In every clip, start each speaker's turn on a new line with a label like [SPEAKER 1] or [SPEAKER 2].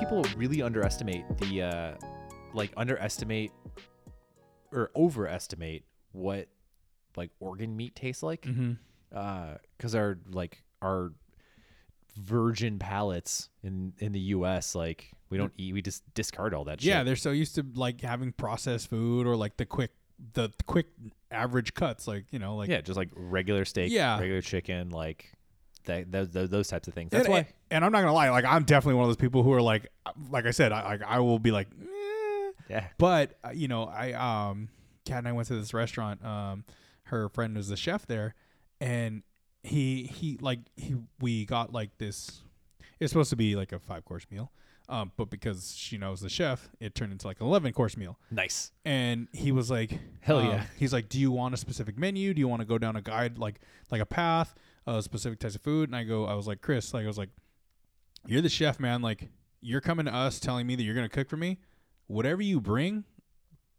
[SPEAKER 1] people really underestimate the uh like underestimate or overestimate what like organ meat tastes like
[SPEAKER 2] Mm-hmm.
[SPEAKER 1] because our like our virgin palates in in the U.S. like we don't eat, we just discard all that.
[SPEAKER 2] Yeah,
[SPEAKER 1] shit.
[SPEAKER 2] they're so used to like having processed food or like the quick the quick average cuts, like you know, like
[SPEAKER 1] yeah, just like regular steak,
[SPEAKER 2] Yeah.
[SPEAKER 1] regular chicken, like that, those those those types of things. That's
[SPEAKER 2] and,
[SPEAKER 1] why.
[SPEAKER 2] And I'm not gonna lie, like I'm definitely one of those people who are like, like I said, I like I will be like, "Eh."
[SPEAKER 1] Yeah,
[SPEAKER 2] but uh, you know, I um, Kat and I went to this restaurant. Um, her friend was the chef there, and he he like he we got like this. It's supposed to be like a five course meal, um, but because she knows the chef, it turned into like an eleven course meal.
[SPEAKER 1] nice.
[SPEAKER 2] and he was like
[SPEAKER 1] Hell
[SPEAKER 2] um,
[SPEAKER 1] yeah.
[SPEAKER 2] he's like do you want a specific menu do you want to go down a guide like like a path uh, specific types of food and i go i was like chris like i was like you're the chef man like you're coming to us telling me that you're gonna cook for me whatever you bring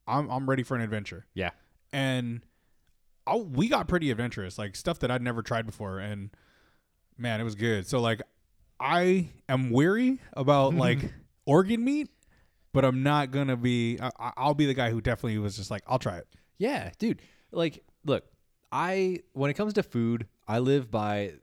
[SPEAKER 2] i'm, I'm ready for an adventure
[SPEAKER 1] Yeah.
[SPEAKER 2] and I, we got pretty adventurous like stuff that i'd never tried before and man it was good so like i am weary about like organ meat but I'm not gonna be. I, I- I'll be the guy who definitely was just like, I'll try it.
[SPEAKER 1] Yeah, dude. Like, look, I when it comes to food, I live by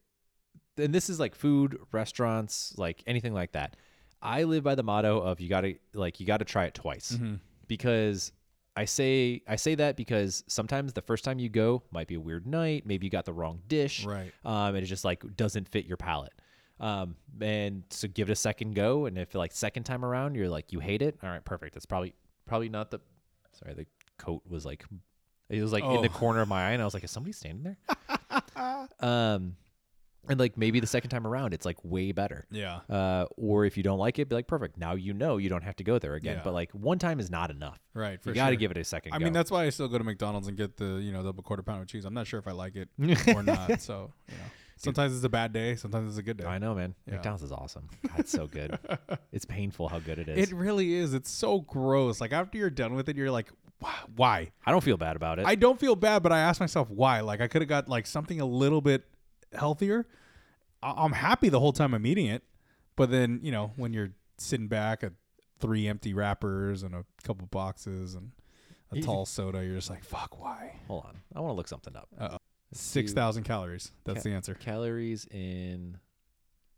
[SPEAKER 1] and this is like food, restaurants, like anything like that. I live by the motto of you got to like you got to try it twice. Because I say I say that because sometimes the first time you go might be a weird night, maybe you got the wrong dish.
[SPEAKER 2] Right.
[SPEAKER 1] Um and it just like doesn't fit your palate. Um and so give it a second go and if like second time around you're like you hate it, all right, perfect. That's probably probably not the sorry, the coat was like it was like in the
[SPEAKER 2] Oh.
[SPEAKER 1] corner of my eye and I was like is somebody standing there? um and like maybe the second time around it's like way better.
[SPEAKER 2] Yeah.
[SPEAKER 1] Uh, or if you don't like it, be like, perfect. Now you know you don't have to go there again.
[SPEAKER 2] Yeah.
[SPEAKER 1] But like one time is not enough.
[SPEAKER 2] Right. For
[SPEAKER 1] You got to
[SPEAKER 2] sure.
[SPEAKER 1] give it a second.
[SPEAKER 2] I
[SPEAKER 1] go.
[SPEAKER 2] mean, that's why I still go to McDonald's and get the you know double quarter pound with cheese. I'm not sure if I like it or not. So you know, sometimes it's a bad day. Sometimes it's a good day.
[SPEAKER 1] I know, man.
[SPEAKER 2] Yeah.
[SPEAKER 1] McDonald's is awesome. God, it's so good. it's painful how good it is.
[SPEAKER 2] It really is. It's so gross. Like after you're done with it, you're like, "Wh- why?
[SPEAKER 1] I don't feel bad about it.
[SPEAKER 2] I don't feel bad, but I ask myself why. Like I could have got like something a little bit healthier. I- I'm happy the whole time I'm eating it, but then you know when you're sitting back at three empty wrappers and a couple boxes and a
[SPEAKER 1] Easy.
[SPEAKER 2] tall soda, you're just like, fuck, why?
[SPEAKER 1] Hold on. I want to look something up.
[SPEAKER 2] Six thousand calories. That's
[SPEAKER 1] Okay.
[SPEAKER 2] the answer.
[SPEAKER 1] Calories in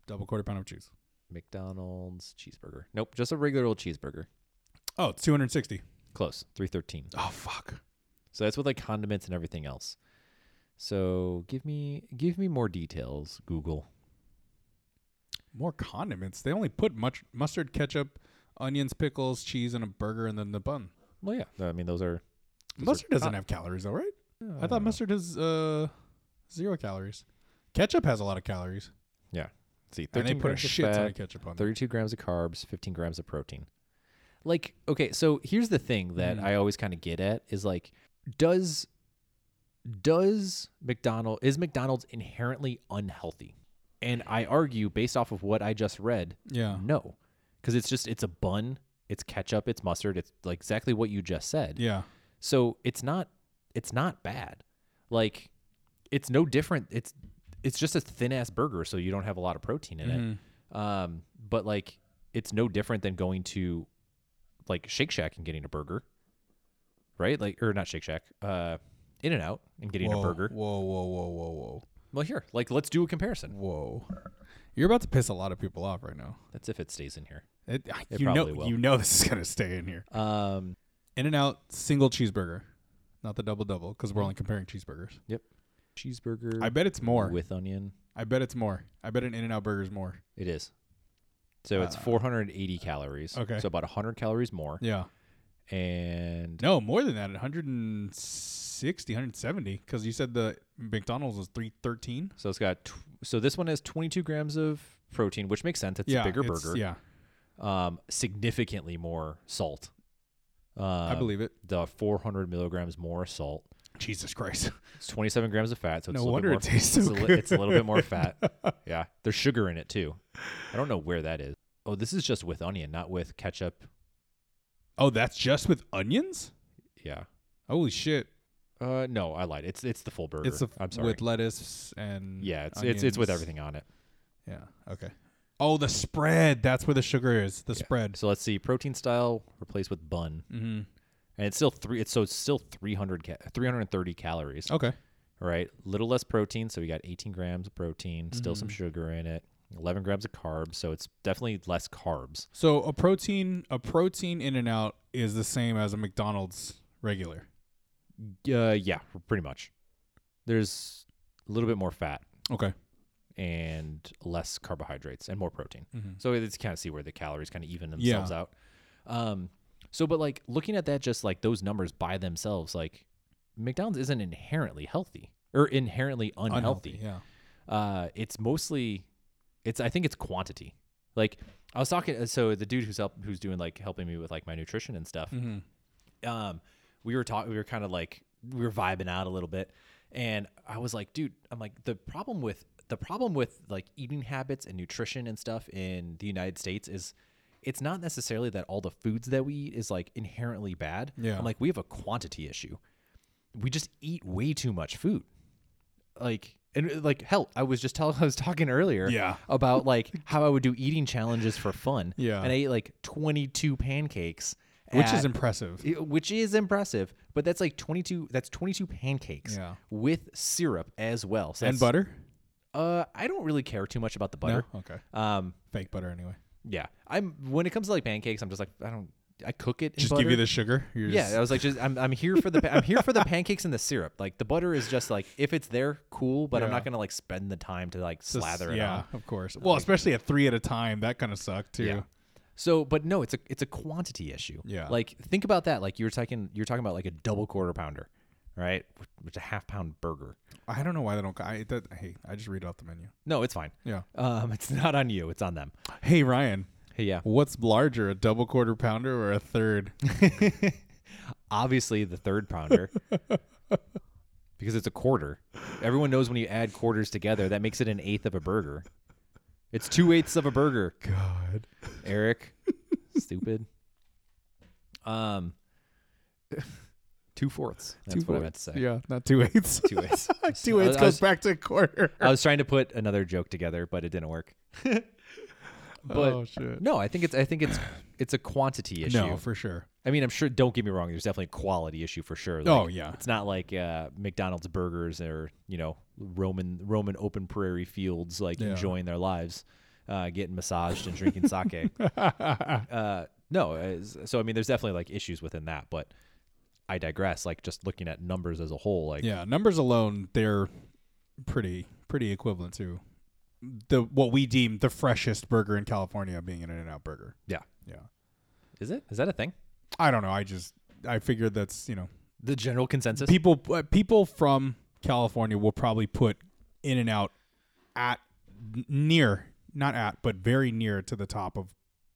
[SPEAKER 2] Double quarter pound of cheese.
[SPEAKER 1] McDonald's cheeseburger. Nope, just a regular old cheeseburger.
[SPEAKER 2] Oh, it's 260.
[SPEAKER 1] Close. 313.
[SPEAKER 2] Oh fuck.
[SPEAKER 1] So that's with like condiments and everything else. So give me give me more details, Google.
[SPEAKER 2] More condiments. They only put much mustard, ketchup, onions, pickles, cheese, and a burger, and then the bun.
[SPEAKER 1] Well, yeah. I mean, those are
[SPEAKER 2] Mustard doesn't have calories, though, right? I
[SPEAKER 1] Uh,
[SPEAKER 2] thought mustard has uh, zero calories. Ketchup has a lot of calories,
[SPEAKER 1] Yeah. See,
[SPEAKER 2] and they put a
[SPEAKER 1] grams of
[SPEAKER 2] shit ton
[SPEAKER 1] fat,
[SPEAKER 2] of ketchup on there.
[SPEAKER 1] 32 grams of carbs, 15 grams of protein. Like, okay, so here's the thing that
[SPEAKER 2] Mm.
[SPEAKER 1] I always kind of get at is like, does does McDonald is McDonald's inherently unhealthy? And I argue based off of what I just read,
[SPEAKER 2] Yeah,
[SPEAKER 1] no. Cuz it's just it's a bun, it's ketchup, it's mustard, it's like exactly what you just said.
[SPEAKER 2] yeah,
[SPEAKER 1] So it's not it's not bad. Like it's no different. It's it's just a thin ass burger, so you don't have a lot of protein in
[SPEAKER 2] Mm.
[SPEAKER 1] it. Um, but like it's no different than going to like Shake Shack and getting a burger, right? Like or not Shake Shack, uh, In and Out and getting
[SPEAKER 2] whoa,
[SPEAKER 1] a burger.
[SPEAKER 2] Whoa, whoa, whoa, whoa, whoa,
[SPEAKER 1] Well, here, like let's do a comparison.
[SPEAKER 2] whoa! You're about to piss a lot of people off right now.
[SPEAKER 1] That's if it stays in here.
[SPEAKER 2] It,
[SPEAKER 1] It
[SPEAKER 2] you know,
[SPEAKER 1] probably will.
[SPEAKER 2] you know this is gonna stay in here.
[SPEAKER 1] Um,
[SPEAKER 2] In and out single cheeseburger, not the double double, because we're only comparing cheeseburgers.
[SPEAKER 1] yep, cheeseburger.
[SPEAKER 2] I bet it's more.
[SPEAKER 1] with onion.
[SPEAKER 2] I bet it's more. I bet an In and Out burger is more.
[SPEAKER 1] It is. So it's 480 calories.
[SPEAKER 2] Uh, okay.
[SPEAKER 1] So about 100 calories more.
[SPEAKER 2] Yeah,
[SPEAKER 1] And
[SPEAKER 2] no, more than that. 160, 170, because you said the McDonald's was 313.
[SPEAKER 1] So it's got tw- so this one has 22 grams of protein, which makes sense. It's
[SPEAKER 2] yeah,
[SPEAKER 1] a bigger
[SPEAKER 2] it's-
[SPEAKER 1] burger.
[SPEAKER 2] Yeah,
[SPEAKER 1] Um, significantly more salt. Um,
[SPEAKER 2] I believe it.
[SPEAKER 1] the 400 milligrams more salt.
[SPEAKER 2] Jesus Christ.
[SPEAKER 1] It's 27 grams of fat. So it's a
[SPEAKER 2] No
[SPEAKER 1] little
[SPEAKER 2] wonder
[SPEAKER 1] bit
[SPEAKER 2] it
[SPEAKER 1] more,
[SPEAKER 2] tastes
[SPEAKER 1] it's
[SPEAKER 2] so
[SPEAKER 1] a li- It's a little bit more fat. yeah, there's sugar in it too. I don't know where that is. Oh, this is just with onion, not with ketchup.
[SPEAKER 2] Oh, that's just with onions?
[SPEAKER 1] Yeah.
[SPEAKER 2] Holy shit.
[SPEAKER 1] Uh, no, I lied. It's it's the full burger.
[SPEAKER 2] It's a,
[SPEAKER 1] I'm sorry.
[SPEAKER 2] with lettuce and
[SPEAKER 1] yeah, it's, it's it's with
[SPEAKER 2] onions.
[SPEAKER 1] everything on it.
[SPEAKER 2] Yeah. Okay. Oh, the spread. That's where the sugar is. The
[SPEAKER 1] Yeah.
[SPEAKER 2] spread.
[SPEAKER 1] So let's see, protein style replaced with bun,
[SPEAKER 2] Mm-hmm.
[SPEAKER 1] and it's still three. It's so it's still 300 ca- 330 calories.
[SPEAKER 2] Okay.
[SPEAKER 1] All right, little less protein, so we got 18 grams of protein, still some sugar in it, 11 grams of carbs, so it's definitely less carbs.
[SPEAKER 2] So a protein, a protein in and out is the same as a McDonald's regular.
[SPEAKER 1] Uh, yeah, pretty much. There's a little bit more fat
[SPEAKER 2] Okay.
[SPEAKER 1] and less carbohydrates and more protein.
[SPEAKER 2] Mhm.
[SPEAKER 1] So it's kind of see where the calories kind of even
[SPEAKER 2] Yeah.
[SPEAKER 1] themselves out. Um, so but like looking at that, just like those numbers by themselves, like McDonald's isn't inherently healthy or inherently unhealthy.
[SPEAKER 2] Yeah.
[SPEAKER 1] uh, it's mostly it's i think it's quantity like i was talking uh, so the dude who's help who's doing like helping me with like my nutrition and stuff
[SPEAKER 2] Mhm.
[SPEAKER 1] um we were talking we were kind of like we were vibing out a little bit and i was like dude i'm like the problem with the problem with like eating habits and nutrition and stuff in the united states is it's not necessarily that all the foods that we eat is like inherently bad
[SPEAKER 2] Yeah.
[SPEAKER 1] i'm like we have a quantity issue we just eat way too much food like and uh, like hell i was just telling i was talking earlier
[SPEAKER 2] Yeah.
[SPEAKER 1] about like how i would do eating challenges for fun
[SPEAKER 2] Yeah.
[SPEAKER 1] and i ate like 22 pancakes
[SPEAKER 2] Which is
[SPEAKER 1] at-
[SPEAKER 2] impressive.
[SPEAKER 1] it- which is impressive, but that's like 22 that's 22 pancakes
[SPEAKER 2] Yeah.
[SPEAKER 1] with syrup as well. So
[SPEAKER 2] And
[SPEAKER 1] that's-
[SPEAKER 2] butter?
[SPEAKER 1] Uh I don't really care too much about the butter.
[SPEAKER 2] No. Okay.
[SPEAKER 1] Um
[SPEAKER 2] Fake butter anyway.
[SPEAKER 1] yeah. I'm when it comes to like pancakes, I'm just like I don't I cook it in
[SPEAKER 2] Just
[SPEAKER 1] butter.
[SPEAKER 2] give you the sugar. You're
[SPEAKER 1] Yeah,
[SPEAKER 2] just-
[SPEAKER 1] I was like just I'm I'm here for the pa- I'm here for the pancakes and the syrup. Like the butter is just like if it's there cool, but I'm
[SPEAKER 2] Yeah.
[SPEAKER 1] not going to like spend the time to like
[SPEAKER 2] just-
[SPEAKER 1] slather it
[SPEAKER 2] Yeah,
[SPEAKER 1] on.
[SPEAKER 2] of course. Well, especially at three at a time, that kind of sucked too.
[SPEAKER 1] Yeah. So, but no, it's a it's a quantity issue.
[SPEAKER 2] Yeah.
[SPEAKER 1] Like think about that. Like you're talking you're talking about like a double quarter pounder, right? Which is a half pound burger.
[SPEAKER 2] I don't know why they don't. I that, hey, I just read off the menu.
[SPEAKER 1] No, it's fine.
[SPEAKER 2] Yeah.
[SPEAKER 1] Um, it's not on you. It's on them.
[SPEAKER 2] Hey Ryan,
[SPEAKER 1] Hey, yeah.
[SPEAKER 2] what's larger, a double quarter pounder or a third?
[SPEAKER 1] Obviously, the third pounder, because it's a quarter. Everyone knows when you add quarters together, that makes it an eighth of a burger. It's two eighths of a burger,
[SPEAKER 2] God.
[SPEAKER 1] Eric. Stupid. Um, two fourths. That's what I meant to say. Uh,
[SPEAKER 2] Yeah, not two eighths.
[SPEAKER 1] Two eighths.
[SPEAKER 2] two
[SPEAKER 1] I
[SPEAKER 2] eighths
[SPEAKER 1] was-
[SPEAKER 2] goes back to a quarter.
[SPEAKER 1] I was trying to put another joke together, but it didn't work. but
[SPEAKER 2] oh shit.
[SPEAKER 1] no, I think it's I think it's it's a quantity issue.
[SPEAKER 2] No, for sure.
[SPEAKER 1] I mean, I'm sure. Don't get me wrong. There's definitely a quality issue for sure. Like,
[SPEAKER 2] Oh, yeah.
[SPEAKER 1] It's not like uh, McDonald's burgers or you know Roman Roman open prairie fields like
[SPEAKER 2] Yeah.
[SPEAKER 1] enjoying their lives, uh, getting massaged and drinking sake. uh, no, it's- so I mean, there's definitely like issues within that, but I digress. Like just looking at numbers as a whole, like
[SPEAKER 2] Yeah, numbers alone, they're pretty pretty equivalent to the what we deem the freshest burger in California being an In-N-Out burger.
[SPEAKER 1] Yeah.
[SPEAKER 2] Yeah.
[SPEAKER 1] is it is that a thing?
[SPEAKER 2] I don't know. I just I figured that's you know
[SPEAKER 1] The general consensus.
[SPEAKER 2] people uh, people from California will probably put In and Out at n- near not at but very near to the top of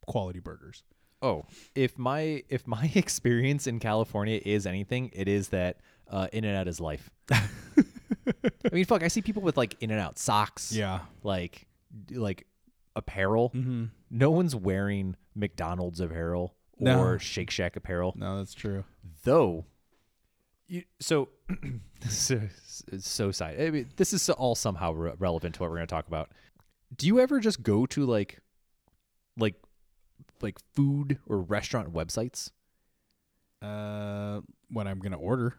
[SPEAKER 2] quality burgers.
[SPEAKER 1] Oh, if my if my experience in California is anything, it is that uh, In and Out is life. I mean, fuck, I see people with like In and Out socks,
[SPEAKER 2] Yeah.
[SPEAKER 1] like like apparel.
[SPEAKER 2] Mm-hmm.
[SPEAKER 1] No one's wearing McDonald's apparel or
[SPEAKER 2] No.
[SPEAKER 1] Shake Shack apparel,
[SPEAKER 2] No, that's true.
[SPEAKER 1] though. You, so, so, so side. I mean, this is all somehow re- relevant to what we're going to talk about. Do you ever just go to like, like, like food or restaurant websites?
[SPEAKER 2] Uh, what I'm gonna order?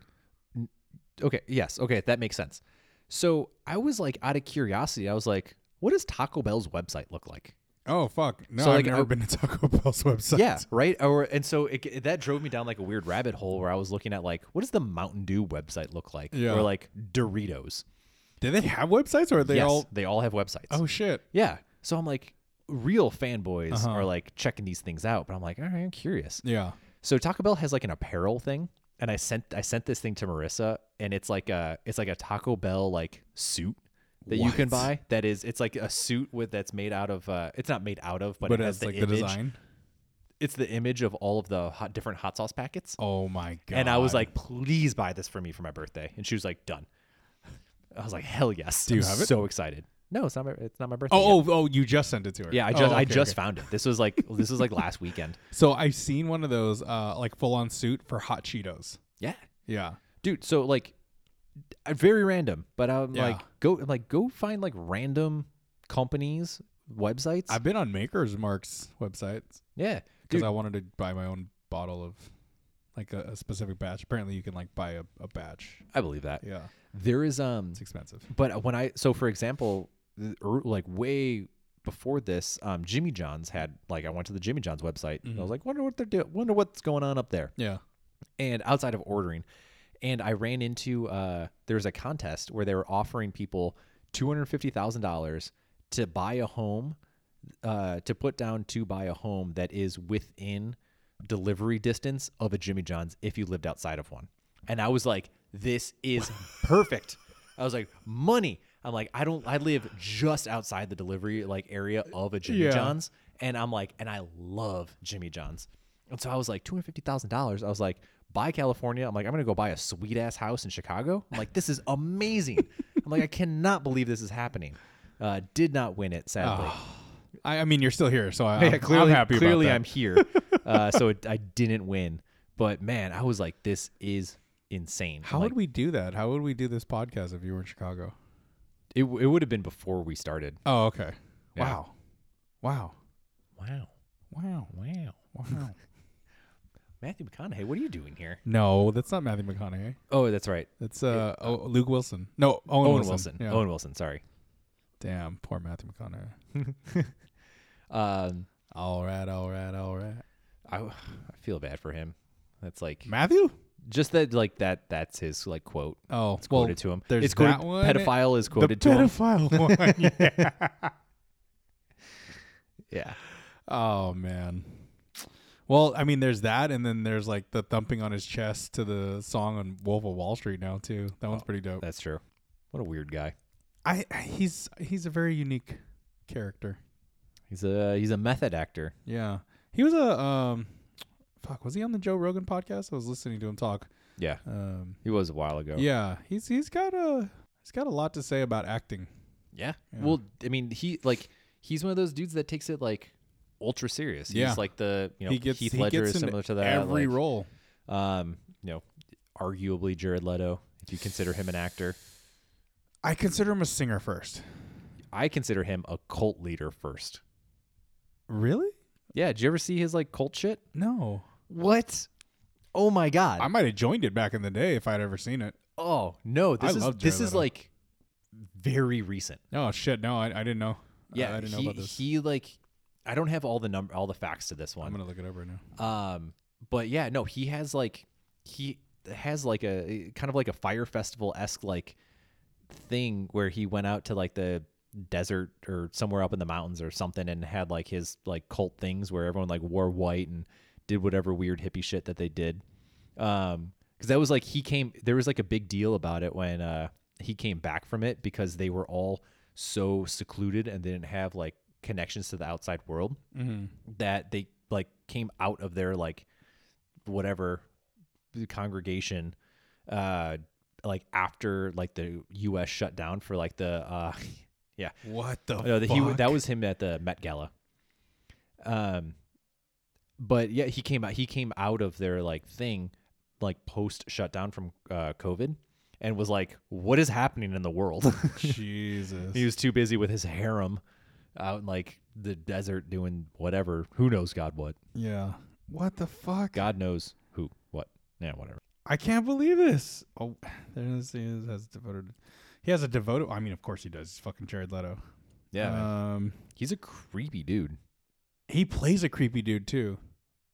[SPEAKER 1] okay yes okay that makes sense so i was like out of curiosity i was like what does taco bell's website look like
[SPEAKER 2] Oh fuck! No,
[SPEAKER 1] So,
[SPEAKER 2] I've
[SPEAKER 1] like,
[SPEAKER 2] never
[SPEAKER 1] I-
[SPEAKER 2] been to Taco Bell's website.
[SPEAKER 1] yeah right or and so it, it- that drove me down like a weird rabbit hole where i was looking at like what does the mountain dew website look like
[SPEAKER 2] Yeah.
[SPEAKER 1] or like doritos
[SPEAKER 2] Do they have websites or are they
[SPEAKER 1] yes
[SPEAKER 2] all?
[SPEAKER 1] they all have websites
[SPEAKER 2] Oh shit!
[SPEAKER 1] yeah so i'm like real fanboys
[SPEAKER 2] Uh-huh.
[SPEAKER 1] are like checking these things out but i'm like all right i'm curious
[SPEAKER 2] Yeah.
[SPEAKER 1] So Taco Bell has like an apparel thing, and I sent I sent this thing to Marissa, and it's like a it's like a Taco Bell like suit that you can
[SPEAKER 2] What?
[SPEAKER 1] buy. That is, it's like a suit with that's made out of. Uh, it's not made out of, but,
[SPEAKER 2] But
[SPEAKER 1] it has
[SPEAKER 2] as
[SPEAKER 1] the
[SPEAKER 2] like
[SPEAKER 1] image.
[SPEAKER 2] the design.
[SPEAKER 1] It's the image of all of the hot, different hot sauce packets.
[SPEAKER 2] Oh my god!
[SPEAKER 1] and I was like, please buy this for me for my birthday, and she was like, done. I was like, hell yes! Do
[SPEAKER 2] you have it?
[SPEAKER 1] So excited. No, it's not. My, it's not my birthday. yet.
[SPEAKER 2] Oh, oh, oh! You just sent it to her.
[SPEAKER 1] yeah. I
[SPEAKER 2] Oh,
[SPEAKER 1] just I
[SPEAKER 2] okay,
[SPEAKER 1] just
[SPEAKER 2] okay.
[SPEAKER 1] found it. This was like this was like last weekend.
[SPEAKER 2] So I've seen one of those, uh, like full on suit for hot Cheetos.
[SPEAKER 1] Yeah.
[SPEAKER 2] Yeah.
[SPEAKER 1] dude so like d- very random but i'm
[SPEAKER 2] Yeah.
[SPEAKER 1] like go I'm like go find like random companies websites.
[SPEAKER 2] I've been on Maker's Mark's websites
[SPEAKER 1] yeah,
[SPEAKER 2] because
[SPEAKER 1] dude.
[SPEAKER 2] I wanted to buy my own bottle of like a, a specific batch. Apparently, you can like buy a, a batch.
[SPEAKER 1] I believe that
[SPEAKER 2] Yeah,
[SPEAKER 1] there is um
[SPEAKER 2] it's expensive.
[SPEAKER 1] But when I so for example, th- er, like way before this, um, Jimmy John's had like I went to the Jimmy John's website and I was like, wonder what they're doing, wonder what's going on up there.
[SPEAKER 2] Yeah.
[SPEAKER 1] And outside of ordering, and I ran into uh, there was a contest where they were offering people two hundred fifty thousand dollars to buy a home, uh, to put down to buy a home that is within delivery distance of a Jimmy John's if you lived outside of one. And I was like, this is perfect. I was like, money. I'm like, I don't I live just outside the delivery like area of a Jimmy
[SPEAKER 2] Yeah.
[SPEAKER 1] John's. And I'm like, and I love Jimmy John's. And so I was like, two hundred fifty thousand dollars. I was like, buy California. I'm like, I'm gonna go buy a sweet ass house in Chicago. I'm like, this is amazing. I'm like, I cannot believe this is happening. Uh, did not win it, sadly.
[SPEAKER 2] I, I mean, you're still here, so I,
[SPEAKER 1] Oh, Yeah,
[SPEAKER 2] I'm, I'm happy.
[SPEAKER 1] Clearly,
[SPEAKER 2] about
[SPEAKER 1] I'm here. Uh, so it, I didn't win, but man, I was like, this is insane.
[SPEAKER 2] How
[SPEAKER 1] like,
[SPEAKER 2] would we do that? How would we do this podcast if you were in Chicago?
[SPEAKER 1] it? w- It would have been before we started.
[SPEAKER 2] Oh, okay.
[SPEAKER 1] Yeah.
[SPEAKER 2] Wow. Wow.
[SPEAKER 1] Wow,
[SPEAKER 2] Wow.
[SPEAKER 1] wow,
[SPEAKER 2] Wow.
[SPEAKER 1] Matthew McConaughey, what are you doing here?
[SPEAKER 2] no, that's not Matthew McConaughey.
[SPEAKER 1] Oh, that's right,
[SPEAKER 2] That's uh, oh, Luke Wilson. No, Owen,
[SPEAKER 1] Owen
[SPEAKER 2] Wilson.
[SPEAKER 1] Wilson.
[SPEAKER 2] Yeah.
[SPEAKER 1] Owen Wilson, sorry.
[SPEAKER 2] Damn, poor Matthew McConaughey.
[SPEAKER 1] Um,
[SPEAKER 2] All right, all right, all right.
[SPEAKER 1] I, I feel bad for him. That's like
[SPEAKER 2] Matthew?
[SPEAKER 1] just that, like that. That's his like quote.
[SPEAKER 2] Oh,
[SPEAKER 1] It's
[SPEAKER 2] well,
[SPEAKER 1] quoted to him.
[SPEAKER 2] there's
[SPEAKER 1] it's quoted,
[SPEAKER 2] that one.
[SPEAKER 1] Pedophile is quoted
[SPEAKER 2] the
[SPEAKER 1] to him.
[SPEAKER 2] pedophile one.
[SPEAKER 1] Yeah.
[SPEAKER 2] Oh man. Well, I mean, there's that, and then there's like the thumping on his chest to the song on Wolf of Wall Street now too. That one's pretty dope.
[SPEAKER 1] That's true. What a weird guy.
[SPEAKER 2] I I- he's he's a very unique character.
[SPEAKER 1] He's a he's a method actor.
[SPEAKER 2] Yeah, he was a um, fuck, was he on the Joe Rogan podcast? I was listening to him talk.
[SPEAKER 1] Yeah,
[SPEAKER 2] Um,
[SPEAKER 1] he was a while ago.
[SPEAKER 2] yeah, he's he's got a he's got a lot to say about acting.
[SPEAKER 1] Yeah.
[SPEAKER 2] Yeah.
[SPEAKER 1] Well, I mean, he like he's one of those dudes that takes it like ultra serious. He's
[SPEAKER 2] Yeah.
[SPEAKER 1] like the you know
[SPEAKER 2] he gets
[SPEAKER 1] Heath
[SPEAKER 2] he
[SPEAKER 1] Ledger
[SPEAKER 2] gets
[SPEAKER 1] is
[SPEAKER 2] into
[SPEAKER 1] similar to that.
[SPEAKER 2] every
[SPEAKER 1] like,
[SPEAKER 2] role.
[SPEAKER 1] Um, you know, arguably Jared Leto, if you consider him an actor.
[SPEAKER 2] I consider him a singer first.
[SPEAKER 1] I consider him a cult leader first.
[SPEAKER 2] Really?
[SPEAKER 1] Yeah. Did you ever see his like cult shit?
[SPEAKER 2] No.
[SPEAKER 1] What? Oh my god.
[SPEAKER 2] I might have joined it back in the day if I'd ever seen it.
[SPEAKER 1] oh no. This
[SPEAKER 2] I
[SPEAKER 1] is
[SPEAKER 2] love
[SPEAKER 1] this
[SPEAKER 2] Jared
[SPEAKER 1] is
[SPEAKER 2] Leto.
[SPEAKER 1] like very recent.
[SPEAKER 2] Oh shit! No, I, I didn't know.
[SPEAKER 1] Yeah.
[SPEAKER 2] I, I didn't
[SPEAKER 1] he,
[SPEAKER 2] know about this.
[SPEAKER 1] He like. I don't have all the number, all the facts to this one.
[SPEAKER 2] I'm gonna look it up right now.
[SPEAKER 1] Um, but yeah, no, he has like he has like a eh, kind of like a fire festival esque like thing where he went out to like the desert or somewhere up in the mountains or something and had like his like cult things where everyone like wore white and did whatever weird hippie shit that they did. Um, because that was like he came. There was like a big deal about it when uh he came back from it because they were all so secluded and they didn't have like connections to the outside world
[SPEAKER 2] Mm-hmm.
[SPEAKER 1] that they like came out of their like whatever congregation uh like after like the US shut down for like the uh
[SPEAKER 2] What the?
[SPEAKER 1] no, that he that was him at the Met Gala. Um but yeah, he came out he came out of their like thing like post shutdown from uh COVID and was like what is happening in the world?
[SPEAKER 2] Jesus.
[SPEAKER 1] He was too busy with his harem out in like the desert doing whatever, who knows god what.
[SPEAKER 2] yeah. What the fuck?
[SPEAKER 1] God knows who, what, yeah, whatever.
[SPEAKER 2] I can't believe this. Oh, there's he is- has devoted. He has a devoted. I mean, of course he does. He's fucking Jared Leto.
[SPEAKER 1] Uh,
[SPEAKER 2] Um,
[SPEAKER 1] he's a creepy dude.
[SPEAKER 2] he plays a creepy dude too.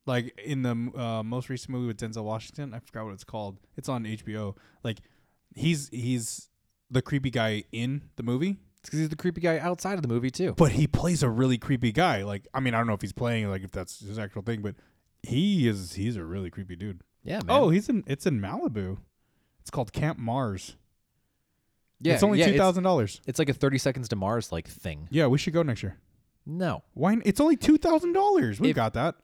[SPEAKER 2] Like in the uh, most recent movie with Denzel Washington, I forgot what it's called. It's on HBO. Like, he's he's the creepy guy in the movie,
[SPEAKER 1] because he's the creepy guy outside of the movie too.
[SPEAKER 2] but he plays a really creepy guy. Like, I mean, I don't know if he's playing like if that's his actual thing, but he is he's a really creepy dude.
[SPEAKER 1] Yeah, man.
[SPEAKER 2] Oh, he's in it's in Malibu. It's called Camp Mars.
[SPEAKER 1] yeah,
[SPEAKER 2] it's only
[SPEAKER 1] yeah,
[SPEAKER 2] two thousand dollars.
[SPEAKER 1] It's, it's like a thirty seconds to Mars like thing.
[SPEAKER 2] Yeah, we should go next year.
[SPEAKER 1] No,
[SPEAKER 2] Why? n- It's only two thousand dollars. We
[SPEAKER 1] If-
[SPEAKER 2] got that.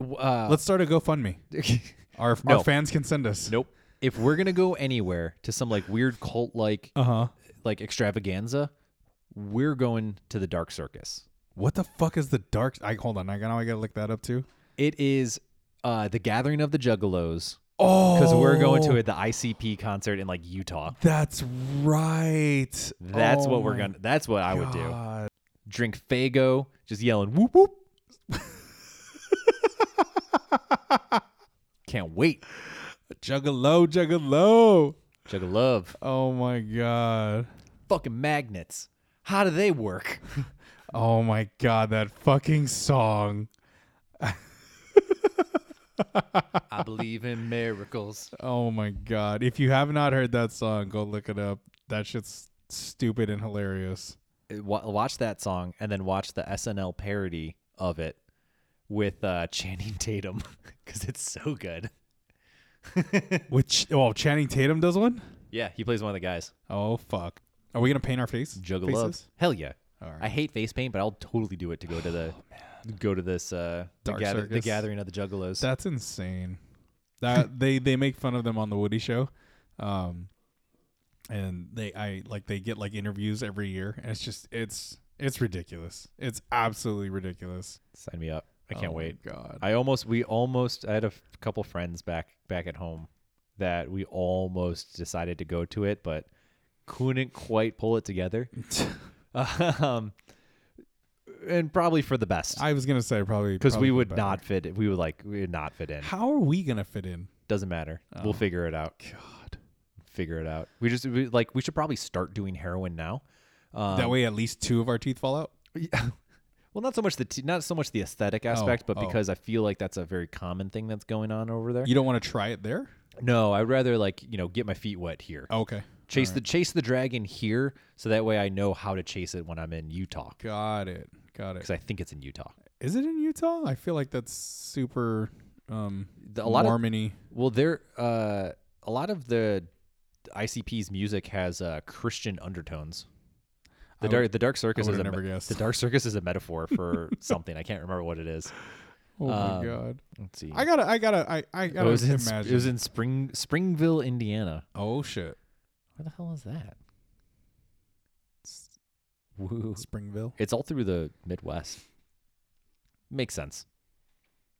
[SPEAKER 1] W- uh,
[SPEAKER 2] Let's start a GoFundMe. Our
[SPEAKER 1] No.
[SPEAKER 2] our fans can send us.
[SPEAKER 1] nope. If we're gonna go anywhere to some like weird cult like
[SPEAKER 2] Uh huh.
[SPEAKER 1] like extravaganza, we're going to the Dark Circus.
[SPEAKER 2] What the fuck is the dark? I hold on. I gotta I gotta look that up too.
[SPEAKER 1] It is uh the Gathering of the Juggalos
[SPEAKER 2] Oh,
[SPEAKER 1] because we're going to it the ICP concert in like Utah.
[SPEAKER 2] That's right.
[SPEAKER 1] That's
[SPEAKER 2] Oh
[SPEAKER 1] what we're
[SPEAKER 2] my
[SPEAKER 1] gonna. That's what I would do.
[SPEAKER 2] God.
[SPEAKER 1] drink Fago, just yelling whoop whoop. Can't wait.
[SPEAKER 2] Juggalo, juggalo.
[SPEAKER 1] Chug a love.
[SPEAKER 2] Oh my god.
[SPEAKER 1] Fucking magnets. How do they work?
[SPEAKER 2] Oh my god, that fucking song.
[SPEAKER 1] I believe in miracles.
[SPEAKER 2] Oh my god. If you have not heard that song, go look it up. That shit's stupid and hilarious.
[SPEAKER 1] Uh, wa- Watch that song and then watch the SNL parody of it with uh, Channing Tatum because it's so good.
[SPEAKER 2] Which oh, Channing Tatum does one?
[SPEAKER 1] Yeah, he plays one of the guys.
[SPEAKER 2] Oh fuck. Are we gonna paint our face?
[SPEAKER 1] Juggle love.
[SPEAKER 2] faces?
[SPEAKER 1] Hell yeah.
[SPEAKER 2] All right. Oh,
[SPEAKER 1] I hate face paint, but I'll totally do it to go to the go to this uh the,
[SPEAKER 2] Dark
[SPEAKER 1] gather- the
[SPEAKER 2] circus.
[SPEAKER 1] gathering of the juggalos.
[SPEAKER 2] That's insane. That they they make fun of them on the Woody Show, um, and they I like they get like interviews every year, and it's just it's it's ridiculous. It's absolutely ridiculous.
[SPEAKER 1] Sign me up. I can't
[SPEAKER 2] Oh my
[SPEAKER 1] wait.
[SPEAKER 2] God.
[SPEAKER 1] I almost we almost I had a f- couple friends back back at home that we almost decided to go to it, but couldn't quite pull it together. um, and probably for the best
[SPEAKER 2] I was gonna say probably
[SPEAKER 1] because
[SPEAKER 2] probably
[SPEAKER 1] we would
[SPEAKER 2] better.
[SPEAKER 1] not fit. We would like we would not fit in.
[SPEAKER 2] How are we gonna fit in?
[SPEAKER 1] Doesn't matter. We'll figure it out.
[SPEAKER 2] Oh. God,
[SPEAKER 1] Figure it out. We just we, like we should probably start doing heroin now. Um,
[SPEAKER 2] that way at least two of our teeth fall out.
[SPEAKER 1] Yeah. Well, not so much the t- not so much the aesthetic aspect, but
[SPEAKER 2] oh.
[SPEAKER 1] because I feel like that's a very common thing that's going on over there.
[SPEAKER 2] You don't want to try it there.
[SPEAKER 1] No, I'd rather like you know get my feet wet here,
[SPEAKER 2] Okay.
[SPEAKER 1] chase the chase the dragon here, so that way I know how to chase it when I'm in Utah
[SPEAKER 2] Got it. Got it.
[SPEAKER 1] because I think it's in Utah.
[SPEAKER 2] Is it in Utah? I feel like that's super um
[SPEAKER 1] a lot of-
[SPEAKER 2] Mormony.
[SPEAKER 1] Well, there uh, a lot of the ICP's music has uh, Christian undertones. The
[SPEAKER 2] I
[SPEAKER 1] dark the dark circus is
[SPEAKER 2] would've
[SPEAKER 1] a
[SPEAKER 2] never
[SPEAKER 1] me-
[SPEAKER 2] guessed.
[SPEAKER 1] the dark circus is a metaphor for something I can't remember what it is.
[SPEAKER 2] Oh
[SPEAKER 1] um,
[SPEAKER 2] my god.
[SPEAKER 1] Let's see.
[SPEAKER 2] I gotta, I gotta, I, I
[SPEAKER 1] it
[SPEAKER 2] gotta
[SPEAKER 1] was in,
[SPEAKER 2] imagine.
[SPEAKER 1] it was in Spring Springville, Indiana.
[SPEAKER 2] oh shit,
[SPEAKER 1] Where the hell is that? Woo.
[SPEAKER 2] Springville.
[SPEAKER 1] It's all through the Midwest. Makes sense.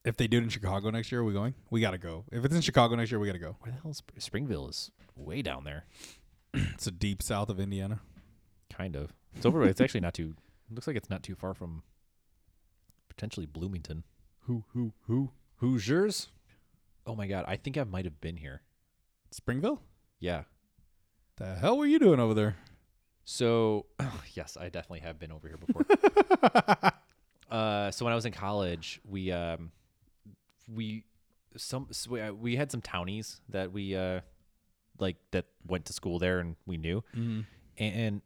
[SPEAKER 2] If they do it in Chicago next year, are we going? We gotta go. If it's in Chicago next year, we gotta go.
[SPEAKER 1] Where the hell is Spr- Springville? Is way down there,
[SPEAKER 2] It's a deep south of Indiana.
[SPEAKER 1] kind of. It's over. it's actually not too. Looks like it's not too far from potentially Bloomington.
[SPEAKER 2] Who, who, who?
[SPEAKER 1] Hoosiers. Oh my god! I think I might have been here.
[SPEAKER 2] Springville?
[SPEAKER 1] Yeah.
[SPEAKER 2] The hell were you doing over there?
[SPEAKER 1] So yes, I definitely have been over here before. uh, so when I was in college, we um, we some so we, uh, we had some townies that we uh, like that went to school there and we knew,
[SPEAKER 2] Mm-hmm.
[SPEAKER 1] and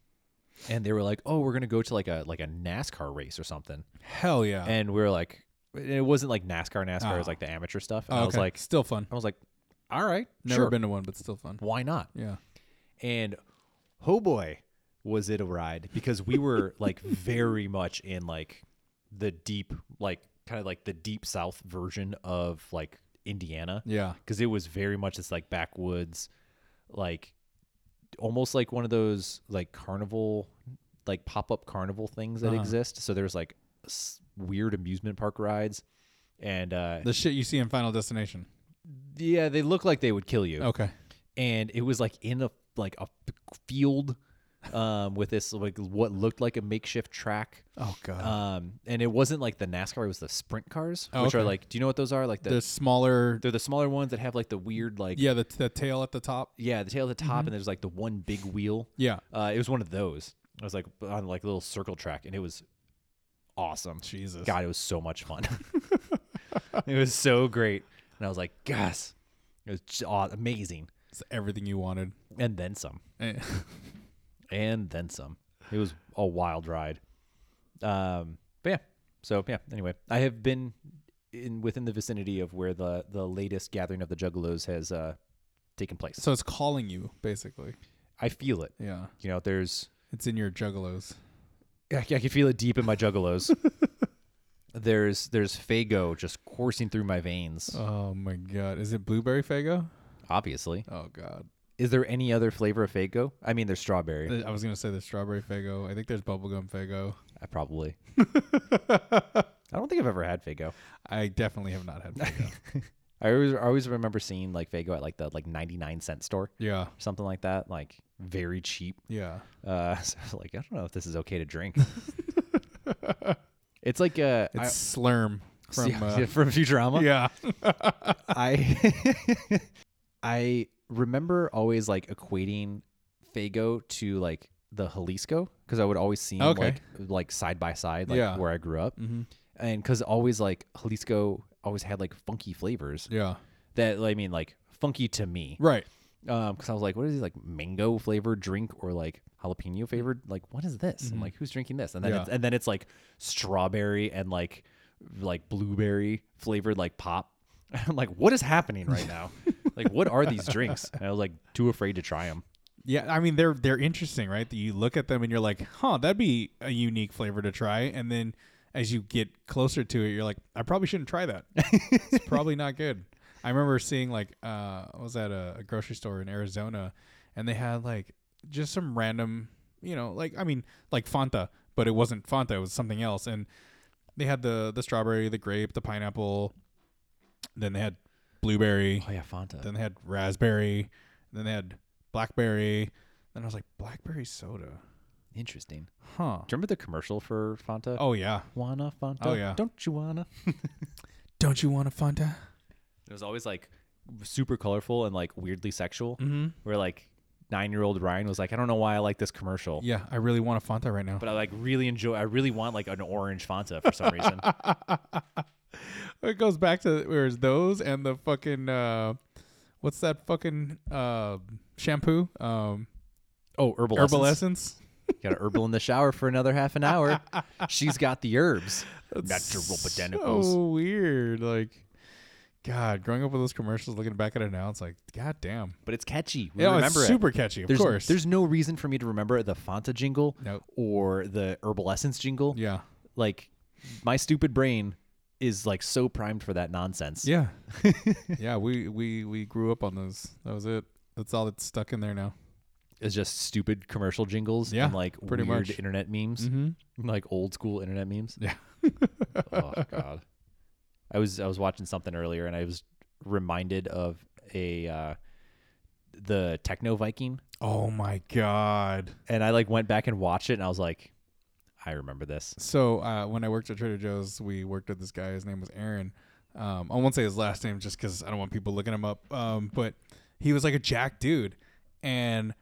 [SPEAKER 1] and they were like, oh, we're gonna go to like a like a NASCAR race or something,
[SPEAKER 2] Hell yeah.
[SPEAKER 1] and we were like, it wasn't like NASCAR NASCAR, it was
[SPEAKER 2] Oh. Ah.
[SPEAKER 1] like the amateur stuff.
[SPEAKER 2] Oh,
[SPEAKER 1] And I was
[SPEAKER 2] okay.
[SPEAKER 1] like,
[SPEAKER 2] still fun.
[SPEAKER 1] I was like, all right,
[SPEAKER 2] Never
[SPEAKER 1] sure,
[SPEAKER 2] been to one, but still fun.
[SPEAKER 1] why not?
[SPEAKER 2] Yeah.
[SPEAKER 1] and oh boy was it a ride because we were like very much in like the deep like kind of like the deep south version of like indiana
[SPEAKER 2] Yeah.
[SPEAKER 1] because it was very much this like backwoods like almost like one of those like carnival like pop-up carnival things that
[SPEAKER 2] Uh-huh.
[SPEAKER 1] exist so there's like s- weird amusement park rides and uh
[SPEAKER 2] The shit you see in Final Destination.
[SPEAKER 1] yeah they look like they would kill you
[SPEAKER 2] Okay.
[SPEAKER 1] and it was like in a like a field um with this like what looked like a makeshift track
[SPEAKER 2] Oh god.
[SPEAKER 1] um and it wasn't like the nascar it was the sprint cars
[SPEAKER 2] Oh,
[SPEAKER 1] which are
[SPEAKER 2] okay.
[SPEAKER 1] like do you know what those are like the,
[SPEAKER 2] the smaller.
[SPEAKER 1] they're the smaller ones that have like the weird like
[SPEAKER 2] yeah. Mm-hmm. The the tail at the top.
[SPEAKER 1] yeah, the tail at the top and there's like the one big wheel
[SPEAKER 2] Yeah.
[SPEAKER 1] uh it was one of those i was like on like a little circle track and it was awesome
[SPEAKER 2] Jesus.
[SPEAKER 1] god it was so much fun it was so great and i was like gosh it was just aw- amazing
[SPEAKER 2] It's everything you wanted.
[SPEAKER 1] and then some
[SPEAKER 2] Eh.
[SPEAKER 1] and then some. It was a wild ride. Um, but yeah. So yeah. Anyway, I have been in within the vicinity of where the the latest gathering of the Juggalos has uh, taken place.
[SPEAKER 2] so it's calling you basically.
[SPEAKER 1] I feel it.
[SPEAKER 2] Yeah.
[SPEAKER 1] You know, there's
[SPEAKER 2] It's in your juggalos.
[SPEAKER 1] I, I can feel it deep in my Juggalos. there's there's Fago just coursing through my veins.
[SPEAKER 2] Oh my god. Is it blueberry fago?
[SPEAKER 1] Obviously,
[SPEAKER 2] Oh god.
[SPEAKER 1] is there any other flavor of Fago? I mean, there's strawberry.
[SPEAKER 2] I was gonna say the strawberry fago. I think there's bubblegum fago.
[SPEAKER 1] I uh, probably. I don't think I've ever had Fago.
[SPEAKER 2] I definitely have not had fago.
[SPEAKER 1] I always I always remember seeing like Fago at like the like 99 cent store.
[SPEAKER 2] yeah.
[SPEAKER 1] something like that, like very cheap.
[SPEAKER 2] Yeah.
[SPEAKER 1] Uh, so I was like, I don't know if this is okay to drink. It's like uh, I-
[SPEAKER 2] It's Slurm from
[SPEAKER 1] yeah,
[SPEAKER 2] uh,
[SPEAKER 1] yeah, from Futurama.
[SPEAKER 2] yeah.
[SPEAKER 1] I I remember always like equating Fago to like the Jalisco because I would always see 'em,
[SPEAKER 2] Okay.
[SPEAKER 1] like like side by side like
[SPEAKER 2] Yeah.
[SPEAKER 1] where I grew up,
[SPEAKER 2] mm-hmm.
[SPEAKER 1] and because always like Jalisco always had like funky flavors
[SPEAKER 2] yeah.
[SPEAKER 1] that I mean like funky to me
[SPEAKER 2] Right.
[SPEAKER 1] because Um, I was like, what is this like mango flavored drink or like jalapeno flavored? Like, what is this? I'm
[SPEAKER 2] Mhm.
[SPEAKER 1] like, who's drinking this? And then
[SPEAKER 2] Mm. Yeah.
[SPEAKER 1] it's, and then it's like strawberry and like like blueberry flavored like pop. I'm like, what is happening right now? like, what are these drinks? And I was like, too afraid to try them.
[SPEAKER 2] Yeah, I mean they're they're interesting, right? That you look at them and you're like, "Huh, that'd be a unique flavor to try." And then as you get closer to it, you're like, "I probably shouldn't try that. it's probably not good." I remember seeing like uh, I was at a, a grocery store in Arizona, and they had like just some random, you know, like I mean, like Fanta, but it wasn't Fanta; it was something else. And they had the the strawberry, the grape, the pineapple. Then they had blueberry.
[SPEAKER 1] Oh yeah, Fanta.
[SPEAKER 2] Then they had raspberry. Then they had blackberry. Then I was like, blackberry soda,
[SPEAKER 1] Interesting. Do
[SPEAKER 2] huh?
[SPEAKER 1] you remember the commercial for Fanta?
[SPEAKER 2] Oh yeah.
[SPEAKER 1] Wanna Fanta?
[SPEAKER 2] Oh, yeah.
[SPEAKER 1] Don't you wanna?
[SPEAKER 2] Don't you want a Fanta?
[SPEAKER 1] It was always like super colorful and like weirdly sexual.
[SPEAKER 2] Mm-hmm.
[SPEAKER 1] Where like nine year old Ryan was like, I don't know why I like this commercial.
[SPEAKER 2] Yeah, I really want a Fanta right now.
[SPEAKER 1] but I like really enjoy. I really want like an orange Fanta for some reason.
[SPEAKER 2] it goes back to where's those and the fucking uh, what's that fucking uh shampoo? Um,
[SPEAKER 1] oh, herbal,
[SPEAKER 2] herbal
[SPEAKER 1] essence.
[SPEAKER 2] essence.
[SPEAKER 1] Got an herbal in the shower for another half an hour. She's got the herbs, natural botanicals.
[SPEAKER 2] So weird, like. God, growing up with those commercials, looking back at it now, it's like, god damn.
[SPEAKER 1] But it's catchy. We
[SPEAKER 2] Yeah,
[SPEAKER 1] remember
[SPEAKER 2] it's
[SPEAKER 1] it.
[SPEAKER 2] super catchy, of
[SPEAKER 1] There's,
[SPEAKER 2] course.
[SPEAKER 1] there's no reason for me to remember the Fanta jingle
[SPEAKER 2] Nope.
[SPEAKER 1] or the herbal essence jingle.
[SPEAKER 2] yeah.
[SPEAKER 1] Like my stupid brain is like so primed for that nonsense.
[SPEAKER 2] Yeah. yeah, we we we grew up on those. That was it. That's all that's stuck in there now.
[SPEAKER 1] It's just stupid commercial jingles
[SPEAKER 2] Yeah,
[SPEAKER 1] and like
[SPEAKER 2] pretty
[SPEAKER 1] weird
[SPEAKER 2] much.
[SPEAKER 1] internet memes.
[SPEAKER 2] Mm-hmm.
[SPEAKER 1] like old school internet memes.
[SPEAKER 2] Yeah.
[SPEAKER 1] oh god. I was I was watching something earlier and I was reminded of a uh the Techno Viking
[SPEAKER 2] Oh my god.
[SPEAKER 1] and I like went back and watched it and I was like I remember this.
[SPEAKER 2] So uh, when I worked at Trader Joe's, we worked with this guy. His name was Aaron. Um, I won't say his last name just because I don't want people looking him up. Um, but he was like a jack dude, and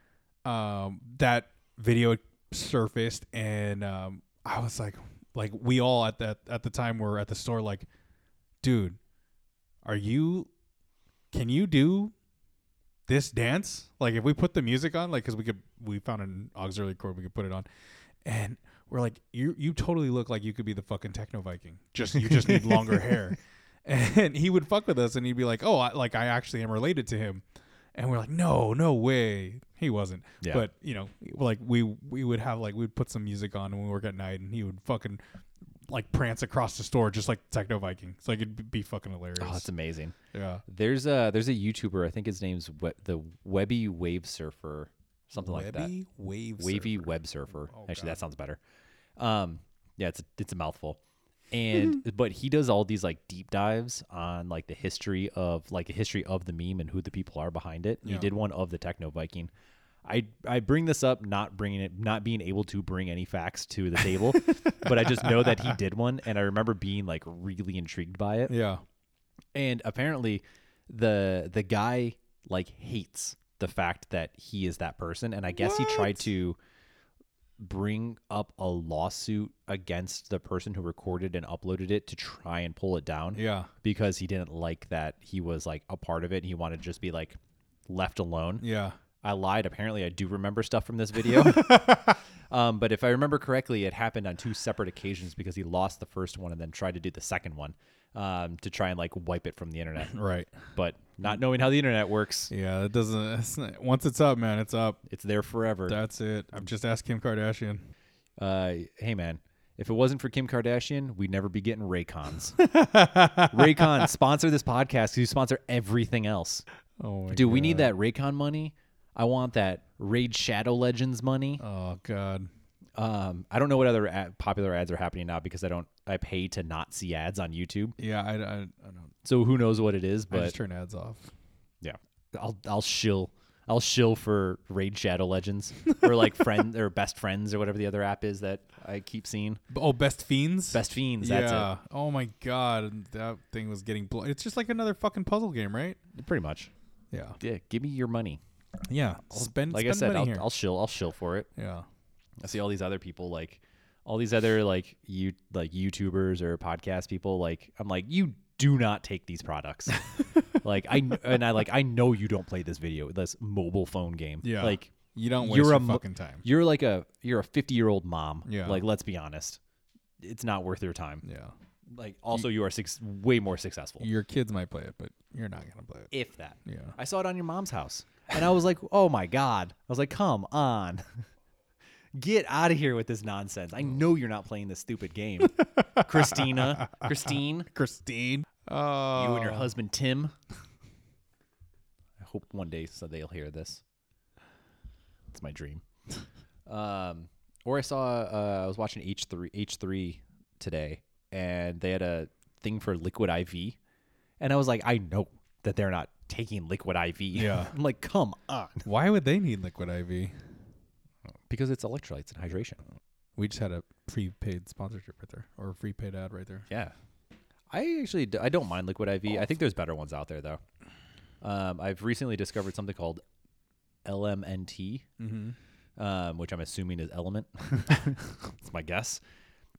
[SPEAKER 2] um, that video surfaced, and um, I was like, like we all at that at the time were at the store, like, dude, are you? Can you do this dance? Like, if we put the music on, like, because we could, we found an auxiliary cord, we could put it on, and we're like, you you totally look like you could be the fucking techno Viking. Just you just need longer hair. And he would fuck with us, and he'd be like, oh, I, like I actually am related to him. And we're like, no, no way. He wasn't.
[SPEAKER 1] Yeah.
[SPEAKER 2] But you know, like we we would have like we'd put some music on when we work at night, and he would fucking like prance across the store just like techno Viking. It's like it'd be fucking hilarious.
[SPEAKER 1] Oh, it's amazing.
[SPEAKER 2] yeah.
[SPEAKER 1] There's a there's a YouTuber, I think his name's we- the Webby Wave Surfer, something like that.
[SPEAKER 2] Webby wave
[SPEAKER 1] Wavy
[SPEAKER 2] surfer.
[SPEAKER 1] web surfer.
[SPEAKER 2] Oh,
[SPEAKER 1] Actually,
[SPEAKER 2] God.
[SPEAKER 1] that sounds better. Um, yeah, it's a, it's a mouthful. And but he does all these like deep dives on like the history of like a history of the meme and who the people are behind it. He
[SPEAKER 2] Yeah.
[SPEAKER 1] did one of the Techno Viking. I I bring this up not bringing it not being able to bring any facts to the table, but I just know that he did one and I remember being like really intrigued by it.
[SPEAKER 2] Yeah.
[SPEAKER 1] And apparently the the guy like hates the fact that he is that person and I guess he tried
[SPEAKER 2] What?
[SPEAKER 1] to bring up a lawsuit against the person who recorded and uploaded it to try and pull it down
[SPEAKER 2] Yeah.
[SPEAKER 1] because he didn't like that he was like a part of it and he wanted to just be like left alone.
[SPEAKER 2] Yeah.
[SPEAKER 1] I lied apparently I do remember stuff from this video. um, but if I remember correctly it happened on two separate occasions because he lost the first one and then tried to do the second one um, to try and like wipe it from the internet
[SPEAKER 2] Right.
[SPEAKER 1] but not knowing how the internet works,
[SPEAKER 2] Yeah. That doesn't. It's not, once it's up, man, it's up.
[SPEAKER 1] it's there forever.
[SPEAKER 2] That's it. I'm just ask Kim Kardashian.
[SPEAKER 1] Uh, hey man, if it wasn't for Kim Kardashian, we'd never be getting Raycons. Raycon sponsor this podcast. 'cause You sponsor everything else.
[SPEAKER 2] Oh my
[SPEAKER 1] Dude, we need that Raycon money. I want that Raid Shadow Legends money.
[SPEAKER 2] Oh god.
[SPEAKER 1] Um, I don't know what other ad- popular ads are happening now because I don't. I pay to not see ads on YouTube,
[SPEAKER 2] Yeah, I, I, I don't.
[SPEAKER 1] so who knows what it is?
[SPEAKER 2] I
[SPEAKER 1] But
[SPEAKER 2] just turn ads off.
[SPEAKER 1] yeah, I'll I'll shill. I'll shill for Raid Shadow Legends or like friend or best friends or whatever the other app is that I keep seeing.
[SPEAKER 2] Oh, best fiends.
[SPEAKER 1] Best fiends. That's
[SPEAKER 2] yeah. Oh my god, that thing was getting blown. It's just like another fucking puzzle game, right?
[SPEAKER 1] it. Pretty much.
[SPEAKER 2] Yeah.
[SPEAKER 1] Yeah. Give me your money.
[SPEAKER 2] Yeah. Spend
[SPEAKER 1] Like
[SPEAKER 2] spend
[SPEAKER 1] I said,
[SPEAKER 2] money
[SPEAKER 1] I'll,
[SPEAKER 2] here.
[SPEAKER 1] I'll shill. I'll shill for it.
[SPEAKER 2] yeah.
[SPEAKER 1] I see all these other people like all these other like you like YouTubers or podcast people like I'm like you do not take these products. like I kn- and I like I know you don't play this video this mobile phone game.
[SPEAKER 2] Yeah.
[SPEAKER 1] Like
[SPEAKER 2] You don't waste
[SPEAKER 1] You're
[SPEAKER 2] your
[SPEAKER 1] a mo-
[SPEAKER 2] fucking time.
[SPEAKER 1] you're like a you're a 50 year old mom.
[SPEAKER 2] Yeah.
[SPEAKER 1] Like let's be honest. It's not worth your time.
[SPEAKER 2] Yeah.
[SPEAKER 1] Like also you are six, way more successful
[SPEAKER 2] Your kids might play it, but you're not gonna play it.
[SPEAKER 1] if that.
[SPEAKER 2] Yeah.
[SPEAKER 1] I saw it on your mom's house. And I was like, oh my God. I was like, come on. Get out of here with this nonsense. I know you're not playing this stupid game. Christina, Christine,
[SPEAKER 2] Christine. Oh.
[SPEAKER 1] you and your husband, Tim. I hope one day so they'll hear this. It's my dream. Um, or I saw, uh, I was watching H3, H3 today, and they had a thing for liquid IV. And I was like, I know that they're not taking liquid IV.
[SPEAKER 2] Yeah.
[SPEAKER 1] I'm like, come on.
[SPEAKER 2] Why would they need liquid IV?
[SPEAKER 1] Because it's electrolytes and hydration.
[SPEAKER 2] We just had a prepaid sponsorship right there, or a free paid ad right there.
[SPEAKER 1] Yeah. I actually d- I don't mind liquid IV. I think there's better ones out there though. Um, I've recently discovered something called LMNT,
[SPEAKER 2] Mm-hmm.
[SPEAKER 1] um, which I'm assuming is element. It's my guess.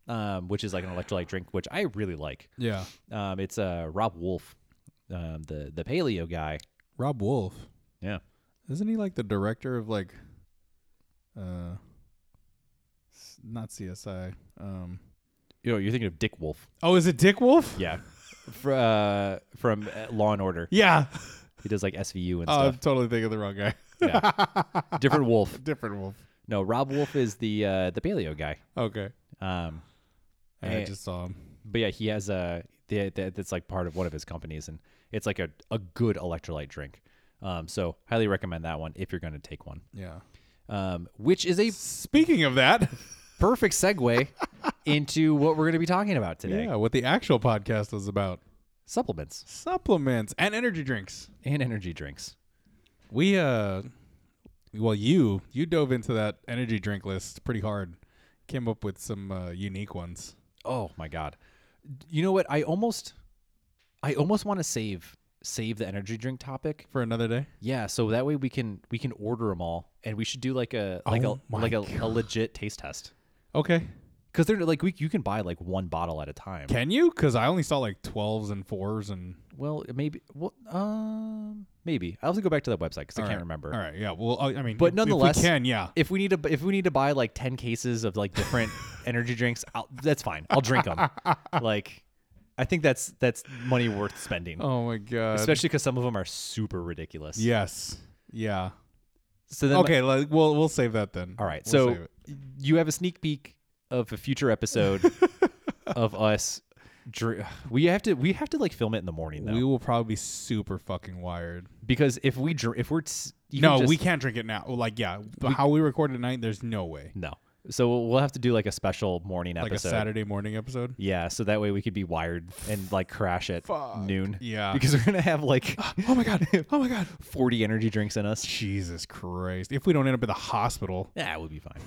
[SPEAKER 1] Um, which is like an electrolyte drink, which I really like.
[SPEAKER 2] Yeah.
[SPEAKER 1] Um, it's uh, Rob Wolf, um, the the paleo guy.
[SPEAKER 2] Rob Wolf.
[SPEAKER 1] Yeah.
[SPEAKER 2] Isn't he like the director of like, uh, s- not CSI? Um.
[SPEAKER 1] You know, you're thinking of Dick Wolf.
[SPEAKER 2] Oh, is it Dick Wolf?
[SPEAKER 1] Yeah. Fr- uh, from uh, Law and Order.
[SPEAKER 2] Yeah.
[SPEAKER 1] He does like SVU and
[SPEAKER 2] Oh, I'm
[SPEAKER 1] stuff.
[SPEAKER 2] totally thinking of the wrong guy.
[SPEAKER 1] Yeah. Different Wolf.
[SPEAKER 2] Different Wolf.
[SPEAKER 1] No, Rob Wolf is the uh, the paleo guy.
[SPEAKER 2] Okay.
[SPEAKER 1] Um,
[SPEAKER 2] I
[SPEAKER 1] Hey.
[SPEAKER 2] just saw him.
[SPEAKER 1] but yeah, he has a the- the- that's like part of one of his companies, and it's like a, a good electrolyte drink. Um, so highly recommend that one if you're going to take one.
[SPEAKER 2] Yeah.
[SPEAKER 1] Um, which is a
[SPEAKER 2] Speaking of that,
[SPEAKER 1] perfect segue into what we're going to be talking about today:
[SPEAKER 2] yeah, what the actual podcast was about
[SPEAKER 1] supplements
[SPEAKER 2] supplements and energy drinks.
[SPEAKER 1] and energy drinks.
[SPEAKER 2] We, uh, well, you, you dove into that energy drink list pretty hard, came up with some uh, unique ones.
[SPEAKER 1] Oh my god! You know what? I almost, I almost want to save save the energy drink topic.
[SPEAKER 2] for another day.
[SPEAKER 1] Yeah, so that way we can we can order them all, and we should do like a like
[SPEAKER 2] Oh
[SPEAKER 1] a
[SPEAKER 2] my
[SPEAKER 1] like a, a legit taste test.
[SPEAKER 2] Okay.
[SPEAKER 1] Because they're like we, you can buy like one bottle at a time.
[SPEAKER 2] Can you? Because I only saw like 12s and 4s and.
[SPEAKER 1] Well, it maybe. Well, um, maybe I'll have to go back to that website because I
[SPEAKER 2] All
[SPEAKER 1] can't
[SPEAKER 2] right.
[SPEAKER 1] remember.
[SPEAKER 2] All right. Yeah. Well, I I mean,
[SPEAKER 1] But
[SPEAKER 2] if- if we
[SPEAKER 1] nonetheless-
[SPEAKER 2] can, yeah.
[SPEAKER 1] If we need to, if we need to buy like ten cases of like different energy drinks, I'll, that's fine. I'll drink them. like, I think that's that's money worth spending,
[SPEAKER 2] Oh, my God.
[SPEAKER 1] especially because some of them are super ridiculous.
[SPEAKER 2] Yes. Yeah.
[SPEAKER 1] So then,
[SPEAKER 2] Okay. Like, we'll, we'll save that then.
[SPEAKER 1] all right.
[SPEAKER 2] We'll save
[SPEAKER 1] so
[SPEAKER 2] it.
[SPEAKER 1] you have a sneak peek of a future episode of us. Dr- we have to we have to like film it in the morning though
[SPEAKER 2] we will probably be super fucking wired.
[SPEAKER 1] because if we dr- if we're t- even
[SPEAKER 2] no,
[SPEAKER 1] just-
[SPEAKER 2] we can't drink it now. Well, Like, yeah, but how we record at night, there's no way.
[SPEAKER 1] No. So we'll- we'll have to do like a special morning
[SPEAKER 2] Like
[SPEAKER 1] episode.
[SPEAKER 2] a Saturday morning episode.
[SPEAKER 1] Yeah, so that way we could be wired and like crash at
[SPEAKER 2] Fuck.
[SPEAKER 1] noon.
[SPEAKER 2] Yeah.
[SPEAKER 1] Because we're going to have like
[SPEAKER 2] oh my god. Oh my god.
[SPEAKER 1] 40 energy drinks in us.
[SPEAKER 2] Jesus Christ! If we don't end up at the hospital,
[SPEAKER 1] Yeah, we'll be fine.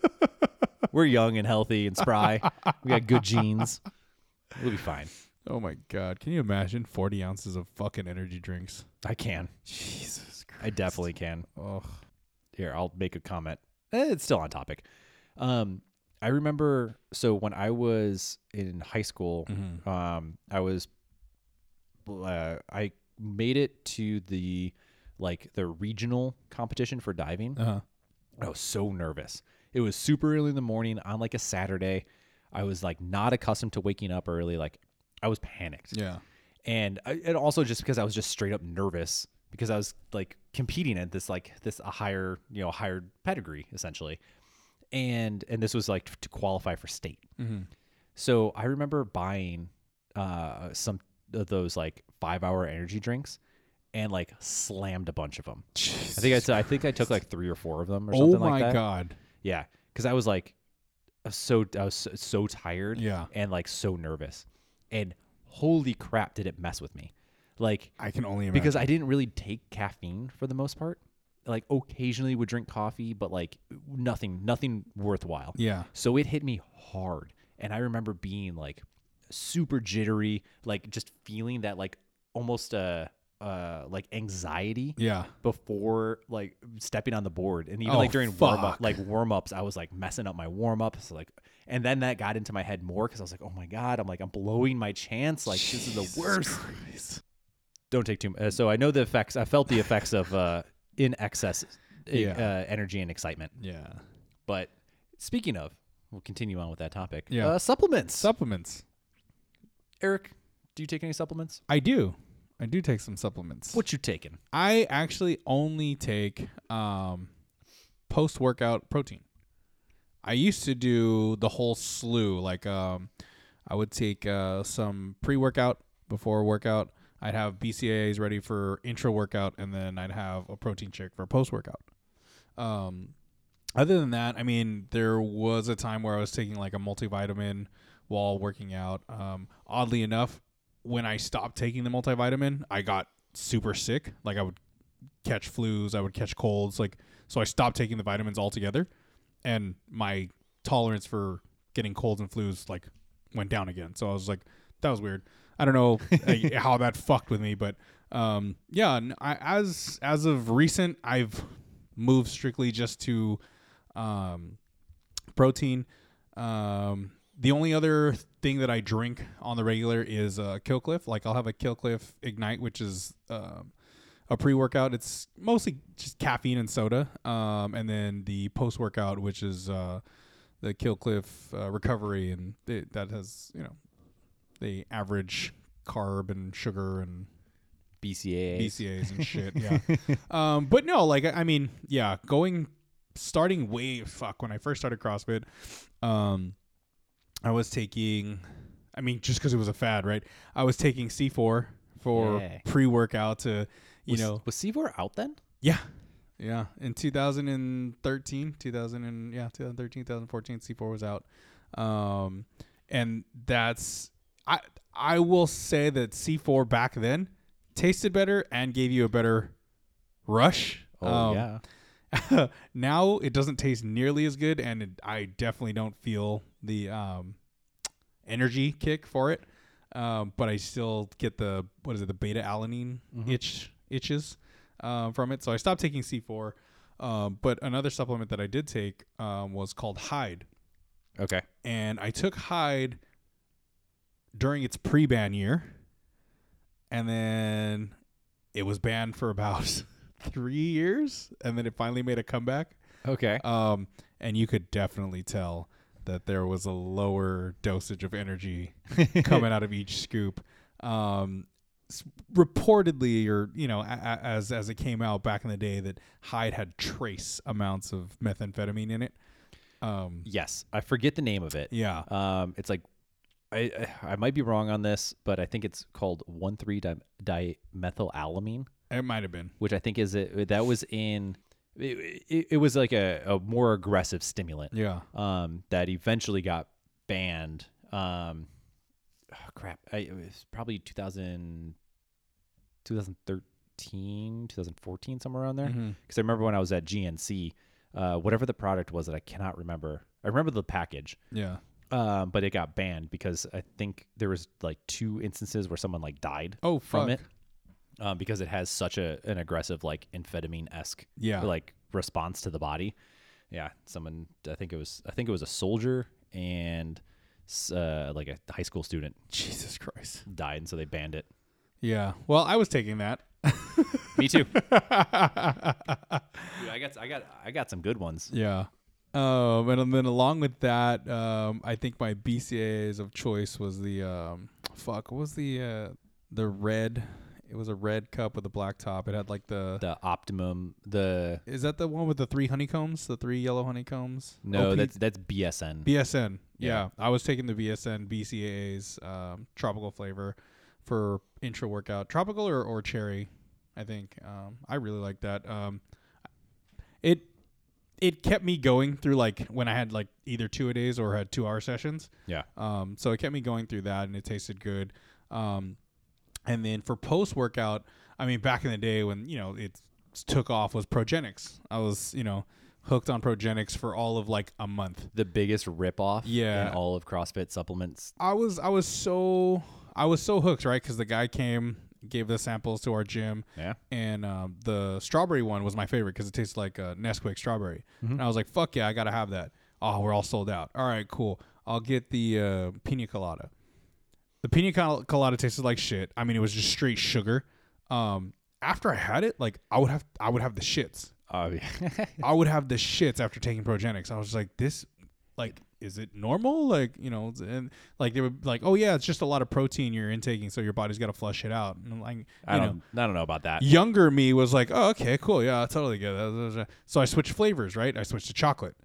[SPEAKER 1] we're young and healthy and spry. We got good genes. We'll be fine.
[SPEAKER 2] oh my god, can you imagine forty ounces of fucking energy drinks?
[SPEAKER 1] I can.
[SPEAKER 2] Jesus Christ!
[SPEAKER 1] I definitely can.
[SPEAKER 2] Oh,
[SPEAKER 1] here i'll make a comment Eh, it's still on topic um i remember so when i was in high school um i was uh, i made it to the like the regional competition for diving
[SPEAKER 2] uh-huh.
[SPEAKER 1] i was so nervous it was super early in the morning on like a saturday i was like not accustomed to waking up early like i was panicked
[SPEAKER 2] yeah,
[SPEAKER 1] and I, and also just because I was just straight up nervous because I was like competing at this like this a higher you know higher pedigree essentially, and and this was like to qualify for state.
[SPEAKER 2] Mm-hmm.
[SPEAKER 1] So I remember buying uh, some of those like five hour energy drinks and like slammed a bunch of them. I think I t- I think I took like three or four of them or
[SPEAKER 2] oh
[SPEAKER 1] something
[SPEAKER 2] my
[SPEAKER 1] like that.
[SPEAKER 2] god,
[SPEAKER 1] Yeah, because I was like, I was so I was so, so tired.
[SPEAKER 2] Yeah.
[SPEAKER 1] and like so nervous, and holy crap, did it mess with me? Like
[SPEAKER 2] I can only imagine.
[SPEAKER 1] because I didn't really take caffeine for the most part. Like occasionally would drink coffee, but like nothing, nothing worthwhile.
[SPEAKER 2] yeah,
[SPEAKER 1] So it hit me hard. And I remember being like super jittery, like just feeling that like almost uh uh like anxiety
[SPEAKER 2] yeah,
[SPEAKER 1] before like stepping on the board. And even
[SPEAKER 2] Oh,
[SPEAKER 1] like during warm up
[SPEAKER 2] fuck.
[SPEAKER 1] like warm ups, I was like messing up my warm ups. Like and then that got into my head more because I was like, oh my God, I'm like I'm blowing my chance. Like this is the worst. Don't take too much. Uh, so I know the effects. I felt the effects of uh in excess uh,
[SPEAKER 2] Yeah.
[SPEAKER 1] uh, energy and excitement.
[SPEAKER 2] Yeah,
[SPEAKER 1] But speaking of, we'll continue on with that topic.
[SPEAKER 2] Yeah.
[SPEAKER 1] Uh, supplements.
[SPEAKER 2] supplements.
[SPEAKER 1] Eric, do you take any supplements?
[SPEAKER 2] I do, I do take some supplements.
[SPEAKER 1] What you taking?
[SPEAKER 2] I actually only take um, post workout protein. I used to do the whole slew. Like um, I would take uh, some pre workout before workout. I'd have BCAAs ready for intro workout, and then I'd have a protein shake for post workout. Um, other than that, I mean, there was a time where I was taking like a multivitamin while working out. Um, oddly enough, when I stopped taking the multivitamin, I got super sick. Like I would catch flus, I would catch colds. Like so, I stopped taking the vitamins altogether, and my tolerance for getting colds and flus like went down again. So I was like, that was weird. I don't know like, how that fucked with me, but um, yeah. n- I, as as of recent, I've moved strictly just to um, protein. Um, the only other thing that I drink on the regular is uh, Killcliff. Like I'll have a Killcliff Ignite, which is um, a pre-workout. It's mostly just caffeine and soda, um, and then the post-workout, which is uh, the Killcliff uh, Recovery, and it, that has you know the average carb and sugar and
[SPEAKER 1] BCAA.
[SPEAKER 2] BCAs and shit. Yeah. um, but no, like I I mean, yeah, going starting way fuck when I first started CrossFit, um, I was taking, I mean, just because it was a fad, right? I was taking C four for
[SPEAKER 1] Yeah.
[SPEAKER 2] pre workout to, you
[SPEAKER 1] was,
[SPEAKER 2] know,
[SPEAKER 1] was Sivor out then?
[SPEAKER 2] yeah. Yeah, in 2013, 2000 and yeah, 2013, 2014 C4 was out. Um and that's I I will say that C4 back then tasted better and gave you a better rush.
[SPEAKER 1] Oh
[SPEAKER 2] Um,
[SPEAKER 1] yeah.
[SPEAKER 2] now it doesn't taste nearly as good and it, I definitely don't feel the um energy kick for it. Um, but I still get the what is it the beta alanine itch itches um, from it. So I stopped taking C4. Um, but another supplement that I did take um, was called Hide,
[SPEAKER 1] Okay.
[SPEAKER 2] and I took Hide during its pre-ban year, and then it was banned for about three years, and then it finally made a comeback.
[SPEAKER 1] Okay.
[SPEAKER 2] Um, and you could definitely tell that there was a lower dosage of energy coming out of each scoop. Um, s- reportedly, or you know, a- a- as as it came out back in the day, that Hyde had trace amounts of methamphetamine in it. Um,
[SPEAKER 1] yes, I forget the name of it.
[SPEAKER 2] yeah,
[SPEAKER 1] Um, it's like I I- I might be wrong on this, but I think it's called one three dimethylamine,
[SPEAKER 2] it might have been.
[SPEAKER 1] which I think is it that was in it, it, it was like a, a more aggressive stimulant.
[SPEAKER 2] Yeah,
[SPEAKER 1] um, that eventually got banned. Um, oh, crap, I, it was probably 2000, 2013, 2014, somewhere around there. Because
[SPEAKER 2] Mhm.
[SPEAKER 1] I remember when I was at GNC, uh, whatever the product was that I cannot remember. I remember the package,
[SPEAKER 2] yeah.
[SPEAKER 1] um, but it got banned because I think there was like two instances where someone like died
[SPEAKER 2] Oh, fuck.
[SPEAKER 1] from it um, because it has such a an aggressive like amphetamine esque
[SPEAKER 2] Yeah.
[SPEAKER 1] like response to the body. Yeah, someone I think it was I think it was a soldier and s- uh, like a high school student
[SPEAKER 2] Jesus Christ.
[SPEAKER 1] died, and so they banned it.
[SPEAKER 2] Yeah. Well, I was taking that.
[SPEAKER 1] Me too. Dude, I got I got I got some good ones.
[SPEAKER 2] Yeah. Um, and then along with that, um, I think my BCAAs of choice was the um, fuck. What was the uh, the red? It was a red cup with a black top. It had like the,
[SPEAKER 1] The optimum, the
[SPEAKER 2] is that the one with the three honeycombs? The three yellow honeycombs? Oh,
[SPEAKER 1] no,
[SPEAKER 2] OP?
[SPEAKER 1] that's that's BSN.
[SPEAKER 2] BSN.
[SPEAKER 1] Yeah.
[SPEAKER 2] Yeah. I was taking the BSN BCAAs um, tropical flavor for intra workout, tropical or, or cherry. I think um, I really like that. Um, it it kept me going through like when I had like either two a days or had two hour sessions.
[SPEAKER 1] yeah,
[SPEAKER 2] Um, so it kept me going through that, and it tasted good. Um, And then for post workout, I mean, back in the day when you know it took off was Progenics. I was you know hooked on Progenics for all of like a month.
[SPEAKER 1] The biggest ripoff
[SPEAKER 2] Yeah.
[SPEAKER 1] in all of CrossFit supplements.
[SPEAKER 2] I was I was so I was so hooked, right? Because the guy came, gave the samples to our gym,
[SPEAKER 1] Yeah.
[SPEAKER 2] and um, the strawberry one was my favorite because it tastes like uh, Nesquik strawberry. And I was like, "Fuck yeah, I gotta have that." Oh, we're all sold out. All right, cool. I'll get the uh, pina colada. The pina col- colada tasted like shit. I mean, it was just straight sugar. Um, after I had it, like I would have I would have the shits.
[SPEAKER 1] Oh yeah.
[SPEAKER 2] I would have the shits after taking Progenics. I was like, this, like, is it normal? Like, you know, and like they were like, oh yeah, it's just a lot of protein you're intaking, so your body's got to flush it out. And I'm like, you
[SPEAKER 1] I
[SPEAKER 2] know,
[SPEAKER 1] don't. I don't know about that.
[SPEAKER 2] younger me was like, oh okay, cool, yeah, I totally get that. So I switched flavors, right? I switched to chocolate.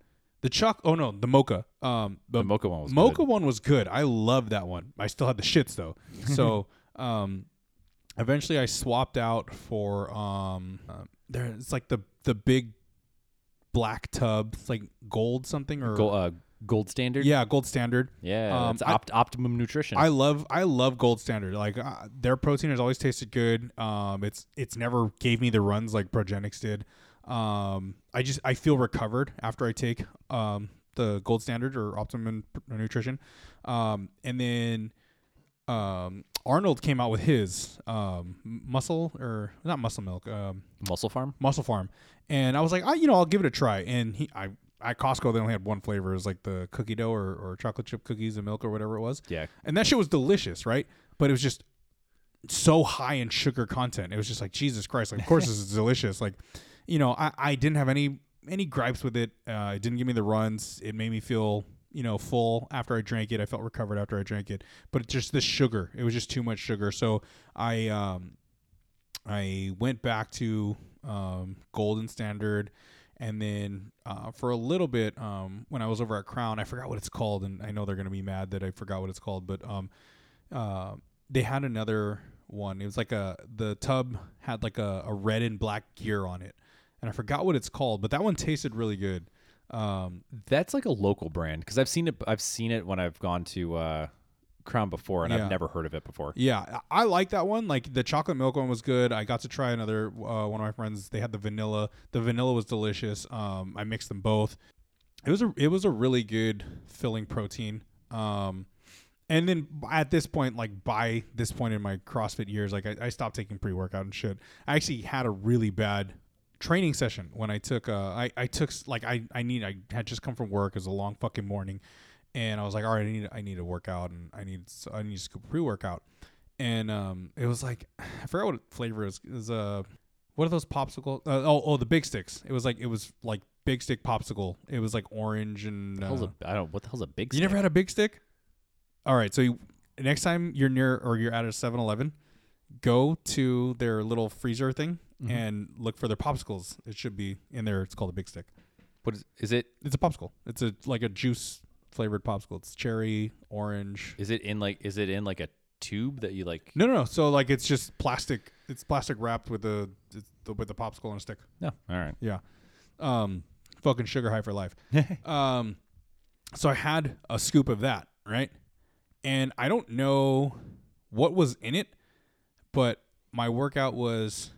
[SPEAKER 2] The choc, oh no, the mocha. Um,
[SPEAKER 1] The mocha one was
[SPEAKER 2] mocha
[SPEAKER 1] good.
[SPEAKER 2] one was good. I love that one. I still had the shits though. So um, eventually I swapped out for um, uh, there it's like the the big black tub, it's like gold something or
[SPEAKER 1] Gold, uh, gold standard.
[SPEAKER 2] yeah, gold standard.
[SPEAKER 1] Yeah.
[SPEAKER 2] Um,
[SPEAKER 1] it's
[SPEAKER 2] I-
[SPEAKER 1] opt, optimum nutrition.
[SPEAKER 2] I love I love Gold Standard. Like uh, their protein has always tasted good. Um, it's it's never gave me the runs like Progenics did. Um, I just I feel recovered after I take um the Gold Standard or Optimum Nutrition. Um, and then um Arnold came out with his um muscle or not muscle milk um
[SPEAKER 1] Muscle Farm.
[SPEAKER 2] Muscle Farm, and I was like, I you know I'll give it a try. And he I at Costco they only had one flavor, it was like the cookie dough or, or chocolate chip cookies and milk or whatever it was
[SPEAKER 1] Yeah.
[SPEAKER 2] and that shit was delicious, right? But it was just so high in sugar content. It was just like Jesus Christ. Like, of course this is delicious. Like, you know, I, I didn't have any any gripes with it. Uh, it didn't give me the runs. It made me feel you know full after I drank it. I felt recovered after I drank it. But it's just the sugar. It was just too much sugar. So I um I went back to um, Golden Standard, and then uh, for a little bit, um, when I was over at Crown, I forgot what it's called, and I know they're gonna be mad that I forgot what it's called, but um, uh, they had another one. It was like a the tub had like a, a red and black gear on it, and I forgot what it's called, but that one tasted really good. Um,
[SPEAKER 1] That's like a local brand because I've seen it. I've seen it when I've gone to uh, Crown before, and
[SPEAKER 2] Yeah.
[SPEAKER 1] I've never heard of it before.
[SPEAKER 2] Yeah, I I like that one. Like the chocolate milk one was good. I got to try another uh, one of my friends. They had the vanilla. The vanilla was delicious. Um, I mixed them both. It was a it was a really good filling protein. Um, and then at this point, like by this point in my CrossFit years, like I, I stopped taking pre workout and shit. I actually had a really bad training session when I took uh I, I took s- like I I need I had just come from work. It was a long fucking morning, and I was like, all right, I need I need to work out and I need s- I need to scoop pre workout, and um it was like I forgot what flavor it was. It was uh what are those popsicle? Uh, oh oh the big sticks. It was like it was like big stick popsicle. It was like orange and
[SPEAKER 1] The hell's
[SPEAKER 2] uh,
[SPEAKER 1] a, I don't. What the hell's a big?
[SPEAKER 2] you never
[SPEAKER 1] stick?
[SPEAKER 2] had a big stick? All right. So you, next time you're near or you're at a 7 Eleven, go to their little freezer thing and look for their popsicles. It should be in there. It's called a big stick.
[SPEAKER 1] What is, is it?
[SPEAKER 2] It's a popsicle. It's a like a juice flavored popsicle. It's cherry, orange.
[SPEAKER 1] Is it in like? Is it in like a tube that you like?
[SPEAKER 2] No, no, no. So like it's just plastic. It's plastic wrapped with a it's the, with a popsicle on a stick.
[SPEAKER 1] No. All right.
[SPEAKER 2] Yeah. Um, fucking sugar high for life. um, so I had a scoop of that, right? And I don't know what was in it, but my workout was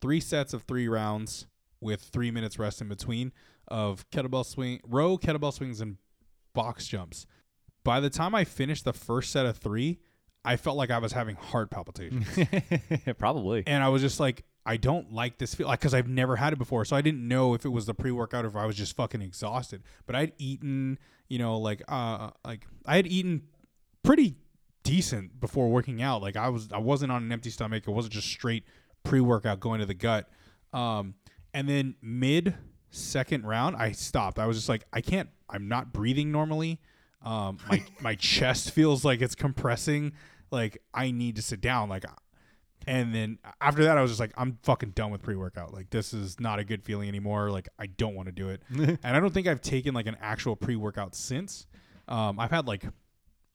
[SPEAKER 2] three sets of three rounds with three minutes rest in between of kettlebell swing, row kettlebell swings, and box jumps. By the time I finished the first set of three, I felt like I was having heart palpitations
[SPEAKER 1] Probably.
[SPEAKER 2] and I was just like, I don't like this feel, like, because I've never had it before, so I didn't know if it was the pre workout or if I was just fucking exhausted. But I'd eaten, you know, like, uh, like I had eaten pretty decent before working out. Like I was, I wasn't on an empty stomach. It wasn't just straight pre workout going to the gut. Um, and then mid second round, I stopped. I was just like, I can't. I'm not breathing normally. Um, my my chest feels like it's compressing. Like I need to sit down. Like and then after that, I was just like, I'm fucking done with pre workout. Like, this is not a good feeling anymore. Like, I don't want to do it. and I don't think I've taken like an actual pre workout since. Um, I've had like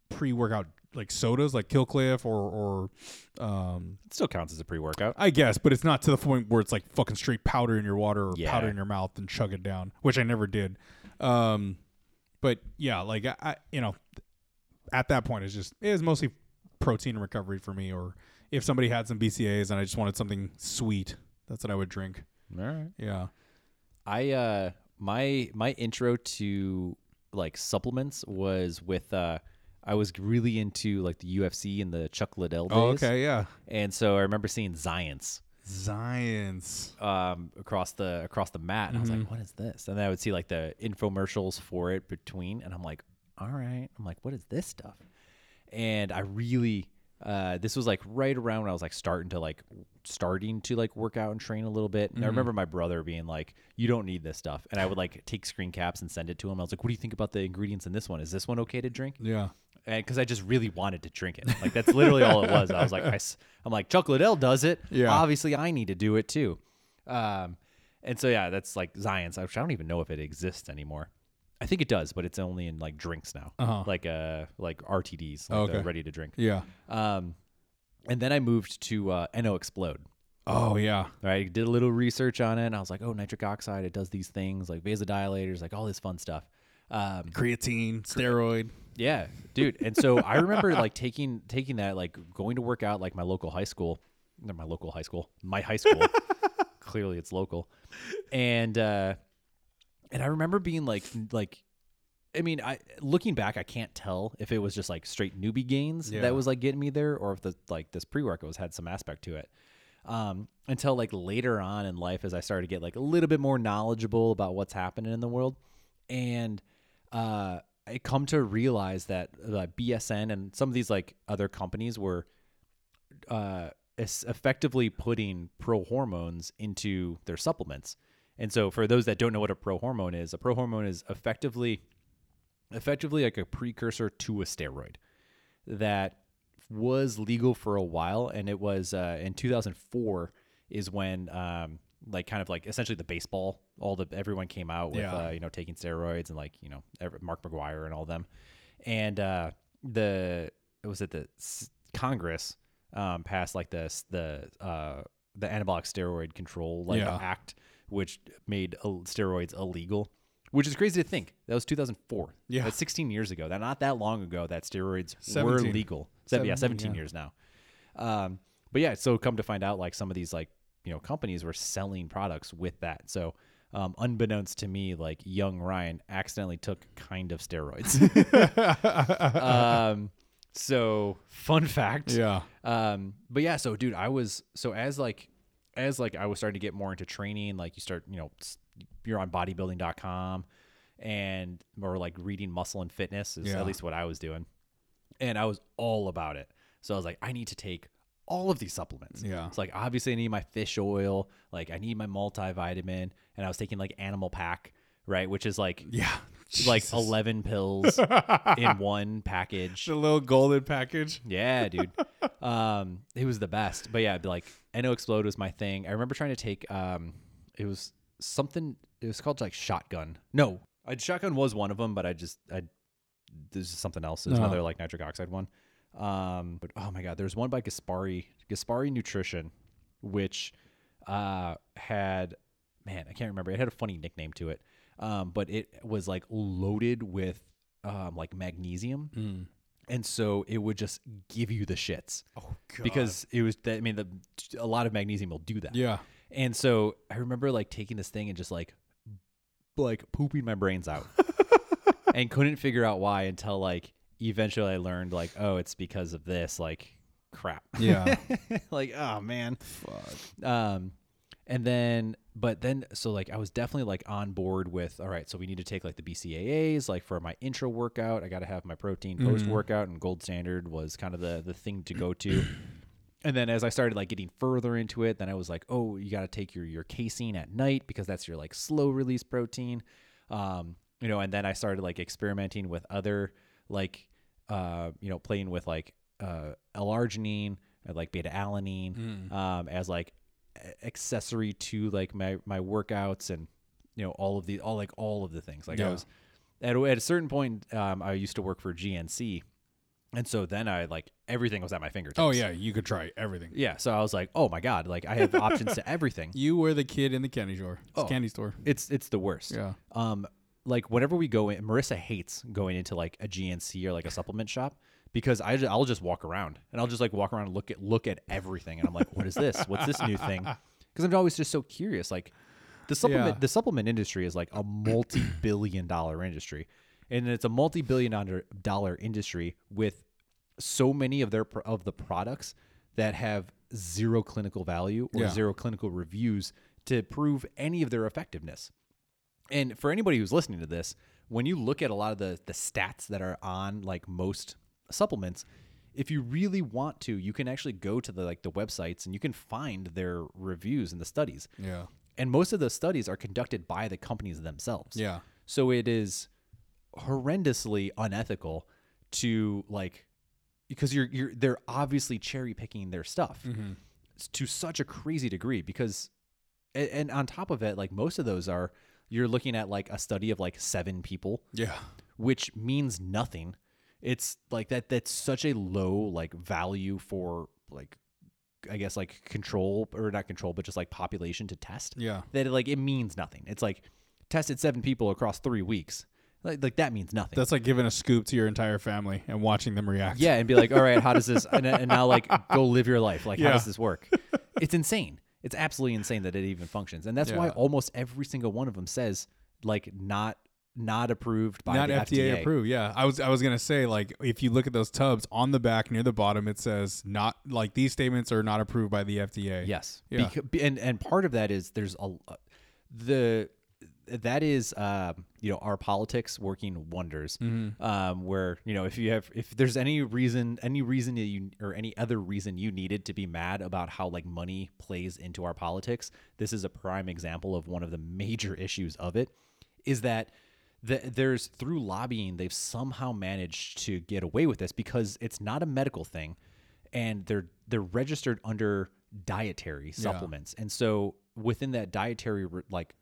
[SPEAKER 2] pre workout like sodas, like Killcliff or or um,
[SPEAKER 1] It still counts as a pre-workout.
[SPEAKER 2] I guess, but it's not to the point where it's like fucking straight powder in your water or
[SPEAKER 1] Yeah.
[SPEAKER 2] powder in your mouth and chug it down, which I never did. Um, but yeah, like I, I you know, at that point, it's just it was mostly protein recovery for me, or if somebody had some BCAs and I just wanted something sweet, that's what I would drink.
[SPEAKER 3] All right.
[SPEAKER 2] Yeah.
[SPEAKER 1] I uh my my intro to like supplements was with uh I was really into like the UFC and the Chuck Liddell days.
[SPEAKER 2] Oh, okay. Yeah.
[SPEAKER 1] And so I remember seeing Zions
[SPEAKER 2] Science.
[SPEAKER 1] um across the across the mat and I was
[SPEAKER 2] Mhm.
[SPEAKER 1] like, what is this? And then I would see like the infomercials for it between and I'm like, all right. I'm like, what is this stuff? And I really uh this was like right around when I was like starting to like starting to like work out and train a little bit. And I remember my brother being like, You don't need this stuff. And I would like take screen caps and send it to him. I was like, What do you think about the ingredients in this one? Is this one okay to drink?
[SPEAKER 2] Yeah.
[SPEAKER 1] and because I just really wanted to drink it. Like that's literally all it was. I was like, I, am like, Chuck Liddell does it.
[SPEAKER 2] Yeah.
[SPEAKER 1] Obviously, I need to do it too. Um, and so yeah, that's like Zions, which I don't even know if it exists anymore. I think it does, but it's only in like drinks now,
[SPEAKER 2] Uh-huh.
[SPEAKER 1] like uh, like RTDs, like
[SPEAKER 2] Oh,
[SPEAKER 1] the
[SPEAKER 2] okay.
[SPEAKER 1] ready to drink.
[SPEAKER 2] Yeah.
[SPEAKER 1] Um, and then I moved to uh, NO Explode.
[SPEAKER 2] Oh yeah.
[SPEAKER 1] Right, I did a little research on it, and I was like, "Oh, nitric oxide, it does these things like vasodilators, like all this fun stuff." Um,
[SPEAKER 2] Creatine, steroid.
[SPEAKER 1] yeah, dude. And so I remember like taking taking that like going to work out like my local high school, not my local high school, my high school. Clearly, it's local, and uh, and I remember being like like. I mean, I looking back, I can't tell if it was just like straight newbie gains
[SPEAKER 2] Yeah.
[SPEAKER 1] that was like getting me there, or if the like this pre workout was had some aspect to it. Um, until like later on in life, as I started to get like a little bit more knowledgeable about what's happening in the world, and uh, I come to realize that uh, BSN and some of these like other companies were uh, es- effectively putting pro hormones into their supplements. And so, for those that don't know what a pro hormone is, a pro hormone is effectively, effectively like a precursor to a steroid that was legal for a while, and it was uh, in 2004 is when um, like kind of like essentially the baseball, all the everyone came out with
[SPEAKER 2] Yeah.
[SPEAKER 1] uh, you know taking steroids and like you know ev- Mark McGuire and all them, and uh, the was it the s- Congress um, passed like this the uh, the anabolic steroid control like
[SPEAKER 2] Yeah.
[SPEAKER 1] act which made uh, steroids illegal. Which is crazy to think. That was 2004.
[SPEAKER 2] Yeah.
[SPEAKER 1] That's 16 years ago. That not that long ago that steroids were
[SPEAKER 2] 17.
[SPEAKER 1] legal. Se- yeah, 17
[SPEAKER 2] 17, yeah.
[SPEAKER 1] years now. Um, but yeah, so come to find out, like some of these like you know companies were selling products with that. So um, unbeknownst to me, like young Ryan accidentally took kind of steroids. um, so fun fact.
[SPEAKER 2] Yeah.
[SPEAKER 1] Um, but yeah, so dude, I was so as like as like I was starting to get more into training, like you start, you know, s- you're on bodybuilding.com and or like reading Muscle and Fitness is
[SPEAKER 2] Yeah.
[SPEAKER 1] at least what I was doing. And I was all about it. So I was like, I need to take all of these supplements.
[SPEAKER 2] Yeah.
[SPEAKER 1] It's like obviously I need my fish oil, like I need my multivitamin, and I was taking like animal pack, right? Which is like
[SPEAKER 2] Yeah.
[SPEAKER 1] like eleven pills in one package.
[SPEAKER 2] The little golden package.
[SPEAKER 1] Yeah, dude. um, it was the best. But yeah, like NO Explode was my thing. I remember trying to take um, it was something. It was called like Shotgun. No, I, Shotgun was one of them, but I just I this is something else. There's
[SPEAKER 2] No.
[SPEAKER 1] another like nitric oxide one. Um, but oh my god, there's one by Gaspari Gaspari Nutrition, which uh had man I can't remember. It had a funny nickname to it. Um, but it was like loaded with um like magnesium and so it would just give you the shits
[SPEAKER 2] Oh god.
[SPEAKER 1] because it was that i mean the, a lot of magnesium will do that
[SPEAKER 2] yeah.
[SPEAKER 1] and so i remember like taking this thing and just like like pooping my brains out and couldn't figure out why until like eventually i learned like oh it's because of this like crap
[SPEAKER 2] Yeah.
[SPEAKER 1] like oh man fuck um and then but then so like i was definitely like on board with all right so we need to take like the bcaas like for my intro workout i gotta have my protein post workout and gold standard was kind of the the thing to go to and then as i started like getting further into it then i was like oh you gotta take your your casein at night because that's your like slow release protein um you know and then i started like experimenting with other like uh, you know, playing with like uh, L-arginine and like beta
[SPEAKER 2] Mm.
[SPEAKER 1] alanine um, as like a- accessory to like my my workouts and you know all of the all like all of the things. Like I
[SPEAKER 2] Yeah.
[SPEAKER 1] was at a- at a certain point, um, I used to work for GNC, and so then I like everything was at my fingertips.
[SPEAKER 2] Oh yeah. You could try everything.
[SPEAKER 1] yeah. So I was like, oh my god, like I have options to everything.
[SPEAKER 2] You were the kid in the candy store. It's
[SPEAKER 1] Oh.
[SPEAKER 2] Candy store.
[SPEAKER 1] It's it's the worst.
[SPEAKER 2] Yeah.
[SPEAKER 1] Um, like whenever we go in, Marissa hates going into like a GNC or like a supplement shop because I will just walk around and I'll just like walk around and look at look at everything and I'm like, what is this? What's this new thing? Because I'm always just so curious. Like the supplement
[SPEAKER 2] Yeah.
[SPEAKER 1] the supplement industry is like a multi billion dollar industry, and it's a multi billion dollar dollar industry with so many of their pro- of the products that have zero clinical value or
[SPEAKER 2] Yeah.
[SPEAKER 1] zero clinical reviews to prove any of their effectiveness. And for anybody who's listening to this, when you look at a lot of the the stats that are on like most supplements, if you really want to, you can actually go to the like the websites and you can find their reviews and the studies.
[SPEAKER 2] Yeah.
[SPEAKER 1] And most of those studies are conducted by the companies themselves.
[SPEAKER 2] Yeah.
[SPEAKER 1] So it is horrendously unethical to like because you're you're they're obviously cherry picking their stuff s- to such a crazy degree because and, and on top of it like most of those are you're looking at like a study of like 7 people
[SPEAKER 2] Yeah.
[SPEAKER 1] which means nothing. It's like that that's such a low like value for like I guess like control or not control but just like population to test
[SPEAKER 2] Yeah.
[SPEAKER 1] that it, like it means nothing. It's like tested seven people across three weeks. Like, like that means nothing.
[SPEAKER 2] That's like giving a scoop to your entire family and watching them react.
[SPEAKER 1] yeah, and be like, all right, how does this? And, and now like go live your life. Like how
[SPEAKER 2] Yeah.
[SPEAKER 1] does this work? It's insane. It's absolutely insane that it even functions, and that's why
[SPEAKER 2] Yeah.
[SPEAKER 1] almost every single one of them says like not not approved by
[SPEAKER 2] Not
[SPEAKER 1] the
[SPEAKER 2] FDA,
[SPEAKER 1] FDA.
[SPEAKER 2] approved. Yeah. I was I was gonna say like if you look at those tubs on the back near the bottom, it says not like these statements are not approved by the FDA.
[SPEAKER 1] Yes.
[SPEAKER 2] Yeah.
[SPEAKER 1] Becau- be- and and part of that is there's a the that is um, you know our politics working wonders. Um, where you know if you have if there's any reason any reason that you or any other reason you needed to be mad about how like money plays into our politics, this is a prime example of one of the major issues of it. Is that the, there's through lobbying they've somehow managed to get away with this because it's not a medical thing and they're they're registered under dietary supplements and so within that dietary re- like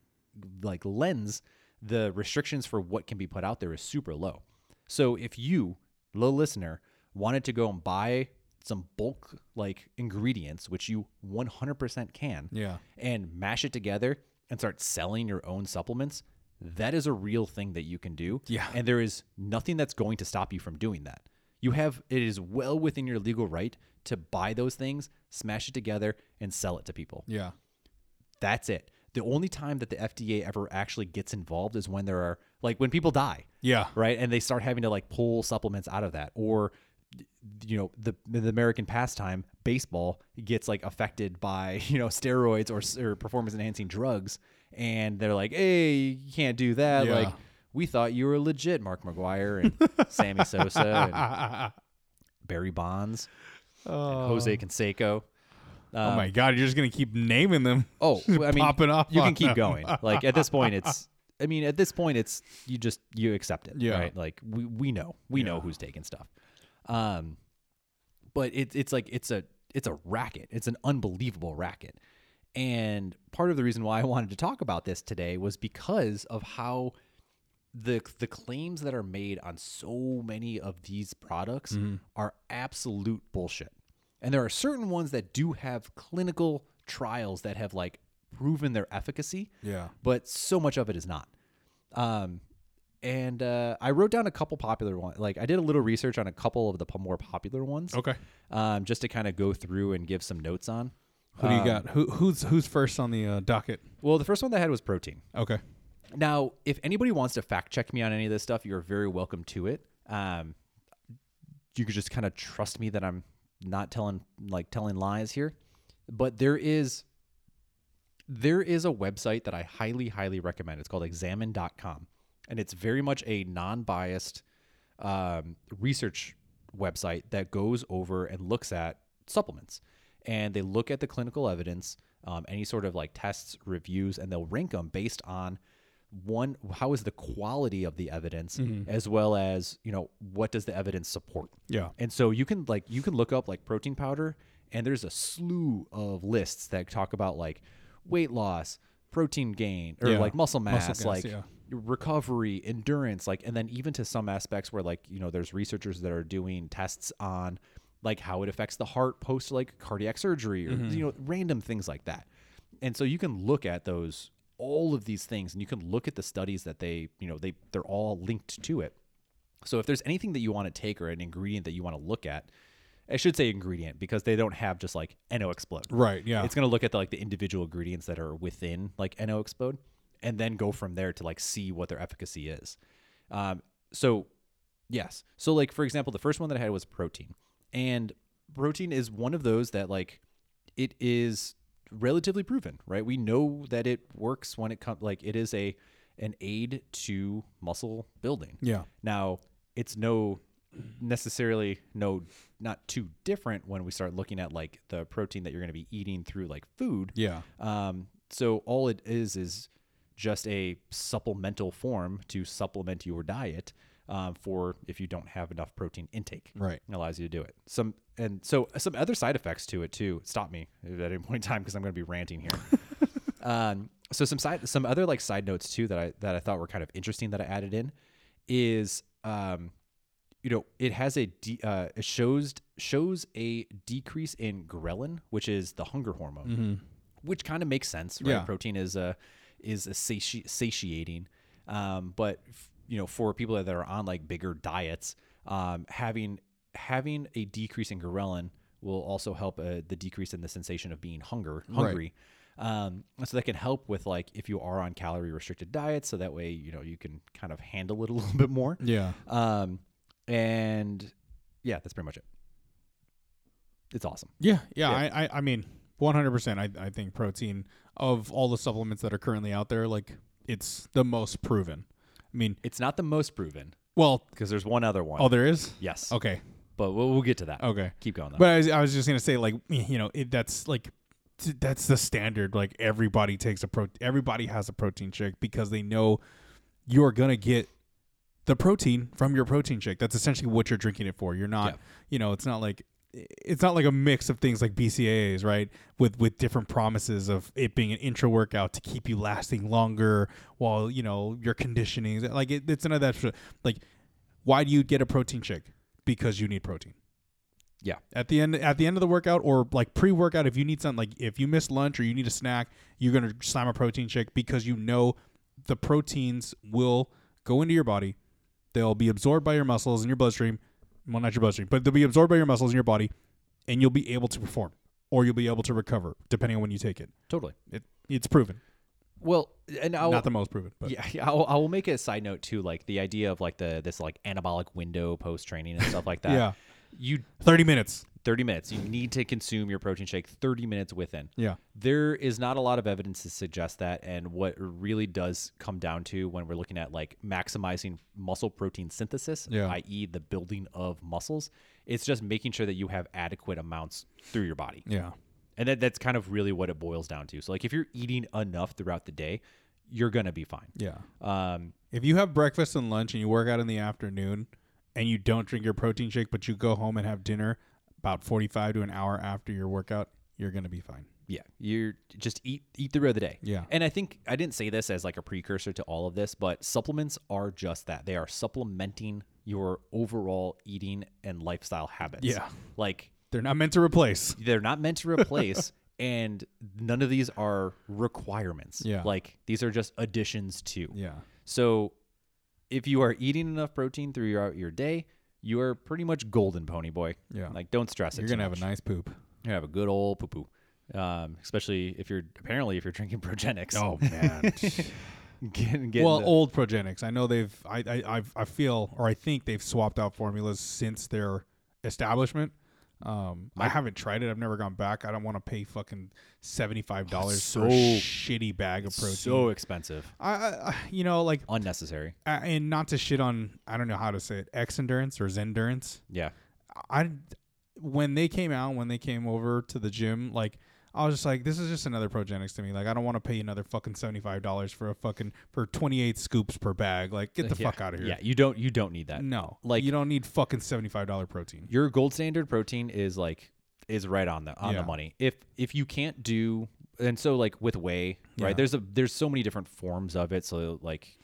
[SPEAKER 1] like lens the restrictions for what can be put out there is super low so if you low listener wanted to go and buy some bulk like ingredients which you 100% can
[SPEAKER 2] Yeah.
[SPEAKER 1] and mash it together and start selling your own supplements that is a real thing that you can do
[SPEAKER 2] Yeah.
[SPEAKER 1] and there is nothing that's going to stop you from doing that. You have it is well within your legal right to buy those things, smash it together, and sell it to people.
[SPEAKER 2] Yeah.
[SPEAKER 1] That's it. The only time that the FDA ever actually gets involved is when there are like when people die,
[SPEAKER 2] Yeah.
[SPEAKER 1] right? And they start having to like pull supplements out of that, or you know the the American pastime baseball gets like affected by you know steroids or, s- or performance enhancing drugs, and they're like, hey, you can't do that.
[SPEAKER 2] Yeah.
[SPEAKER 1] Like we thought you were legit, Mark McGuire and Sammy Sosa and Barry Bonds,
[SPEAKER 2] Oh.
[SPEAKER 1] Jose Canseco.
[SPEAKER 2] oh my God! You're just gonna keep naming them.
[SPEAKER 1] Oh,
[SPEAKER 2] Just
[SPEAKER 1] I mean,
[SPEAKER 2] popping off
[SPEAKER 1] you
[SPEAKER 2] on
[SPEAKER 1] can keep
[SPEAKER 2] them.
[SPEAKER 1] going. Like at this point, it's. I mean, at this point, it's you just you accept it,
[SPEAKER 2] Yeah.
[SPEAKER 1] right? Like we we know we know who's taking stuff, um, but it's it's like it's a it's a racket. It's an unbelievable racket, and part of the reason why I wanted to talk about this today was because of how the the claims that are made on so many of these products
[SPEAKER 2] Mm-hmm.
[SPEAKER 1] are absolute bullshit. And there are certain ones that do have clinical trials that have like proven their efficacy,
[SPEAKER 2] Yeah.
[SPEAKER 1] but so much of it is not. Um, and uh, I wrote down a couple popular ones. Like I did a little research on a couple of the po- more popular ones,
[SPEAKER 2] Okay.
[SPEAKER 1] um, just to kind of go through and give some notes on.
[SPEAKER 2] Who do you got? Who who's who's first on the uh, docket?
[SPEAKER 1] Well, the first one that I had was protein.
[SPEAKER 2] Okay.
[SPEAKER 1] Now, if anybody wants to fact check me on any of this stuff, you're very welcome to it. Um, you could just kind of trust me that I'm not telling like telling lies here. But there is there is a website that I highly highly recommend. It's called examine.com and it's very much a non-biased um, research website that goes over and looks at supplements and they look at the clinical evidence um, any sort of like tests reviews and they'll rank them based on one how is the quality of the evidence as well as you know what does the evidence support
[SPEAKER 2] Yeah.
[SPEAKER 1] and so you can like you can look up like protein powder and there's a slew of lists that talk about like weight loss, protein gain or
[SPEAKER 2] Yeah.
[SPEAKER 1] like muscle mass,
[SPEAKER 2] gains,
[SPEAKER 1] like
[SPEAKER 2] yeah.
[SPEAKER 1] recovery, endurance, like and then even to some aspects where like, you know, there's researchers that are doing tests on like how it affects the heart post like cardiac surgery or
[SPEAKER 2] Mm-hmm.
[SPEAKER 1] you know, random things like that. And so you can look at those all of these things and you can look at the studies that they, you know, they they're all linked to it So if there's anything that you want to take or an ingredient that you want to look at, I should say ingredient because they don't have just like NO explode.
[SPEAKER 2] Right. Yeah.
[SPEAKER 1] It's going to look at the, like the individual ingredients that are within like NO explode and then go from there to like see what their efficacy is. Um, so yes. So like for example, the first one that I had was protein. And protein is one of those that like it is relatively proven, right? We know that it works when it comes like it is a an aid to muscle building.
[SPEAKER 2] yeah.
[SPEAKER 1] Now, it's no necessarily no not too different when we start looking at like the protein that you're going to be eating through like food.
[SPEAKER 2] Yeah.
[SPEAKER 1] Um, so all it is is just a supplemental form to supplement your diet um, for if you don't have enough protein intake.
[SPEAKER 2] Right.
[SPEAKER 1] It allows you to do it. Some and so some other side effects to it too. Stop me at any point in time because I'm going to be ranting here. um, so some side some other like side notes too that I that I thought were kind of interesting that I added in is um, you know it has a de- uh, it shows shows a decrease in ghrelin, which is the hunger hormone, which kind of makes sense. Right?
[SPEAKER 2] Yeah.
[SPEAKER 1] Protein is a is a sati- satiating, um, but f- you know for people that are on like bigger diets, um, having having a decrease in ghrelin will also help uh, the decrease in the sensation of being hunger hungry. Um, so that can help with like if you are on calorie restricted diets, so that way you know you can kind of handle it a little bit more.
[SPEAKER 2] Yeah.
[SPEAKER 1] Um, and yeah, that's pretty much it. It's awesome.
[SPEAKER 2] Yeah, yeah. I, I, I mean, one hundred percent. I, I think protein of all the supplements that are currently out there, like it's the most proven. I mean,
[SPEAKER 1] It's not the most proven
[SPEAKER 2] well,
[SPEAKER 1] because there's one other one.
[SPEAKER 2] oh, there is.
[SPEAKER 1] yes.
[SPEAKER 2] Okay,
[SPEAKER 1] But we'll, we'll get to that.
[SPEAKER 2] okay.
[SPEAKER 1] Keep going though.
[SPEAKER 2] But I was, I was just gonna say, like, you know, it, that's like, t- that's the standard. Like everybody takes a pro, everybody has a protein shake because they know you're gonna get the protein from your protein shake. That's essentially what you're drinking it for. You're not,
[SPEAKER 1] Yeah.
[SPEAKER 2] you know, it's not like it's not like a mix of things like BCAAs, right? With with different promises of it being an intro workout to keep you lasting longer while you know your conditioning. Like it, it's another like, why do you get a protein shake? Because you need protein
[SPEAKER 1] yeah.
[SPEAKER 2] at the end at the end of the workout or like pre-workout if you need something like if you miss lunch or you need a snack you're going to slam a protein shake because you know the proteins will go into your body they'll be absorbed by your muscles and your bloodstream well not your bloodstream but they'll be absorbed by your muscles in your body and you'll be able to perform or you'll be able to recover depending on when you take it,
[SPEAKER 1] Totally.
[SPEAKER 2] it it's proven
[SPEAKER 1] Well, and I'll
[SPEAKER 2] not the most proven but
[SPEAKER 1] yeah, yeah, I'll, I'll make a side note too, like the idea of like the this like anabolic window post training and stuff like that.
[SPEAKER 2] Yeah.
[SPEAKER 1] You
[SPEAKER 2] 30 minutes
[SPEAKER 1] 30 minutes. You need to consume your protein shake 30 minutes within.
[SPEAKER 2] yeah
[SPEAKER 1] There is not a lot of evidence to suggest that. And what it really does come down to when we're looking at like maximizing muscle protein synthesis,
[SPEAKER 2] Yeah.
[SPEAKER 1] i.e., the building of muscles, it's just making sure that you have adequate amounts through your body.
[SPEAKER 2] yeah
[SPEAKER 1] And that, that's kind of really what it boils down to. So, like, if you're eating enough throughout the day, you're going to be fine.
[SPEAKER 2] yeah
[SPEAKER 1] Um,
[SPEAKER 2] If you have breakfast and lunch and you work out in the afternoon and you don't drink your protein shake, but you go home and have dinner about 45 to an hour after your workout, you're going to be fine.
[SPEAKER 1] yeah you're just eat eat through the day
[SPEAKER 2] Yeah.
[SPEAKER 1] and i think i didn't say this as like a precursor to all of this but supplements are just that they are supplementing your overall eating and lifestyle habits
[SPEAKER 2] Yeah.
[SPEAKER 1] like
[SPEAKER 2] They're not meant to replace.
[SPEAKER 1] they're not meant to replace and none of these are requirements
[SPEAKER 2] Yeah.
[SPEAKER 1] like these are just additions to
[SPEAKER 2] Yeah.
[SPEAKER 1] so if you are eating enough protein throughout your day you are pretty much golden pony boy
[SPEAKER 2] Yeah.
[SPEAKER 1] like don't stress it
[SPEAKER 2] You're
[SPEAKER 1] too
[SPEAKER 2] going to have
[SPEAKER 1] much.
[SPEAKER 2] a nice poop.
[SPEAKER 1] You have a good old poo poo. Um, especially if you're apparently if you're drinking Progenics.
[SPEAKER 2] man.
[SPEAKER 1] Get- get
[SPEAKER 2] Oh.
[SPEAKER 1] Oh,
[SPEAKER 2] well, oh,
[SPEAKER 1] the-
[SPEAKER 2] old Progenics. I know they've, I, I, I've, I feel, or I think they've swapped out formulas since their establishment. Um, I haven't tried it. I've never gone back. I don't want to pay fucking $75 for
[SPEAKER 1] so-
[SPEAKER 2] a shitty bag of protein.
[SPEAKER 1] so expensive,
[SPEAKER 2] I, I, I- you know, like
[SPEAKER 1] unnecessary.
[SPEAKER 2] uh, and not to shit on I don't know how to say it X endurance or Zen endurance.
[SPEAKER 1] Yeah,
[SPEAKER 2] I when they came out when they came over to the gym like I was just like this is just another Progenics to me like I don't want to pay another fucking seventy five dollars for a fucking for twenty eight scoops per bag like get the
[SPEAKER 1] yeah.
[SPEAKER 2] fuck out of here Mm.
[SPEAKER 1] Yeah, you don't you don't need that.
[SPEAKER 2] no
[SPEAKER 1] Like-
[SPEAKER 2] like you don't need fucking seventy five dollar protein
[SPEAKER 1] Your gold standard protein is like is right on the on the
[SPEAKER 2] Yeah.
[SPEAKER 1] money. If if you can't do and so like with whey, right?
[SPEAKER 2] Yeah.
[SPEAKER 1] There's a there's so many different forms of it. So like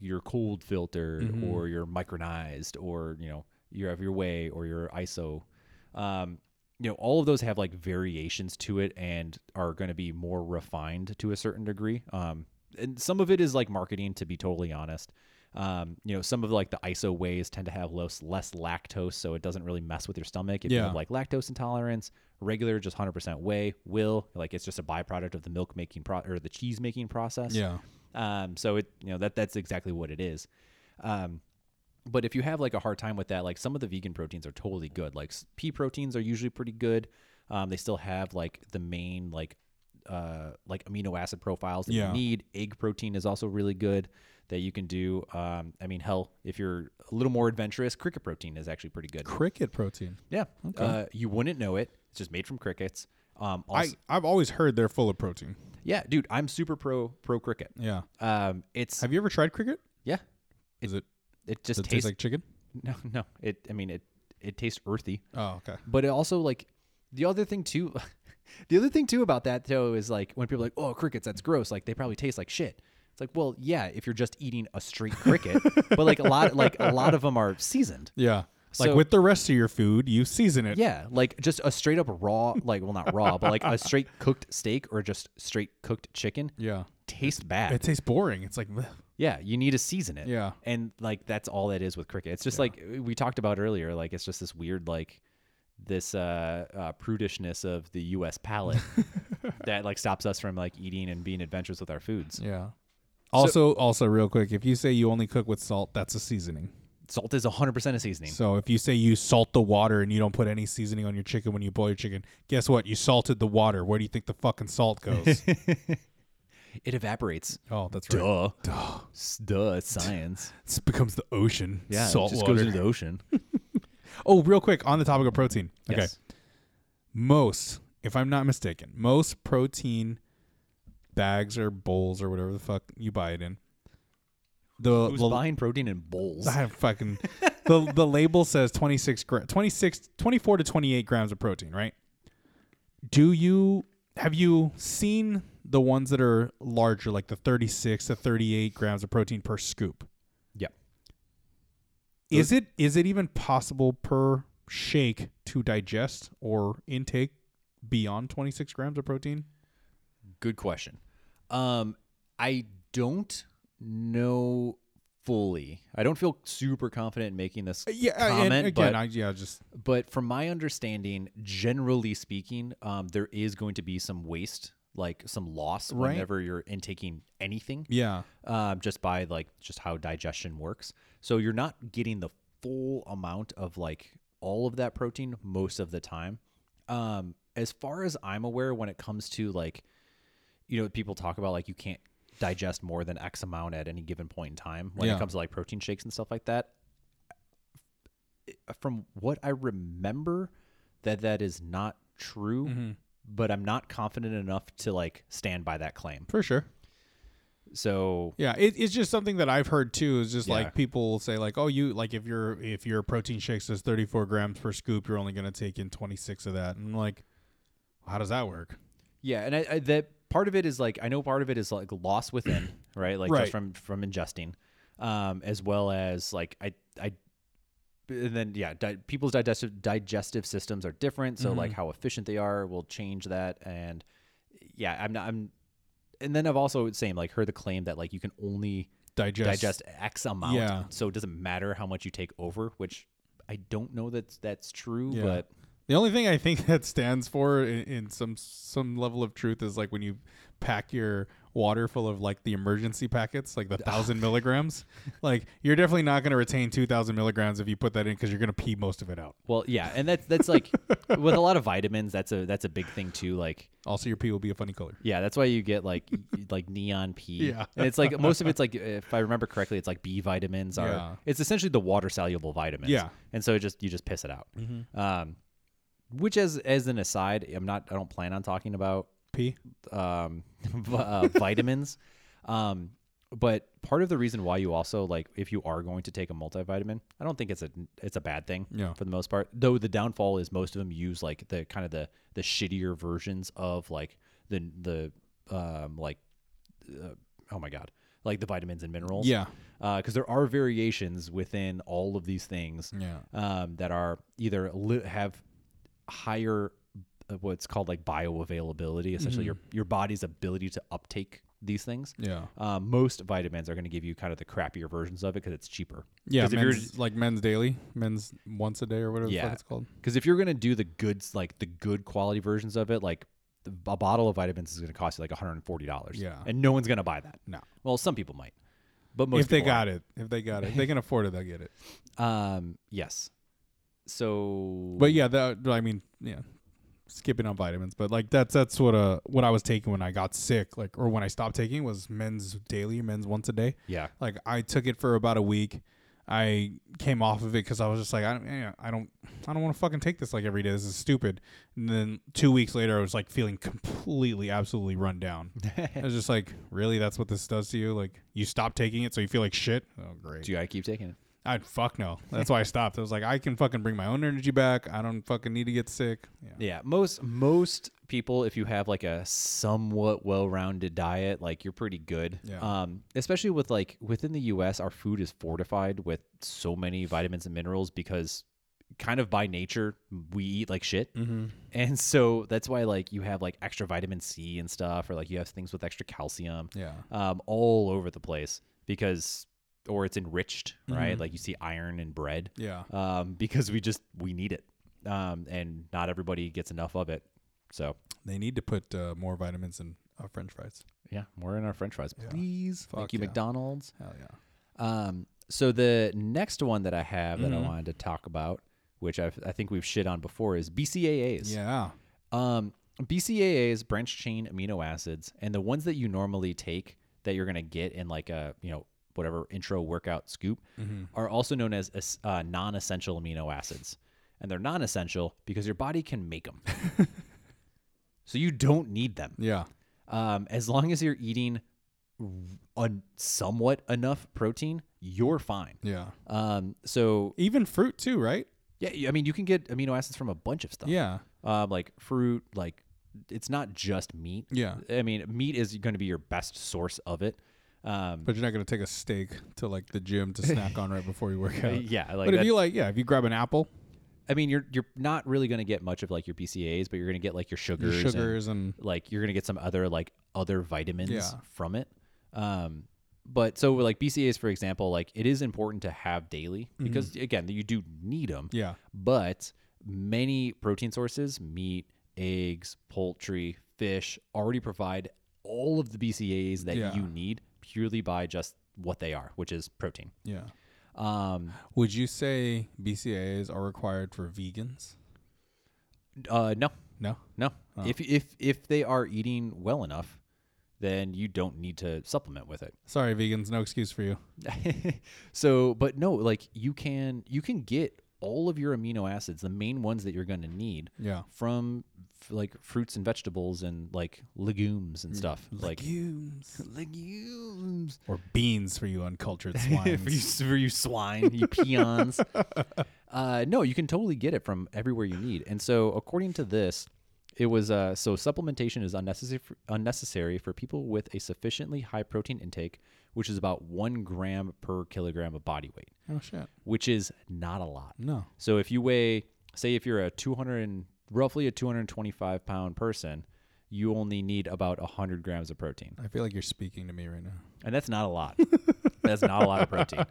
[SPEAKER 1] your cold filtered or your micronized or you know you have your whey or your iso um, you know all of those have like variations to it and are going to be more refined to a certain degree um, and some of it is like marketing to be totally honest Um, you know, some of like the ISO ways tend to have less, less lactose, so it doesn't really mess with your stomach. If you
[SPEAKER 2] Yeah.
[SPEAKER 1] have like lactose intolerance, regular just 100% whey will like it's just a byproduct of the milk making pro or the cheese making process.
[SPEAKER 2] Yeah.
[SPEAKER 1] Um, so it you know that that's exactly what it is. Um, but if you have like a hard time with that, like some of the vegan proteins are totally good. Like s- pea proteins are usually pretty good. Um, they still have like the main like uh like amino acid profiles that
[SPEAKER 2] Yeah.
[SPEAKER 1] you need. Egg protein is also really good that you can do. Um, I mean, hell, if you're a little more adventurous, cricket protein is actually pretty good.
[SPEAKER 2] Cricket protein.
[SPEAKER 1] Yeah, uh, you wouldn't know it. It's just made from crickets. Um, also,
[SPEAKER 2] I I've always heard they're full of protein.
[SPEAKER 1] yeah, dude, I'm super pro pro cricket.
[SPEAKER 2] Yeah.
[SPEAKER 1] Um, it's
[SPEAKER 2] Have you ever tried cricket?
[SPEAKER 1] yeah,
[SPEAKER 2] Does it,
[SPEAKER 1] it just
[SPEAKER 2] does it
[SPEAKER 1] tastes
[SPEAKER 2] taste like chicken?
[SPEAKER 1] No, no. It. I mean, it. It tastes earthy,
[SPEAKER 2] Oh, okay.
[SPEAKER 1] but it also like the other thing too. the other thing too about that though is like when people are like, oh, crickets, that's gross. Like they probably taste like shit. It's like, well, yeah, if you're just eating a straight cricket, but like a lot, like a lot of them are seasoned.
[SPEAKER 2] Yeah. Like
[SPEAKER 1] So-
[SPEAKER 2] with the rest of your food, you season it.
[SPEAKER 1] Yeah, like just a straight up raw, like well, not raw, but like a straight cooked steak or just straight cooked chicken
[SPEAKER 2] Yeah.
[SPEAKER 1] tastes bad.
[SPEAKER 2] It tastes boring. It's like, bleh.
[SPEAKER 1] Yeah, you need to season it.
[SPEAKER 2] Yeah.
[SPEAKER 1] And like that's all that is with cricket. It's just like we talked about earlier, like it's just this weird like this uh, uh prudishness of the US palate that like stops us from like eating and being adventurous with our foods.
[SPEAKER 2] yeah. Also, also real quick, if you say you only cook with salt, that's a seasoning.
[SPEAKER 1] Salt is 100% a seasoning.
[SPEAKER 2] So if you say you salt the water and you don't put any seasoning on your chicken when you boil your chicken, guess what? You salted the water. Where do you think the fucking salt goes?
[SPEAKER 1] It evaporates.
[SPEAKER 2] oh, that's right.
[SPEAKER 1] Duh. Duh. Duh, it's science.
[SPEAKER 2] It becomes the ocean.
[SPEAKER 1] Yeah,
[SPEAKER 2] salt
[SPEAKER 1] it just
[SPEAKER 2] water.
[SPEAKER 1] goes into the ocean.
[SPEAKER 2] oh, real quick on the topic of protein. Okay,
[SPEAKER 1] Yes.
[SPEAKER 2] most, if I'm not mistaken, most protein bags or bowls or whatever the fuck you buy it in, the
[SPEAKER 1] Who's
[SPEAKER 2] the-
[SPEAKER 1] buying protein in bowls?
[SPEAKER 2] I have fucking the the label says 26 gra- 26 24 to 28 grams of protein, right? Do you have you seen the ones that are larger like the 36 to 38 grams of protein per scoop?
[SPEAKER 1] Yeah.
[SPEAKER 2] Is it is it even possible per shake to digest or intake beyond 26 grams of protein?
[SPEAKER 1] Good question. Um, I don't know fully. I don't feel super confident in making this comment,
[SPEAKER 2] again,
[SPEAKER 1] but,
[SPEAKER 2] Uh, I yeah, just
[SPEAKER 1] but from my understanding, generally speaking, um, there is going to be some waste, like some loss,
[SPEAKER 2] Right.
[SPEAKER 1] whenever you're intaking anything,
[SPEAKER 2] yeah.
[SPEAKER 1] um, just by like just how digestion works. So you're not getting the full amount of like all of that protein most of the time. Um, as far as I'm aware, when it comes to like you know, people talk about like you can't digest more than X amount at any given point in time when
[SPEAKER 2] Yeah.
[SPEAKER 1] it comes to like protein shakes and stuff like that. eh, From what I remember, that that is not true, but I'm not confident enough to like stand by that claim.
[SPEAKER 2] For sure.
[SPEAKER 1] So
[SPEAKER 2] Yeah, it, it's just something that I've heard too. Is just
[SPEAKER 1] Yeah.
[SPEAKER 2] like people will say like, oh, you like if your if your protein shake says 34 grams per scoop, you're only gonna take in 26 of that. And I'm like, how does that work?
[SPEAKER 1] Yeah, and I, I that part of it is like I know part of it is like loss within, right? Like
[SPEAKER 2] Right.
[SPEAKER 1] just from from ingesting, um, as well as like I I, and then yeah, di- people's digestive digestive systems are different, so
[SPEAKER 2] Mm-hmm.
[SPEAKER 1] like how efficient they are will change that, and yeah, I'm not I'm, and then I've also same like heard the claim that like you can only
[SPEAKER 2] Digest.
[SPEAKER 1] digest X amount,
[SPEAKER 2] Yeah.
[SPEAKER 1] so it doesn't matter how much you take over, which I don't know that that's true,
[SPEAKER 2] Yeah.
[SPEAKER 1] but
[SPEAKER 2] The only thing I think that stands for in, in some some level of truth is like when you pack your water full of like the emergency packets, like the thousand milligrams. Like you're definitely not gonna retain 2,000 milligrams if you put that in because you're gonna pee most of it out.
[SPEAKER 1] Well, yeah, and that's that's like with a lot of vitamins, that's a that's a big thing too. Like,
[SPEAKER 2] Also, your pee will be a funny color.
[SPEAKER 1] yeah, that's why you get like y- like neon pea.
[SPEAKER 2] Yeah.
[SPEAKER 1] and it's like most of it's like if I remember correctly, it's like B vitamins are.
[SPEAKER 2] Yeah.
[SPEAKER 1] It's essentially the water soluble vitamins.
[SPEAKER 2] Yeah. Mm-hmm.
[SPEAKER 1] and so it just you just piss it out. Um, which as as an aside, I'm not I don't plan on talking about
[SPEAKER 2] Pee.
[SPEAKER 1] um, v- uh, vitamins. Um, but part of the reason why you also like if you are going to take a multivitamin, I don't think it's a it's a bad thing
[SPEAKER 2] Yeah.
[SPEAKER 1] for the most part. Though the downfall is most of them use like the kind of the the shittier versions of like the the um like uh, oh my god like the vitamins and minerals
[SPEAKER 2] Yeah.
[SPEAKER 1] because there are variations within all of these things
[SPEAKER 2] Yeah.
[SPEAKER 1] um, that are either li- have higher uh, what's called like bioavailability, essentially your your body's ability to uptake these things.
[SPEAKER 2] Mm-hmm. Yeah.
[SPEAKER 1] Um, most vitamins are going to give you kind of the crappier versions of it because it's cheaper.
[SPEAKER 2] Yeah.
[SPEAKER 1] 'Cause if you're-
[SPEAKER 2] men's- like men's daily, men's once a day or whatever the
[SPEAKER 1] Yeah.
[SPEAKER 2] fuck it's called.
[SPEAKER 1] Because if you're going to do the goods, like the good quality versions of it, like the- a bottle of vitamins is going to cost you like $140.
[SPEAKER 2] Yeah.
[SPEAKER 1] And no one's going to buy that.
[SPEAKER 2] No.
[SPEAKER 1] Well, some people might, but most
[SPEAKER 2] if they
[SPEAKER 1] people aren't.
[SPEAKER 2] got it, if they got it, if they can afford it, they'll get it.
[SPEAKER 1] Um, yes. So,
[SPEAKER 2] But yeah, that I mean, yeah, skipping on vitamins, but like that's that's what uh what I was taking when I got sick, like or when I stopped taking was men's daily, men's once a day.
[SPEAKER 1] yeah,
[SPEAKER 2] Like I took it for about a week. I came off of it because I was just like, I don't, eh, I don't, I don't want to fucking take this like every day. This is stupid. And then two weeks later, I was like feeling completely, absolutely run down. I was just like, really? That's what this does to you? Like you stop taking it, so you feel like shit. Oh, great.
[SPEAKER 1] do I keep taking it?
[SPEAKER 2] I'd fuck no. That's why I stopped. I was like, I can fucking bring my own energy back. I don't fucking need to get sick. Yeah.
[SPEAKER 1] Yeah, most most people, if you have like a somewhat well-rounded diet, like you're pretty good.
[SPEAKER 2] Yeah.
[SPEAKER 1] Um, especially with like within the U.S., our food is fortified with so many vitamins and minerals because, kind of by nature, we eat like shit,
[SPEAKER 2] Mm-hmm.
[SPEAKER 1] and so that's why like you have like extra vitamin C and stuff, or like you have things with extra calcium,
[SPEAKER 2] Yeah.
[SPEAKER 1] um, all over the place because, or it's enriched, right?
[SPEAKER 2] Mm-hmm.
[SPEAKER 1] Like you see iron in bread
[SPEAKER 2] Yeah.
[SPEAKER 1] um, because we just we need it, um, and not everybody gets enough of it. So
[SPEAKER 2] They need to put uh, more vitamins in uh, French fries.
[SPEAKER 1] yeah, more in our French fries,
[SPEAKER 2] Yeah.
[SPEAKER 1] please.
[SPEAKER 2] Fuck
[SPEAKER 1] Thank you,
[SPEAKER 2] yeah.
[SPEAKER 1] McDonald's.
[SPEAKER 2] Hell yeah.
[SPEAKER 1] Um, so the next one that I have that I
[SPEAKER 2] Mhm.
[SPEAKER 1] wanted to talk about, which I've, I think we've shit on before, is BCAAs.
[SPEAKER 2] Yeah.
[SPEAKER 1] Um, BCAAs, branch chain amino acids, and the ones that you normally take that you're gonna get in like a you know whatever intro workout scoop are also known as es- uh, non-essential amino acids, and they're non-essential because your body can make them, so you don't need them.
[SPEAKER 2] Yeah.
[SPEAKER 1] Um, as long as you're eating r- un- somewhat enough protein, you're fine.
[SPEAKER 2] Yeah.
[SPEAKER 1] Um, so
[SPEAKER 2] Even fruit too, right?
[SPEAKER 1] yeah, you- I mean you can get amino acids from a bunch of stuff
[SPEAKER 2] Yeah.
[SPEAKER 1] um, like fruit, like it's not just meat.
[SPEAKER 2] Yeah.
[SPEAKER 1] I mean, meat is going to be your best source of it. Um,
[SPEAKER 2] But you're not gonna take a steak to like the gym to snack on right before you work
[SPEAKER 1] uh,
[SPEAKER 2] out.
[SPEAKER 1] yeah, like
[SPEAKER 2] but if
[SPEAKER 1] that-
[SPEAKER 2] you like, yeah, if you grab an apple,
[SPEAKER 1] I mean, you're you're not really going to get much of like your BCAAs, but you're going to get like your
[SPEAKER 2] your
[SPEAKER 1] sugars, and,
[SPEAKER 2] sugars and
[SPEAKER 1] like you're going to get some other like other vitamins
[SPEAKER 2] Yeah.
[SPEAKER 1] from it. Um, but so like BCAAs, for example, like it is important to have daily because
[SPEAKER 2] Mm-hmm.
[SPEAKER 1] again, you do need them.
[SPEAKER 2] yeah,
[SPEAKER 1] but many protein sources meat eggs poultry fish already provide all of the bcaas that
[SPEAKER 2] Yeah.
[SPEAKER 1] you need purely by just what they are which is protein
[SPEAKER 2] yeah.
[SPEAKER 1] um
[SPEAKER 2] Would you say BCAAs are required for vegans?
[SPEAKER 1] uh no
[SPEAKER 2] No.
[SPEAKER 1] no if if if they are eating well enough then you don't need to supplement with it
[SPEAKER 2] Sorry, vegans, no excuse for you.
[SPEAKER 1] so but no like you can you can get all of your amino acids the main ones that you're going to need
[SPEAKER 2] Yeah.
[SPEAKER 1] from f- like fruits and vegetables and like legumes and stuff like
[SPEAKER 2] Legumes.
[SPEAKER 1] legumes
[SPEAKER 2] or beans for you uncultured
[SPEAKER 1] for you,
[SPEAKER 2] swines.
[SPEAKER 1] for you swine you peons uh, no you can totally get it from everywhere you need and so according to this it was uh, so supplementation is unnecessary for, unnecessary for people with a sufficiently high protein intake which is about one gram per kilogram of body weight
[SPEAKER 2] oh shit!
[SPEAKER 1] which is not a lot
[SPEAKER 2] No.
[SPEAKER 1] So if you weigh, say, if you're a 200 and roughly a 225 pound person, you only need about 100 grams of protein,
[SPEAKER 2] I feel like you're speaking to me right now.
[SPEAKER 1] and that's not a lot. that's not a lot of protein.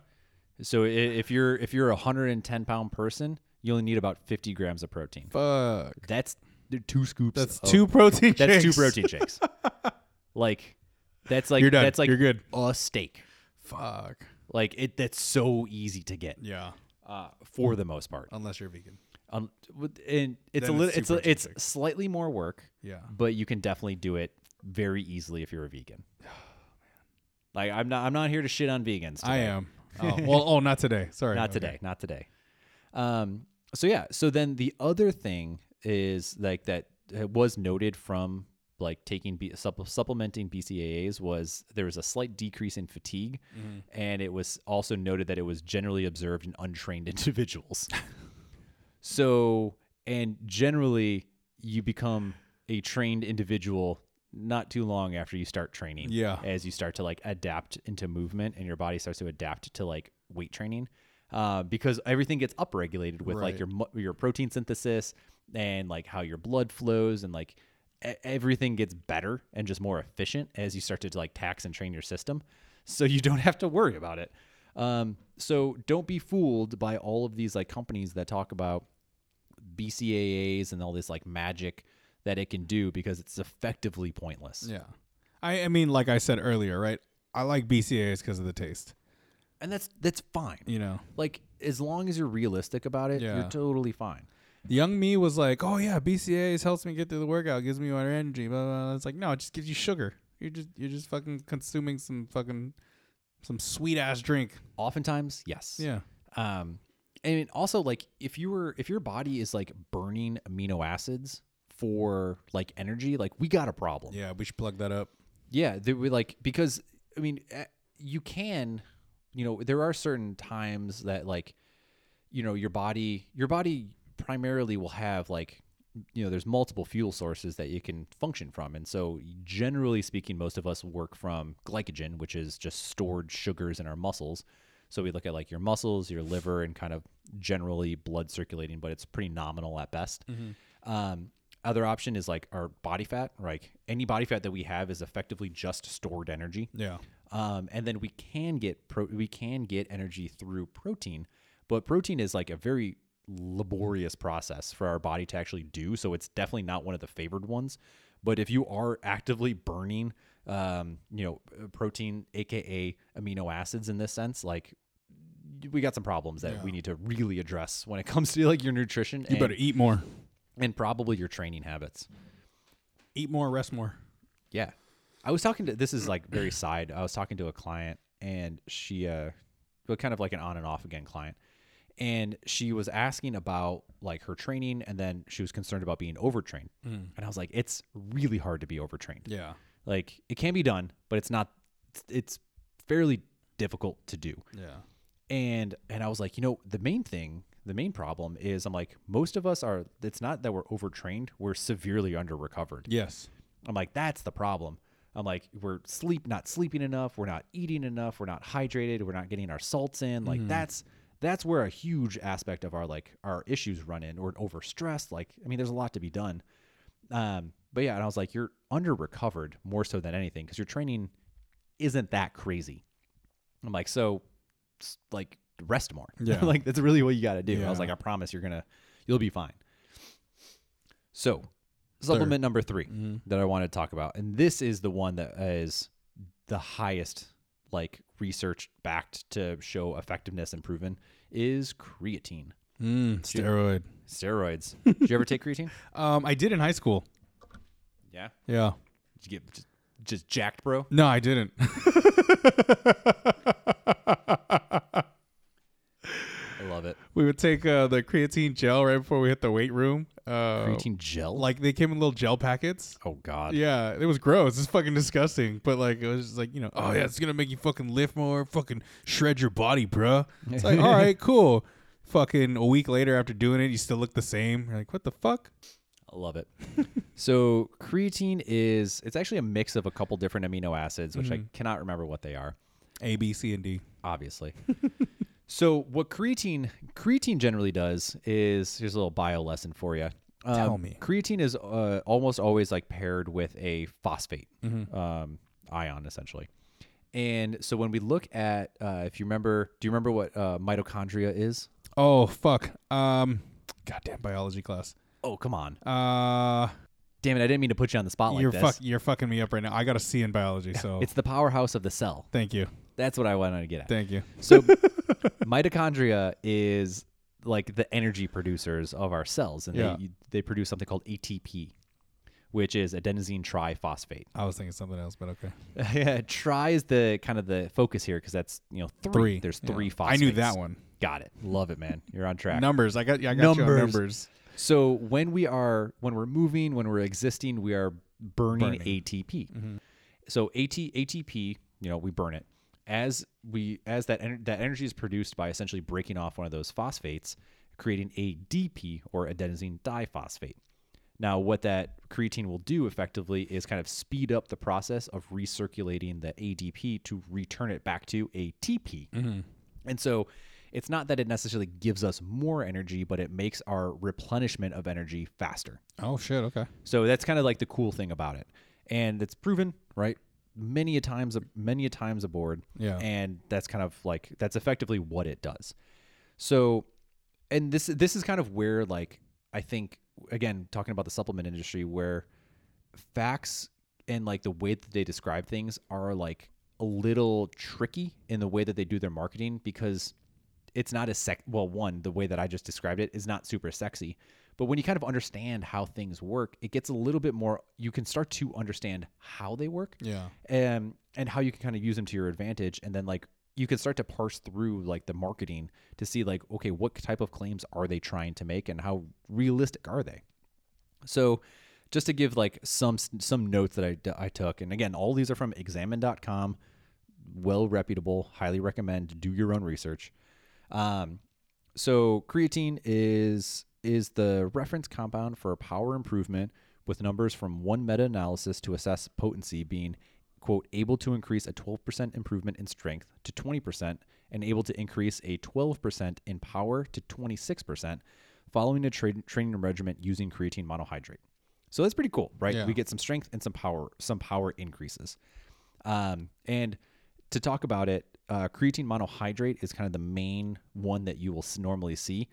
[SPEAKER 1] So i- if you're if you're a 110 pound person, you only need about 50 grams of protein.
[SPEAKER 2] Fuck.
[SPEAKER 1] That's two scoops.
[SPEAKER 2] That's
[SPEAKER 1] of-
[SPEAKER 2] two protein.
[SPEAKER 1] Oh. That's two
[SPEAKER 2] shakes.
[SPEAKER 1] protein shakes. like, that's like
[SPEAKER 2] You're done.
[SPEAKER 1] that's like
[SPEAKER 2] you're good.
[SPEAKER 1] a steak.
[SPEAKER 2] Fuck.
[SPEAKER 1] Like it, that's so easy to get
[SPEAKER 2] Yeah.
[SPEAKER 1] uh, for the most part.
[SPEAKER 2] Unless you're vegan.
[SPEAKER 1] Um, with- and it's a
[SPEAKER 2] Then it's
[SPEAKER 1] little, it's
[SPEAKER 2] super
[SPEAKER 1] a, it's
[SPEAKER 2] authentic.
[SPEAKER 1] slightly more work,
[SPEAKER 2] Yeah.
[SPEAKER 1] but you can definitely do it very easily if you're a vegan.
[SPEAKER 2] Oh,
[SPEAKER 1] Like I'm not, I'm not here to shit on vegans.
[SPEAKER 2] I
[SPEAKER 1] today.
[SPEAKER 2] am. Oh, well, oh, not today. Sorry.
[SPEAKER 1] not
[SPEAKER 2] Okay.
[SPEAKER 1] today, not today. Um, so yeah, so then the other thing is like that uh, was noted from like taking B- supp- supplementing BCAAs was there was a slight decrease in fatigue,
[SPEAKER 2] Mm-hmm.
[SPEAKER 1] and it was also noted that it was generally observed in untrained individuals. so and generally you become a trained individual not too long after you start training
[SPEAKER 2] Yeah.
[SPEAKER 1] as you start to like adapt into movement and your body starts to adapt to like weight training uh, because everything gets upregulated with like
[SPEAKER 2] Right.
[SPEAKER 1] your mu- your protein synthesis and like how your blood flows and like e- everything gets better and just more efficient as you start to like tax and train your system so you don't have to worry about it um, so don't be fooled by all of these like companies that talk about bcaas and all this like magic that it can do because it's effectively pointless
[SPEAKER 2] Yeah. I, I mean, like I said earlier, right? I like BCAAs because of the taste,
[SPEAKER 1] and that's that's fine
[SPEAKER 2] you know?
[SPEAKER 1] like as long as you're realistic about it
[SPEAKER 2] Yeah.
[SPEAKER 1] you're totally fine
[SPEAKER 2] Young me was like, "Oh yeah, BCAAs helps me get through the workout, gives me more energy." Blah, blah, blah. It's like, no, it just gives you sugar. You're just you're just fucking consuming some fucking some sweet ass drink.
[SPEAKER 1] oftentimes yes
[SPEAKER 2] Yeah,
[SPEAKER 1] um and also like if you were if your body is like burning amino acids for like energy like we got a problem
[SPEAKER 2] yeah. We should plug that up.
[SPEAKER 1] yeah they were like because i mean eh, you can you know there are certain times that like you know your body your body primarily will have like you know there's multiple fuel sources that you can function from and so generally speaking most of us work from glycogen which is just stored sugars in our muscles so we look at like your muscles your liver and kind of generally blood circulating but it's pretty nominal at best um, other option is like our body fat like any body fat that we have is effectively just stored energy
[SPEAKER 2] Yeah,
[SPEAKER 1] um, and then we can get pro- we can get energy through protein, but protein is like a very laborious process for our body to actually do. So it's definitely not one of the favored ones. But if you are actively burning, um, you know, uh, protein, aka amino acids, in this sense, like we got some problems that we need to really address when it comes to like your nutrition
[SPEAKER 2] you
[SPEAKER 1] and,
[SPEAKER 2] better eat more.
[SPEAKER 1] and probably your training habits.
[SPEAKER 2] Eat more, rest more.
[SPEAKER 1] Yeah. I was talking to this is like very side. I was talking to a client and she uh but kind of like an on and off again client. And she was asking about like her training and then she was concerned about being overtrained. And I was like, it's really hard to be overtrained.
[SPEAKER 2] Yeah,
[SPEAKER 1] Like it can be done, but it's not it's fairly difficult to do
[SPEAKER 2] yeah,
[SPEAKER 1] and and I was like, you know, the main thing, the main problem is I'm like, most of us are. It's not that we're overtrained; we're severely under recovered.
[SPEAKER 2] yes,
[SPEAKER 1] I'm like, that's the problem. I'm like, we're sleep not sleeping enough, we're not eating enough, we're not hydrated, we're not getting our salts in. Like that's that's where a huge aspect of our like our issues run in. We're overstressed. Like, I mean, there's a lot to be done. Um, but yeah, and I was like, you're under recovered more so than anything because your training isn't that crazy. I'm like, so s- like rest more.
[SPEAKER 2] Yeah.
[SPEAKER 1] like that's really what you got to do. I was
[SPEAKER 2] Yeah.
[SPEAKER 1] like, I promise you're gonna you'll be fine. So supplement number 3 that I want to talk about, and this is the one that is the highest like research backed to show effectiveness and proven is creatine
[SPEAKER 2] mm, steroid.
[SPEAKER 1] steroids. Did you ever take creatine?
[SPEAKER 2] Um, I did in high school.
[SPEAKER 1] Yeah.
[SPEAKER 2] Yeah,
[SPEAKER 1] Did you get just, just jacked, bro?
[SPEAKER 2] no, I didn't.
[SPEAKER 1] I love it.
[SPEAKER 2] we would take uh, the creatine gel right before we hit the weight room. Uh,
[SPEAKER 1] Creatine gel.
[SPEAKER 2] like they came in little gel packets.
[SPEAKER 1] oh god.
[SPEAKER 2] Yeah, it was gross. It's fucking disgusting. But like, it was just like you know, oh yeah, it's gonna make you fucking lift more, fucking shred your body, bruh. It's like, all right, cool. Fucking a week later after doing it, you still look the same. You're like, what the fuck?
[SPEAKER 1] I love it. so creatine is it's actually a mix of a couple different amino acids, which I cannot remember what they are,
[SPEAKER 2] A, B, C, and D.
[SPEAKER 1] obviously. so what creatine creatine generally does is here's a little bio lesson for you. Um,
[SPEAKER 2] Tell me.
[SPEAKER 1] Creatine is uh, almost always like paired with a phosphate
[SPEAKER 2] Mm-hmm.
[SPEAKER 1] um, ion, essentially. And so when we look at, uh, if you remember, do you remember what uh, mitochondria is?
[SPEAKER 2] Oh fuck. Um, goddamn biology class.
[SPEAKER 1] Oh, come on.
[SPEAKER 2] Uh,
[SPEAKER 1] Damn it, I didn't mean to put you on the spot like
[SPEAKER 2] you're
[SPEAKER 1] this.
[SPEAKER 2] fuck. You're fucking me up right now. I got a C in biology, so
[SPEAKER 1] It's the powerhouse of the cell.
[SPEAKER 2] thank you,
[SPEAKER 1] That's what I wanted to get at.
[SPEAKER 2] thank you.
[SPEAKER 1] So mitochondria is like the energy producers of our cells, and
[SPEAKER 2] Yeah.
[SPEAKER 1] they they produce something called ATP, which is adenosine triphosphate.
[SPEAKER 2] I was thinking something else, but okay.
[SPEAKER 1] yeah, tri is the kind of the focus here because that's you know three.
[SPEAKER 2] Three.
[SPEAKER 1] There's
[SPEAKER 2] Yeah.
[SPEAKER 1] three
[SPEAKER 2] I
[SPEAKER 1] phosphates.
[SPEAKER 2] knew that one.
[SPEAKER 1] Got it. Love it, man. You're on track.
[SPEAKER 2] Numbers. I got. Yeah, I got numbers.
[SPEAKER 1] Numbers.
[SPEAKER 2] numbers.
[SPEAKER 1] So when we are when we're moving, when we're existing, we are burning,
[SPEAKER 2] Burning. Mm-hmm.
[SPEAKER 1] ATP. So AT, ATP, you know, we burn it as we as that ener- that energy is produced by essentially breaking off one of those phosphates, creating ADP or adenosine diphosphate. Now, what that creatine will do effectively is kind of speed up the process of recirculating the ADP to return it back to ATP. And so it's not that it necessarily gives us more energy, but it makes our replenishment of energy faster.
[SPEAKER 2] Oh shit. Okay.
[SPEAKER 1] So that's kind of like the cool thing about it, and it's proven right many a times, many a times aboard.
[SPEAKER 2] Yeah.
[SPEAKER 1] and that's kind of like that's effectively what it does. So, and this this is kind of where like I think again talking about the supplement industry where facts and like the way that they describe things are like a little tricky in the way that they do their marketing because it's not as sec well one the way that I just described it is not super sexy but when you kind of understand how things work it gets a little bit more you can start to understand how they work
[SPEAKER 2] yeah.
[SPEAKER 1] and Um, and how you can kind of use them to your advantage and then like you can start to parse through like the marketing to see like okay what type of claims are they trying to make and how realistic are they so just to give like some some notes that i, I took and again all these are from examine.com well reputable highly recommend do your own research um, so creatine is is the reference compound for power improvement with numbers from one meta-analysis to assess potency being quote able to increase a 12% improvement in strength to 20% and able to increase a 12% in power to 26% following a tra- training regimen using creatine monohydrate. So that's pretty cool, right?
[SPEAKER 2] Yeah.
[SPEAKER 1] We get some strength and some power, some power increases. Um, and to talk about it, uh, creatine monohydrate is kind of the main one that you will s- normally see.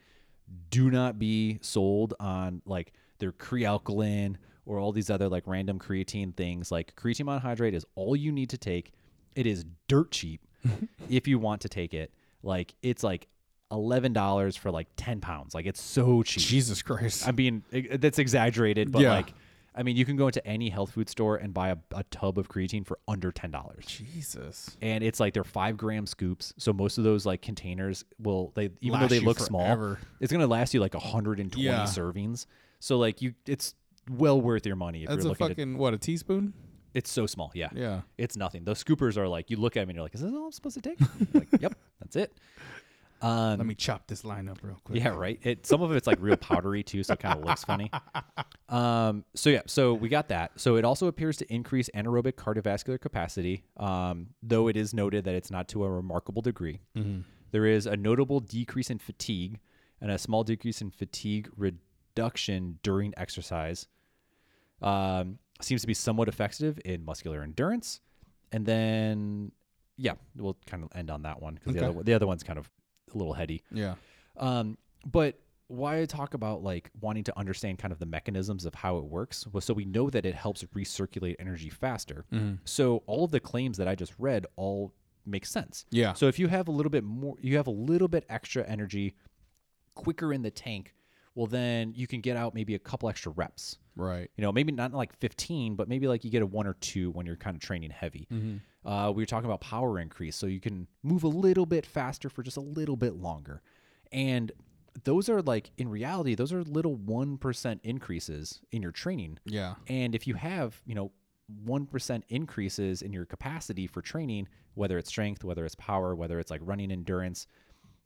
[SPEAKER 1] Do not be sold on like their crealkaline or all these other like random creatine things. Like creatine monohydrate is all you need to take. It is dirt cheap if you want to take it. Like it's like eleven dollars for like ten pounds. Like it's so cheap.
[SPEAKER 2] Jesus Christ.
[SPEAKER 1] I mean, e- that's exaggerated, but
[SPEAKER 2] Yeah.
[SPEAKER 1] like, I mean, you can go into any health food store and buy a, a tub of creatine for under ten dollars,
[SPEAKER 2] Jesus.
[SPEAKER 1] and it's like they're five gram scoops. So most of those like containers will they even though
[SPEAKER 2] Last
[SPEAKER 1] they
[SPEAKER 2] you
[SPEAKER 1] look small,
[SPEAKER 2] forever.
[SPEAKER 1] it's gonna last you like hundred and twenty
[SPEAKER 2] Yeah.
[SPEAKER 1] servings. So like you, it's well worth your money if
[SPEAKER 2] That's
[SPEAKER 1] you're
[SPEAKER 2] a
[SPEAKER 1] looking. to,
[SPEAKER 2] fucking what a teaspoon.
[SPEAKER 1] it's so small, yeah.
[SPEAKER 2] Yeah.
[SPEAKER 1] It's nothing. Those scoopers are like you look at them and you're like, is this all I'm supposed to take? You're like, yep, that's it. Um,
[SPEAKER 2] Let me chop this line up real quick.
[SPEAKER 1] yeah, right. It some of it's like real powdery too, so it kind of looks funny. Um, so yeah, so we got that. So it also appears to increase anaerobic cardiovascular capacity, um, though it is noted that it's not to a remarkable degree.
[SPEAKER 2] Mm-hmm.
[SPEAKER 1] There is a notable decrease in fatigue and a small decrease in fatigue reduction during exercise. Um, seems to be somewhat effective in muscular endurance, and then yeah, we'll kind of end on that one because the
[SPEAKER 2] Okay.
[SPEAKER 1] other the other one's kind of a little heady.
[SPEAKER 2] Yeah.
[SPEAKER 1] Um, but why I talk about like wanting to understand kind of the mechanisms of how it works was so we know that it helps recirculate energy faster. So all of the claims that I just read all make sense.
[SPEAKER 2] Yeah.
[SPEAKER 1] So if you have a little bit more, you have a little bit extra energy quicker in the tank, well, then you can get out maybe a couple extra reps.
[SPEAKER 2] Right.
[SPEAKER 1] You know, maybe not like 15, but maybe like you get a one or two when you're kind of training heavy. Uh, we were talking about power increase, so you can move a little bit faster for just a little bit longer. And those are like, in reality, those are little 1% increases in your training.
[SPEAKER 2] Yeah.
[SPEAKER 1] And if you have, you know, 1% increases in your capacity for training, whether it's strength, whether it's power, whether it's like running endurance,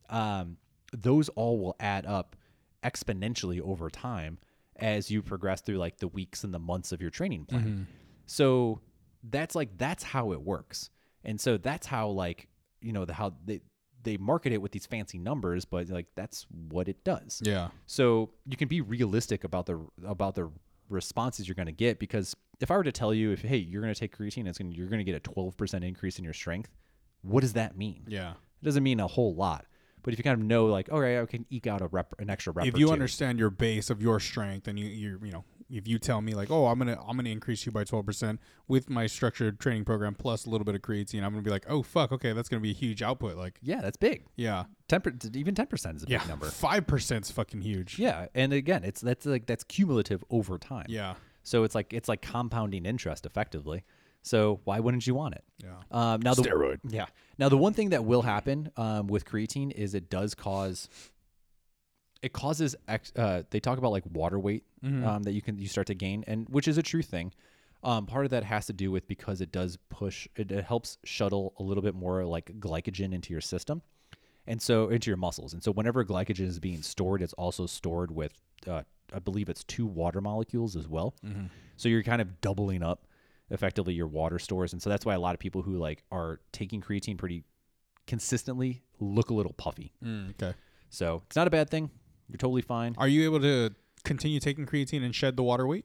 [SPEAKER 1] um, those all will add up exponentially over time as you progress through like the weeks and the months of your training plan. So that's like that's how it works. And so that's how like, you know, the how they they market it with these fancy numbers, but like that's what it does.
[SPEAKER 2] Yeah.
[SPEAKER 1] So you can be realistic about the about the responses you're going to get because if I were to tell you if hey you're going to take creatine it's going to you're going to get a 12% increase in your strength, what does that mean?
[SPEAKER 2] Yeah.
[SPEAKER 1] It doesn't mean a whole lot. But if you kind of know like all right, I can eke out a rep an extra rep
[SPEAKER 2] If
[SPEAKER 1] or
[SPEAKER 2] you
[SPEAKER 1] two.
[SPEAKER 2] understand your base of your strength and you you you know if you tell me like oh I'm gonna I'm gonna increase you by twelve percent with my structured training program plus a little bit of creatine I'm gonna be like oh fuck okay that's gonna be a huge output like
[SPEAKER 1] yeah, that's big.
[SPEAKER 2] yeah
[SPEAKER 1] 10 even 10% is a
[SPEAKER 2] yeah
[SPEAKER 1] big number.
[SPEAKER 2] five percent's fucking huge
[SPEAKER 1] Yeah, and again, it's that's like that's cumulative over time.
[SPEAKER 2] yeah
[SPEAKER 1] So it's like it's like compounding interest effectively. So why wouldn't you want it?
[SPEAKER 2] yeah
[SPEAKER 1] Um, now the
[SPEAKER 2] steroid
[SPEAKER 1] Yeah. Now the one thing that will happen um, with creatine is it does cause it causes ex- uh, they talk about like water weight um, that you can you start to gain and which is a true thing. Um, part of that has to do with because it does push it, it helps shuttle a little bit more like glycogen into your system and so into your muscles and so whenever glycogen is being stored it's also stored with uh, i believe it's two water molecules as well so you're kind of doubling up effectively your water stores and so that's why a lot of people who like are taking creatine pretty consistently look a little puffy.
[SPEAKER 2] okay.
[SPEAKER 1] So it's not a bad thing. You're totally fine.
[SPEAKER 2] Are you able to continue taking creatine and shed the water weight?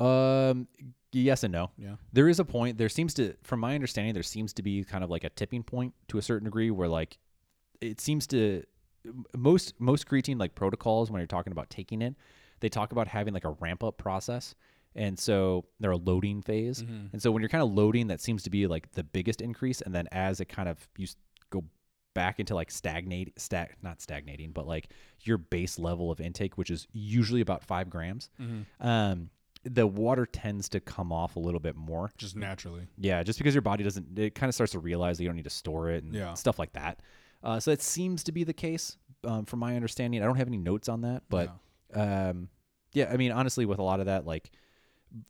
[SPEAKER 1] Um, yes and no.
[SPEAKER 2] Yeah.
[SPEAKER 1] There is a point. There seems to, from my understanding, there seems to be kind of like a tipping point to a certain degree where like it seems to most most creatine like protocols when you're talking about taking it, they talk about having like a ramp up process. And so they're a loading phase. And so when you're kind of loading, that seems to be like the biggest increase. And then as it kind of you s- go back into like stagnate, stag, not stagnating, but like your base level of intake, which is usually about five grams, um, the water tends to come off a little bit more.
[SPEAKER 2] Just naturally.
[SPEAKER 1] Yeah, just because your body doesn't, it kind of starts to realize that you don't need to store it and
[SPEAKER 2] Yeah.
[SPEAKER 1] stuff like that. Uh, so that seems to be the case, um, from my understanding. I don't have any notes on that, but um, yeah, I mean, honestly, with a lot of that, like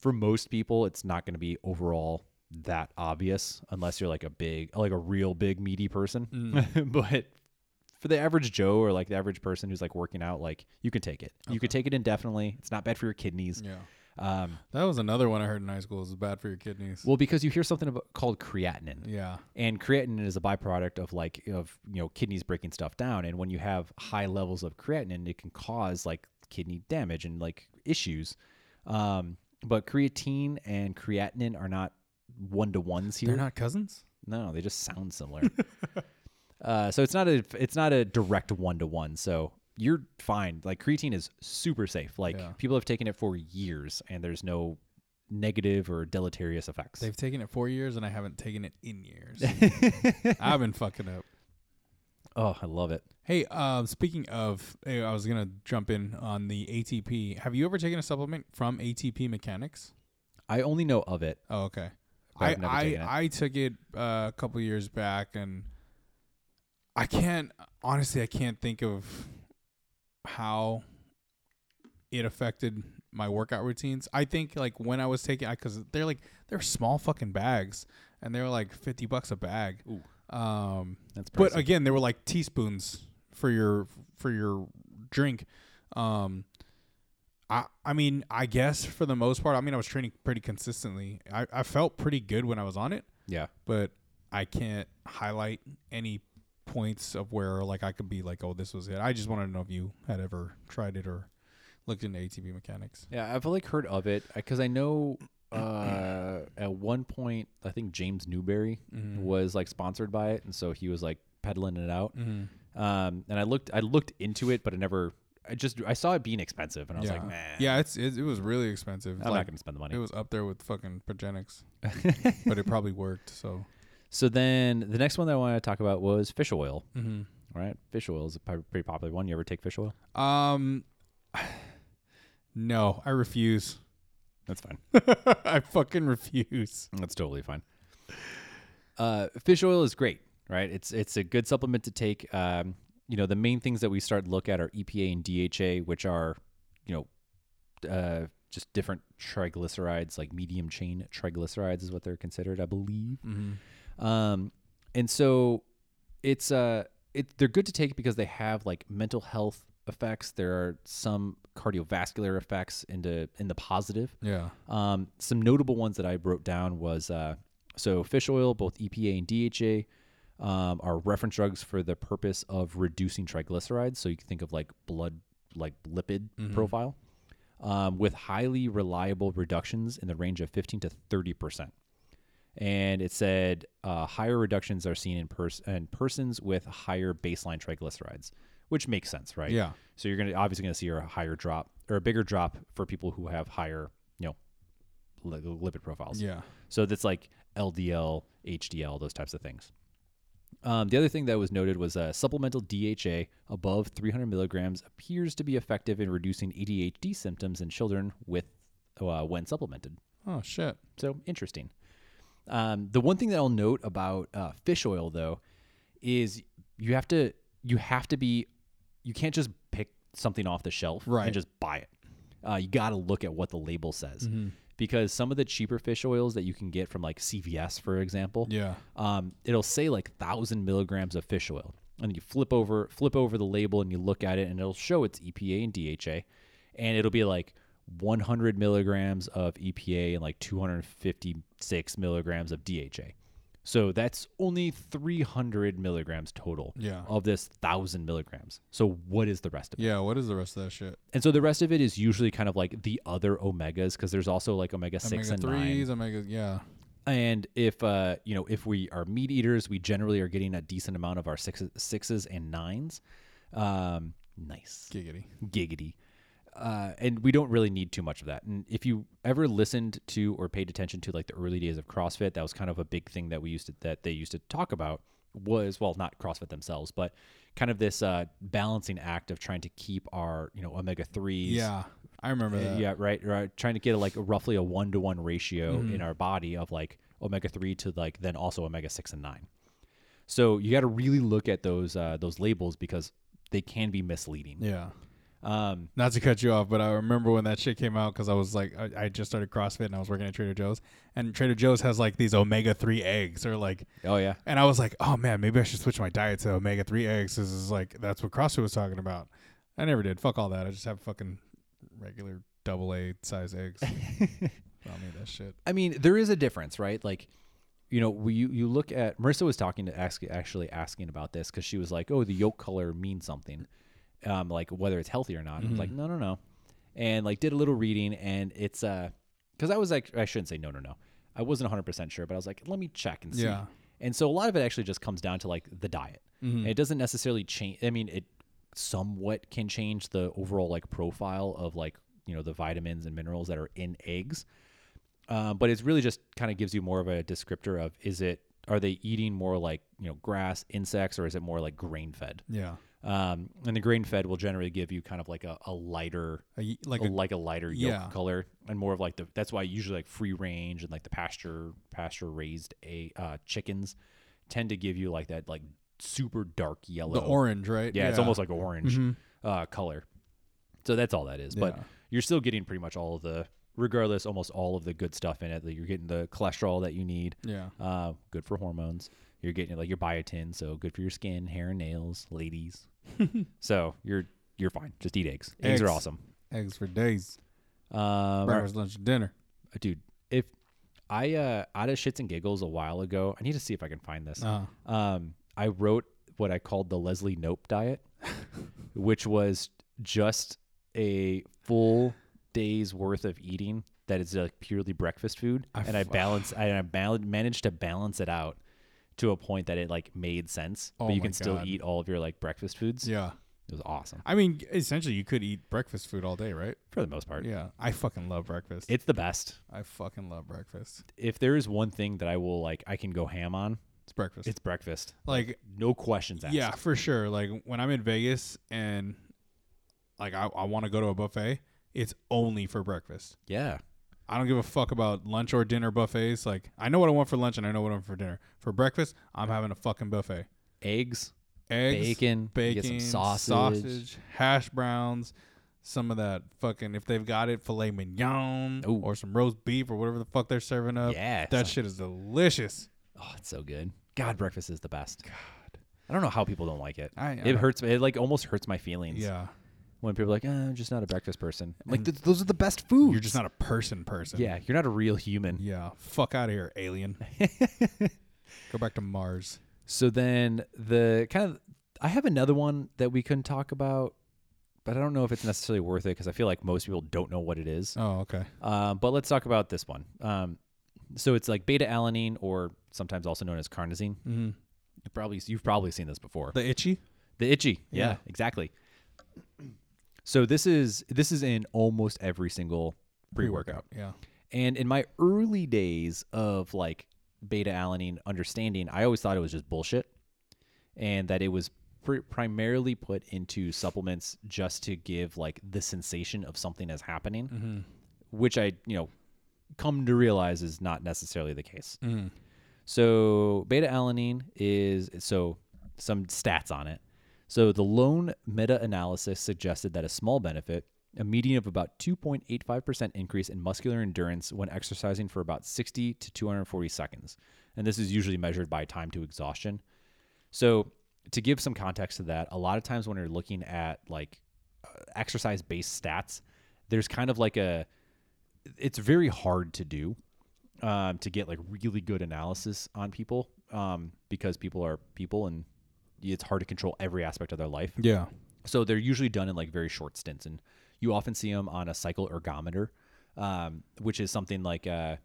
[SPEAKER 1] for most people, it's not going to be overall that obvious unless you're like a big, like a real big meaty person. but for the average Joe or like the average person who's like working out, like you can take it. You could take it indefinitely. It's not bad for your kidneys.
[SPEAKER 2] Yeah.
[SPEAKER 1] Um,
[SPEAKER 2] That was another one I heard in high school. Is bad for your kidneys.
[SPEAKER 1] well, because you hear something about, called creatinine.
[SPEAKER 2] yeah.
[SPEAKER 1] and creatinine is a byproduct of like of you know kidneys breaking stuff down and when you have high levels of creatinine it can cause like kidney damage and like issues um but creatine and creatinine are not one to ones here
[SPEAKER 2] They're not cousins.
[SPEAKER 1] no they just sound similar uh so it's not a it's not a direct one to one so you're fine like creatine is super safe like
[SPEAKER 2] Yeah.
[SPEAKER 1] people have taken it for years and there's no negative or deleterious effects
[SPEAKER 2] They've taken it four years, and I haven't taken it in years. I've been fucking up.
[SPEAKER 1] oh i love it
[SPEAKER 2] Hey, uh, speaking of, eh, I was gonna jump in on the ATP. Have you ever taken a supplement from ATP Mechanics?
[SPEAKER 1] i only know of it
[SPEAKER 2] Oh, okay.
[SPEAKER 1] But
[SPEAKER 2] I
[SPEAKER 1] I've never
[SPEAKER 2] I,
[SPEAKER 1] taken it.
[SPEAKER 2] I took it uh, a couple years back, and I can't honestly. I can't think of how it affected my workout routines. I think like when I was taking, because they're like they're small fucking bags, and they were like fifty bucks a bag.
[SPEAKER 1] Ooh.
[SPEAKER 2] Um,
[SPEAKER 1] That's
[SPEAKER 2] but
[SPEAKER 1] pricey.
[SPEAKER 2] again, they were like teaspoons for your for your drink. Um, I I mean, I guess for the most part, I mean, I was training pretty consistently. I, I felt pretty good when I was on it,
[SPEAKER 1] Yeah.
[SPEAKER 2] but I can't highlight any points of where like I could be like, oh, this was it. I just wanted to know if you had ever tried it or looked into ATV mechanics.
[SPEAKER 1] Yeah, I've like heard of it because I know uh, at one point I think James Newberry was like sponsored by it, and so he was like peddling it out. Um, and I looked, I looked into it, but I never, I just, I saw it being expensive, and I was
[SPEAKER 2] yeah,
[SPEAKER 1] like, man,
[SPEAKER 2] yeah, it's it, it was really expensive.
[SPEAKER 1] I'm
[SPEAKER 2] Like,
[SPEAKER 1] not gonna spend the
[SPEAKER 2] it
[SPEAKER 1] money.
[SPEAKER 2] was up there with fucking Progenics, but it probably worked. So
[SPEAKER 1] So then the next one that I wanted to talk about was fish oil. Mm-hmm. Right, fish oil is a po- pretty popular one. You ever take fish oil?
[SPEAKER 2] Um, no, I refuse.
[SPEAKER 1] That's fine.
[SPEAKER 2] I fucking refuse.
[SPEAKER 1] That's totally fine. Uh, fish oil is great, right? It's it's a good supplement to take. Um, you know, the main things that we start to look at are EPA and DHA, which are, you know, uh, just different triglycerides, like medium chain triglycerides is what they're considered, I believe. Um, and so it's uh, it they're good to take because they have like mental health effects. There are some cardiovascular effects into in the positive.
[SPEAKER 2] Yeah.
[SPEAKER 1] Um, some notable ones that I wrote down was uh, so fish oil, both EPA and DHA, um, are reference drugs for the purpose of reducing triglycerides. So you can think of like blood, like lipid profile, um, with highly reliable reductions in the range of 15 to 30 percent. And it said uh, higher reductions are seen in, pers- in persons with higher baseline triglycerides, which makes sense, right?
[SPEAKER 2] Yeah.
[SPEAKER 1] So you're gonna obviously gonna see a higher drop or a bigger drop for people who have higher, you know, li- lipid profiles.
[SPEAKER 2] Yeah.
[SPEAKER 1] So that's like LDL, HDL, those types of things. Um, the other thing that was noted was uh, supplemental DHA above 300 milligrams appears to be effective in reducing E ADHD symptoms in children with uh, when supplemented.
[SPEAKER 2] Oh shit.
[SPEAKER 1] So interesting. Um, the one thing that I'll note about uh, fish oil though is you have to you have to be you can't just pick something off the shelf
[SPEAKER 2] Right.
[SPEAKER 1] and just buy it. Uh, you got to look at what the label says
[SPEAKER 2] Mm-hmm.
[SPEAKER 1] because some of the cheaper fish oils that you can get from like CVS, for example,
[SPEAKER 2] Yeah.
[SPEAKER 1] um, it'll say like thousand milligrams of fish oil, and you flip over flip over the label and you look at it, and it'll show its EPA and DHA, and it'll be like E 100 milligrams of EPA and like 256 milligrams of DHA. So that's only 300 milligrams total
[SPEAKER 2] Yeah.
[SPEAKER 1] of this 1,000 milligrams. So what is the rest of it?
[SPEAKER 2] Yeah. What is the rest of that shit?
[SPEAKER 1] And so the rest of it is usually kind of like the other omegas because there's also like omega 6
[SPEAKER 2] omega
[SPEAKER 1] and 9.
[SPEAKER 2] threes, omega. Yeah.
[SPEAKER 1] And if uh, you know, if we are meat eaters, we generally are getting a decent amount of our sixes, sixes and nines. Um, nice
[SPEAKER 2] Giggity.
[SPEAKER 1] giggity. Uh, and we don't really need too much of that. And if you ever listened to or paid attention to like the early days of CrossFit, that was kind of a big thing that we used to that they used to talk about was well, not CrossFit themselves, but kind of this uh, balancing act of trying to keep our you know omega threes.
[SPEAKER 2] Yeah. I remember that.
[SPEAKER 1] Uh, Yeah, right, right. Trying to get like roughly a one to one ratio in our body of like omega three to like then also omega six and nine. So you got to really look at those uh, those labels because they can be misleading.
[SPEAKER 2] Yeah.
[SPEAKER 1] Um,
[SPEAKER 2] Not to cut you off, but I remember when that shit came out because I was like, I, I just started CrossFit and I was working at Trader Joe's, and Trader Joe's has like these omega three eggs or like,
[SPEAKER 1] oh yeah,
[SPEAKER 2] and I was like, oh man, maybe I should switch my diet to omega three eggs. This is like that's what CrossFit was talking about. I never did. Fuck all that. I just have fucking regular double A size eggs. I don't need that shit.
[SPEAKER 1] I mean, there is a difference, right? Like, you know, we, you you look at Marissa was talking to ask actually asking about this because she was like, "Oh, the yolk color means something, um, like whether it's healthy or not." And I was like, "No, no, no," and like did a little reading, and it's uh, because I was like, I shouldn't say no, no, no. I wasn't 100 percent sure, but I was like, let me check and see.
[SPEAKER 2] Yeah.
[SPEAKER 1] And so a lot of it actually just comes down to like the diet. And it doesn't necessarily change. I mean, it somewhat can change the overall like profile of like you know the vitamins and minerals that are in eggs um, but it's really just kind of gives you more of a descriptor of is it are they eating more like you know grass insects or is it more like grain fed
[SPEAKER 2] Yeah.
[SPEAKER 1] um, and the grain fed will generally give you kind of like a, a lighter
[SPEAKER 2] A y like
[SPEAKER 1] a-
[SPEAKER 2] a,
[SPEAKER 1] like a lighter yolk
[SPEAKER 2] yeah.
[SPEAKER 1] color and more of like the that's why usually like free range and like the pasture pasture raised a uh, chickens tend to give you like that like super dark yellow
[SPEAKER 2] the orange, right?
[SPEAKER 1] yeah, it's almost like orange
[SPEAKER 2] Mm-hmm.
[SPEAKER 1] uh, color. So that's all that is. But
[SPEAKER 2] Yeah.
[SPEAKER 1] you're still getting pretty much all of the, regardless, almost all of the good stuff in it. Like you're getting the cholesterol that you need,
[SPEAKER 2] yeah.
[SPEAKER 1] uh, good for hormones. You're getting like your biotin, so good for your skin, hair, and nails, ladies. so you're you're fine. Just eat eggs. Eggs, are
[SPEAKER 2] Eggs.
[SPEAKER 1] awesome.
[SPEAKER 2] Eggs for days.
[SPEAKER 1] Um, all right.
[SPEAKER 2] Breakfast, lunch, and dinner.
[SPEAKER 1] dude, if I uh, out of shits and giggles a while ago, I need to see if I can find this.
[SPEAKER 2] Uh,
[SPEAKER 1] um, I wrote what I called the Leslie Nope diet, which was just a full day's worth of eating that is like purely breakfast food,
[SPEAKER 2] I
[SPEAKER 1] and I
[SPEAKER 2] f-
[SPEAKER 1] balance and I bal- managed to balance it out to a point that it like made sense,
[SPEAKER 2] Oh
[SPEAKER 1] but you
[SPEAKER 2] my
[SPEAKER 1] can still
[SPEAKER 2] God.
[SPEAKER 1] eat all of your like breakfast foods.
[SPEAKER 2] yeah.
[SPEAKER 1] It was awesome
[SPEAKER 2] I mean, essentially, you could eat breakfast food all day, right?
[SPEAKER 1] for the most part.
[SPEAKER 2] Yeah, I fucking love breakfast.
[SPEAKER 1] It's the best.
[SPEAKER 2] I fucking love breakfast.
[SPEAKER 1] If there is one thing that I will like, I can go ham on.
[SPEAKER 2] It's breakfast.
[SPEAKER 1] It's breakfast.
[SPEAKER 2] like
[SPEAKER 1] No questions asked.
[SPEAKER 2] yeah, for sure. Like when I'm in Vegas and like I, I want to go to a buffet, it's only for breakfast.
[SPEAKER 1] yeah.
[SPEAKER 2] I don't give a fuck about lunch or dinner buffets. Like I know what I want for lunch and I know what I want for dinner. For breakfast, I'm having a fucking buffet.
[SPEAKER 1] Eggs,
[SPEAKER 2] Eggs,
[SPEAKER 1] bacon, you get
[SPEAKER 2] bacon,
[SPEAKER 1] some
[SPEAKER 2] sausage, hash browns, some of that fucking if they've got it filet mignon
[SPEAKER 1] Ooh.
[SPEAKER 2] or some roast beef or whatever the fuck they're serving up.
[SPEAKER 1] Yeah,
[SPEAKER 2] that shit is delicious.
[SPEAKER 1] Oh, it's so good. God, breakfast is the best. God. I don't know how people don't like it.
[SPEAKER 2] I- I
[SPEAKER 1] it
[SPEAKER 2] don't-
[SPEAKER 1] hurts me. It like almost hurts my feelings.
[SPEAKER 2] Yeah.
[SPEAKER 1] When people are like, "Uh, I'm just not a breakfast person. I'm like th- those are the best foods.
[SPEAKER 2] You're just not a person person.
[SPEAKER 1] Yeah, you're not a real human.
[SPEAKER 2] Yeah. Fuck out of here, alien. Go back to Mars.
[SPEAKER 1] So then the kind of I have another one that we couldn't talk about, but I don't know if it's necessarily worth it because I feel like most people don't know what it is.
[SPEAKER 2] Oh, okay.
[SPEAKER 1] Um, but let's talk about this one. Um, so it's like beta alanine, or sometimes also known as carnosine.
[SPEAKER 2] Mm-hmm.
[SPEAKER 1] You probably you've probably seen this before.
[SPEAKER 2] The itchy?
[SPEAKER 1] The itchy. Yeah,
[SPEAKER 2] Yeah.
[SPEAKER 1] exactly. So this is this is in almost every single pre-workout.
[SPEAKER 2] Yeah.
[SPEAKER 1] And in my early days of like beta alanine understanding, I always thought it was just bullshit and that it was pri primarily put into supplements just to give like the sensation of something is happening, which I, you know, come to realize is not necessarily the case.
[SPEAKER 2] Mm.
[SPEAKER 1] So beta alanine is so some stats on it. So the lone meta-analysis suggested that a small benefit, a median of about 2.85% increase in muscular endurance when exercising for about 60 to 240 seconds. And this is usually measured by time to exhaustion. So to give some context to that, a lot of times when you're looking at like exercise based stats, there's kind of like a it's very hard to do um, to get like really good analysis on people um, because people are people and it's hard to control every aspect of their life.
[SPEAKER 2] Yeah.
[SPEAKER 1] So they're usually done in like very short stints, and you often see them on a cycle ergometer, um, which is something like uh,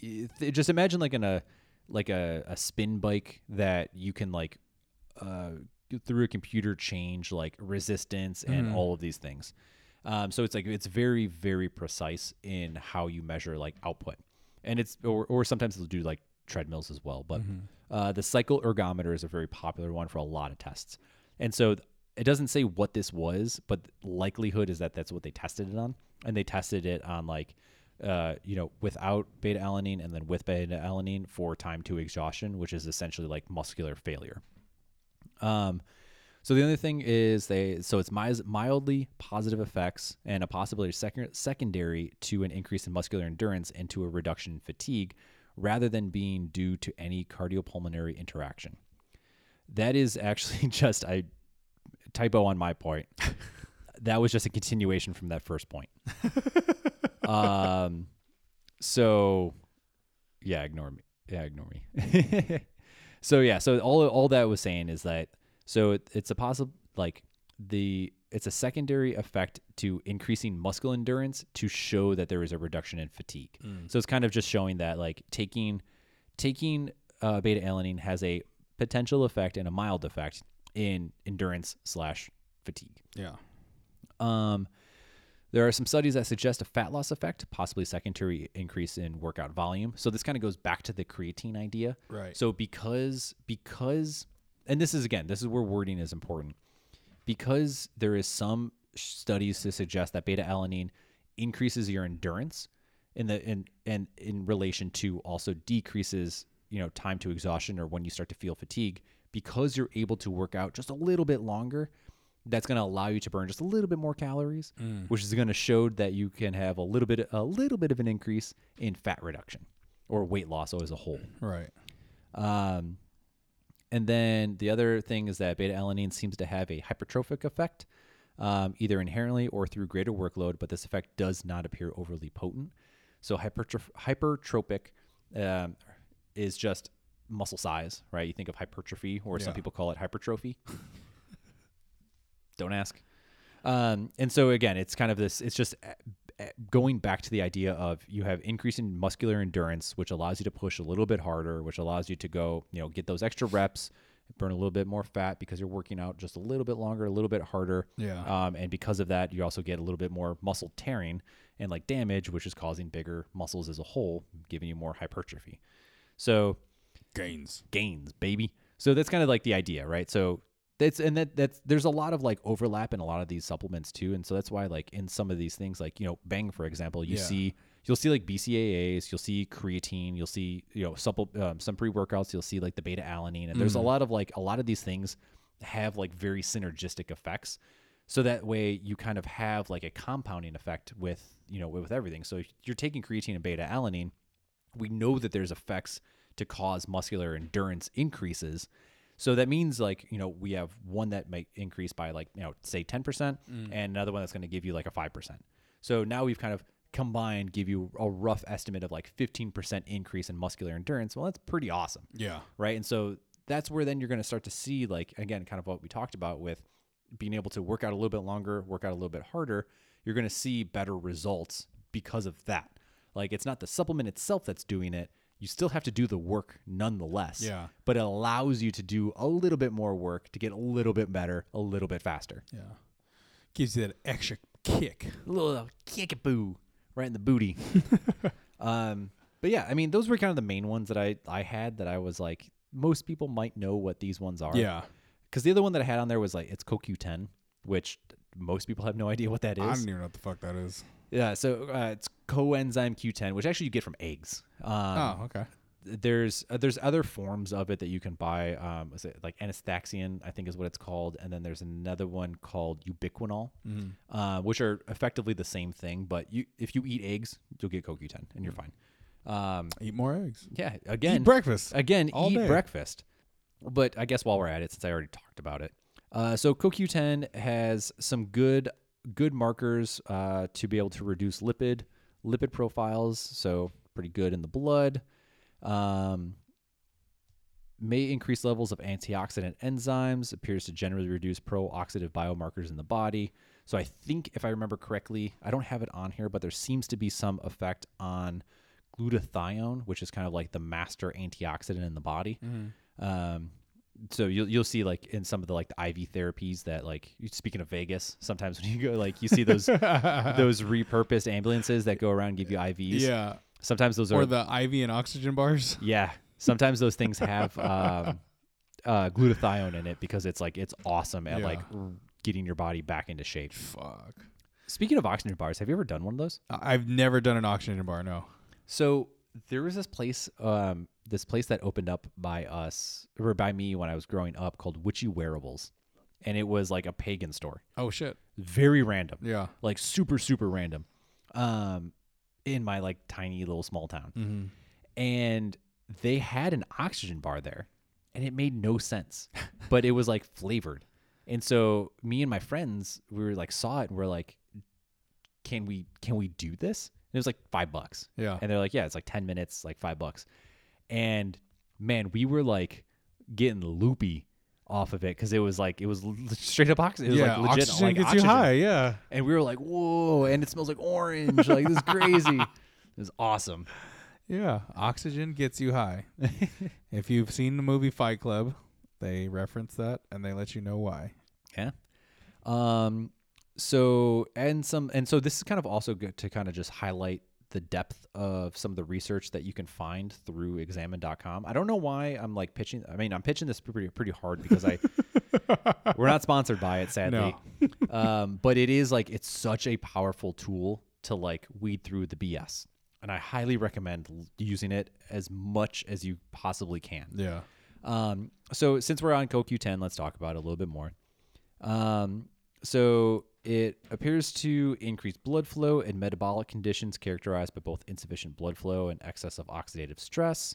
[SPEAKER 1] it- just imagine like in a like a, a spin bike that you can like uh, through a computer change like resistance and all of these things. Um, so it's like it's very very precise in how you measure like output, and it's or or sometimes they'll do like treadmills as well, but. Uh, the cycle ergometer is a very popular one for a lot of tests. And so th- it doesn't say what this was, but likelihood is that that's what they tested it on. And they tested it on like, uh, you know, without beta alanine and then with beta alanine for time to exhaustion, which is essentially like muscular failure. Um, so the other thing is they so it's mis- mildly positive effects and a possibility second, secondary to an increase in muscular endurance and to a reduction in fatigue, rather than being due to any cardiopulmonary interaction. That is actually just a typo on my part. that was just a continuation from that first point. um, so yeah, ignore me. Yeah, ignore me. so yeah, so all all that was saying is that so it, it's a possible like the it's a secondary effect to increasing muscle endurance to show that there is a reduction in fatigue. So it's kind of just showing that like taking taking uh, beta alanine has a potential effect and a mild effect in endurance slash fatigue.
[SPEAKER 2] Yeah.
[SPEAKER 1] Um, there are some studies that suggest a fat loss effect, possibly secondary increase in workout volume. So this kind of goes back to the creatine idea.
[SPEAKER 2] Right.
[SPEAKER 1] So because because and this is again, this is where wording is important. Because there is some studies to suggest that beta alanine increases your endurance in the in and in relation to also decreases, you know, time to exhaustion or when you start to feel fatigue because you're able to work out just a little bit longer. That's going to allow you to burn just a little bit more calories, which is going to show that you can have a little bit a little bit of an increase in fat reduction or weight loss as a whole.
[SPEAKER 2] Right.
[SPEAKER 1] Um, and then the other thing is that beta alanine seems to have a hypertrophic effect, um, either inherently or through greater workload, but this effect does not appear overly potent. So hypertroph- hypertrophic um, is just muscle size, right? You think of hypertrophy, or some
[SPEAKER 2] Yeah.
[SPEAKER 1] people call it hypertrophy. Don't ask. Um, and so again, it's kind of this. It's just uh, uh, going back to the idea of you have increase in muscular endurance, which allows you to push a little bit harder, which allows you to go, you know, get those extra reps, burn a little bit more fat because you're working out just a little bit longer, a little bit harder.
[SPEAKER 2] Yeah.
[SPEAKER 1] Um, and because of that, you also get a little bit more muscle tearing and like damage, which is causing bigger muscles as a whole, giving you more hypertrophy. So
[SPEAKER 2] Gains.
[SPEAKER 1] gains, baby. So that's kind of like the idea, right? So that's and that that's there's a lot of like overlap in a lot of these supplements too, and so that's why like in some of these things, like you know, Bang for example, you
[SPEAKER 2] Yeah.
[SPEAKER 1] see you'll see like BCAAs, you'll see creatine, you'll see you know supple, um, some pre workouts, you'll see like the beta alanine, and there's a lot of like a lot of these things have like very synergistic effects. So that way you kind of have like a compounding effect with you know with everything. So if you're taking creatine and beta alanine, we know that there's effects to cause muscular endurance increases. So that means like, you know, we have one that might increase by like, you know, say 10% and another one that's going to give you like a 5%. So now we've kind of combined give you a rough estimate of like 15% increase in muscular endurance. Well, that's pretty awesome
[SPEAKER 2] Yeah.
[SPEAKER 1] right? And so that's where then you're going to start to see, like, again, kind of what we talked about with being able to work out a little bit longer, work out a little bit harder. You're going to see better results because of that. Like, it's not the supplement itself that's doing it. You still have to do the work nonetheless.
[SPEAKER 2] Yeah.
[SPEAKER 1] But it allows you to do a little bit more work to get a little bit better, a little bit faster.
[SPEAKER 2] Yeah. Gives you that extra kick.
[SPEAKER 1] A little uh, kickaboo right in the booty. um, but yeah, I mean, those were kind of the main ones that I, I had that I was like, most people might know what these ones are.
[SPEAKER 2] Yeah.
[SPEAKER 1] Because the other one that I had on there was like it's CoQ10, which most people have no idea what that
[SPEAKER 2] I
[SPEAKER 1] is.
[SPEAKER 2] don't even know what the fuck that is.
[SPEAKER 1] yeah, so uh, it's coenzyme Q10, which actually you get from eggs. Um,
[SPEAKER 2] oh, okay.
[SPEAKER 1] There's uh, there's other forms of it that you can buy. Um, is it like anastaxian? I think is what it's called, and then there's another one called ubiquinol, uh, which are effectively the same thing. But you if you eat eggs, you'll get CoQ10, and you're fine. Um,
[SPEAKER 2] Eat more eggs.
[SPEAKER 1] yeah, again,
[SPEAKER 2] Eat breakfast.
[SPEAKER 1] Again,
[SPEAKER 2] All
[SPEAKER 1] eat
[SPEAKER 2] day.
[SPEAKER 1] breakfast. But I guess while we're at it, since I already talked about it, uh, so CoQ10 has some good good markers uh, to be able to reduce lipid lipid profiles. So pretty good in the blood. Um, may increase levels of antioxidant enzymes, appears to generally reduce pro oxidative biomarkers in the body. So I think if I remember correctly, I don't have it on here, but there seems to be some effect on glutathione, which is kind of like the master antioxidant in the body.
[SPEAKER 2] Mm-hmm.
[SPEAKER 1] Um, so you'll you'll see like in some of the like the IV therapies that like you- speaking of Vegas, sometimes when you go like you see those those repurposed ambulances that go around and give you IVs.
[SPEAKER 2] yeah,
[SPEAKER 1] Sometimes those
[SPEAKER 2] or
[SPEAKER 1] are
[SPEAKER 2] the IV and oxygen bars.
[SPEAKER 1] yeah. Sometimes those things have um, uh, glutathione in it because it's like it's awesome at
[SPEAKER 2] Yeah.
[SPEAKER 1] like r- getting your body back into shape.
[SPEAKER 2] Fuck.
[SPEAKER 1] Speaking of oxygen bars, have you ever done one of those?
[SPEAKER 2] I- I've never done an oxygen bar. No.
[SPEAKER 1] So there was this place, um, this place that opened up by us or by me when I was growing up called Witchy Wearables, and it was like a pagan store.
[SPEAKER 2] Oh shit.
[SPEAKER 1] Very random,
[SPEAKER 2] Yeah.
[SPEAKER 1] like super super random, um, in my like tiny little small town,
[SPEAKER 2] Mm-hmm.
[SPEAKER 1] and they had an oxygen bar there, and it made no sense, but it was like flavored, and so me and my friends we were like saw it and we're like, can we can we do this? And it was like five bucks.
[SPEAKER 2] Yeah.
[SPEAKER 1] And they're like, yeah, it's like 10 minutes, like five bucks. And man, we were like getting loopy off of it because it was like, it was l- straight up oxygen. It was
[SPEAKER 2] yeah.
[SPEAKER 1] like legit.
[SPEAKER 2] oxygen
[SPEAKER 1] like,
[SPEAKER 2] gets
[SPEAKER 1] oxygen.
[SPEAKER 2] you high. Yeah.
[SPEAKER 1] And we were like, whoa, and it smells like orange. like, this is crazy. It was awesome.
[SPEAKER 2] Yeah. Oxygen gets you high. if you've seen the movie Fight Club, they reference that and they let you know why.
[SPEAKER 1] Yeah. Um, so and some and so this is kind of also good to kind of just highlight the depth of some of the research that you can find through examine.com. I don't know why I'm like pitching I mean I'm pitching this pretty pretty hard because I we're not sponsored by it sadly. um but it is like it's such a powerful tool to like weed through the BS. And I highly recommend l- using it as much as you possibly can.
[SPEAKER 2] Yeah.
[SPEAKER 1] Um, so since we're on CoQ10, let's talk about it a little bit more. Um, so it appears to increase blood flow in metabolic conditions characterized by both insufficient blood flow and excess of oxidative stress.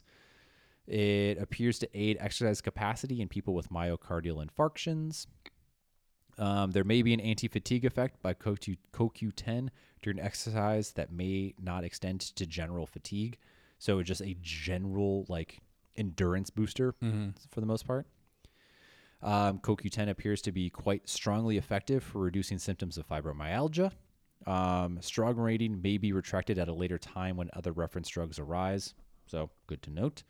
[SPEAKER 1] It appears to aid exercise capacity in people with myocardial infarctions. Um, there may be an anti fatigue effect by CoQ- CoQ10 during exercise that may not extend to general fatigue. So just a general like endurance booster for the most part. Um, CoQ10 appears to be quite strongly effective for reducing symptoms of fibromyalgia. Um, strong rating may be retracted at a later time when other reference drugs arise. So good to note.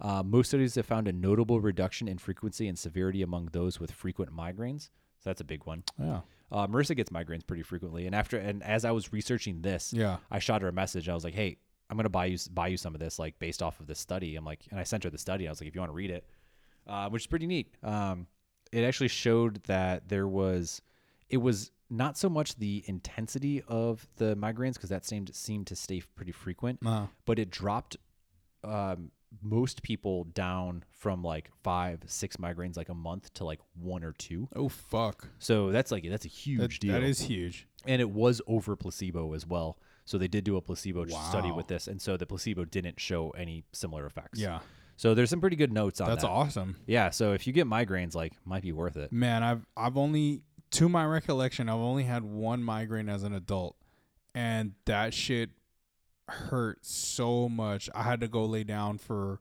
[SPEAKER 1] Uh, most studies have found a notable reduction in frequency and severity among those with frequent migraines. So that's a big one.
[SPEAKER 2] Yeah.
[SPEAKER 1] Uh, Marissa gets migraines pretty frequently, and after and as I was researching this,
[SPEAKER 2] Yeah.
[SPEAKER 1] I shot her a message. I was like, "Hey, I'm gonna buy you buy you some of this, like based off of this study." I'm like, and I sent her the study. I was like, "If you want to read it," uh, which is pretty neat. Um, it actually showed that there was, it was not so much the intensity of the migraines because that seemed seemed to stay pretty frequent,
[SPEAKER 2] Uh,
[SPEAKER 1] but it dropped um, most people down from like five, six migraines like a month to like one or two.
[SPEAKER 2] oh fuck.
[SPEAKER 1] So that's like that's a huge
[SPEAKER 2] That,
[SPEAKER 1] deal
[SPEAKER 2] that is huge.
[SPEAKER 1] and it was over placebo as well. So they did do a placebo ch- study
[SPEAKER 2] Wow.
[SPEAKER 1] with this, and so the placebo didn't show any similar effects.
[SPEAKER 2] Yeah.
[SPEAKER 1] So there's some pretty good notes on
[SPEAKER 2] That's
[SPEAKER 1] that.
[SPEAKER 2] awesome.
[SPEAKER 1] Yeah. So if you get migraines, like, might be worth it.
[SPEAKER 2] Man, I've I've only to my recollection, I've only had one migraine as an adult, and that shit hurt so much. I had to go lay down for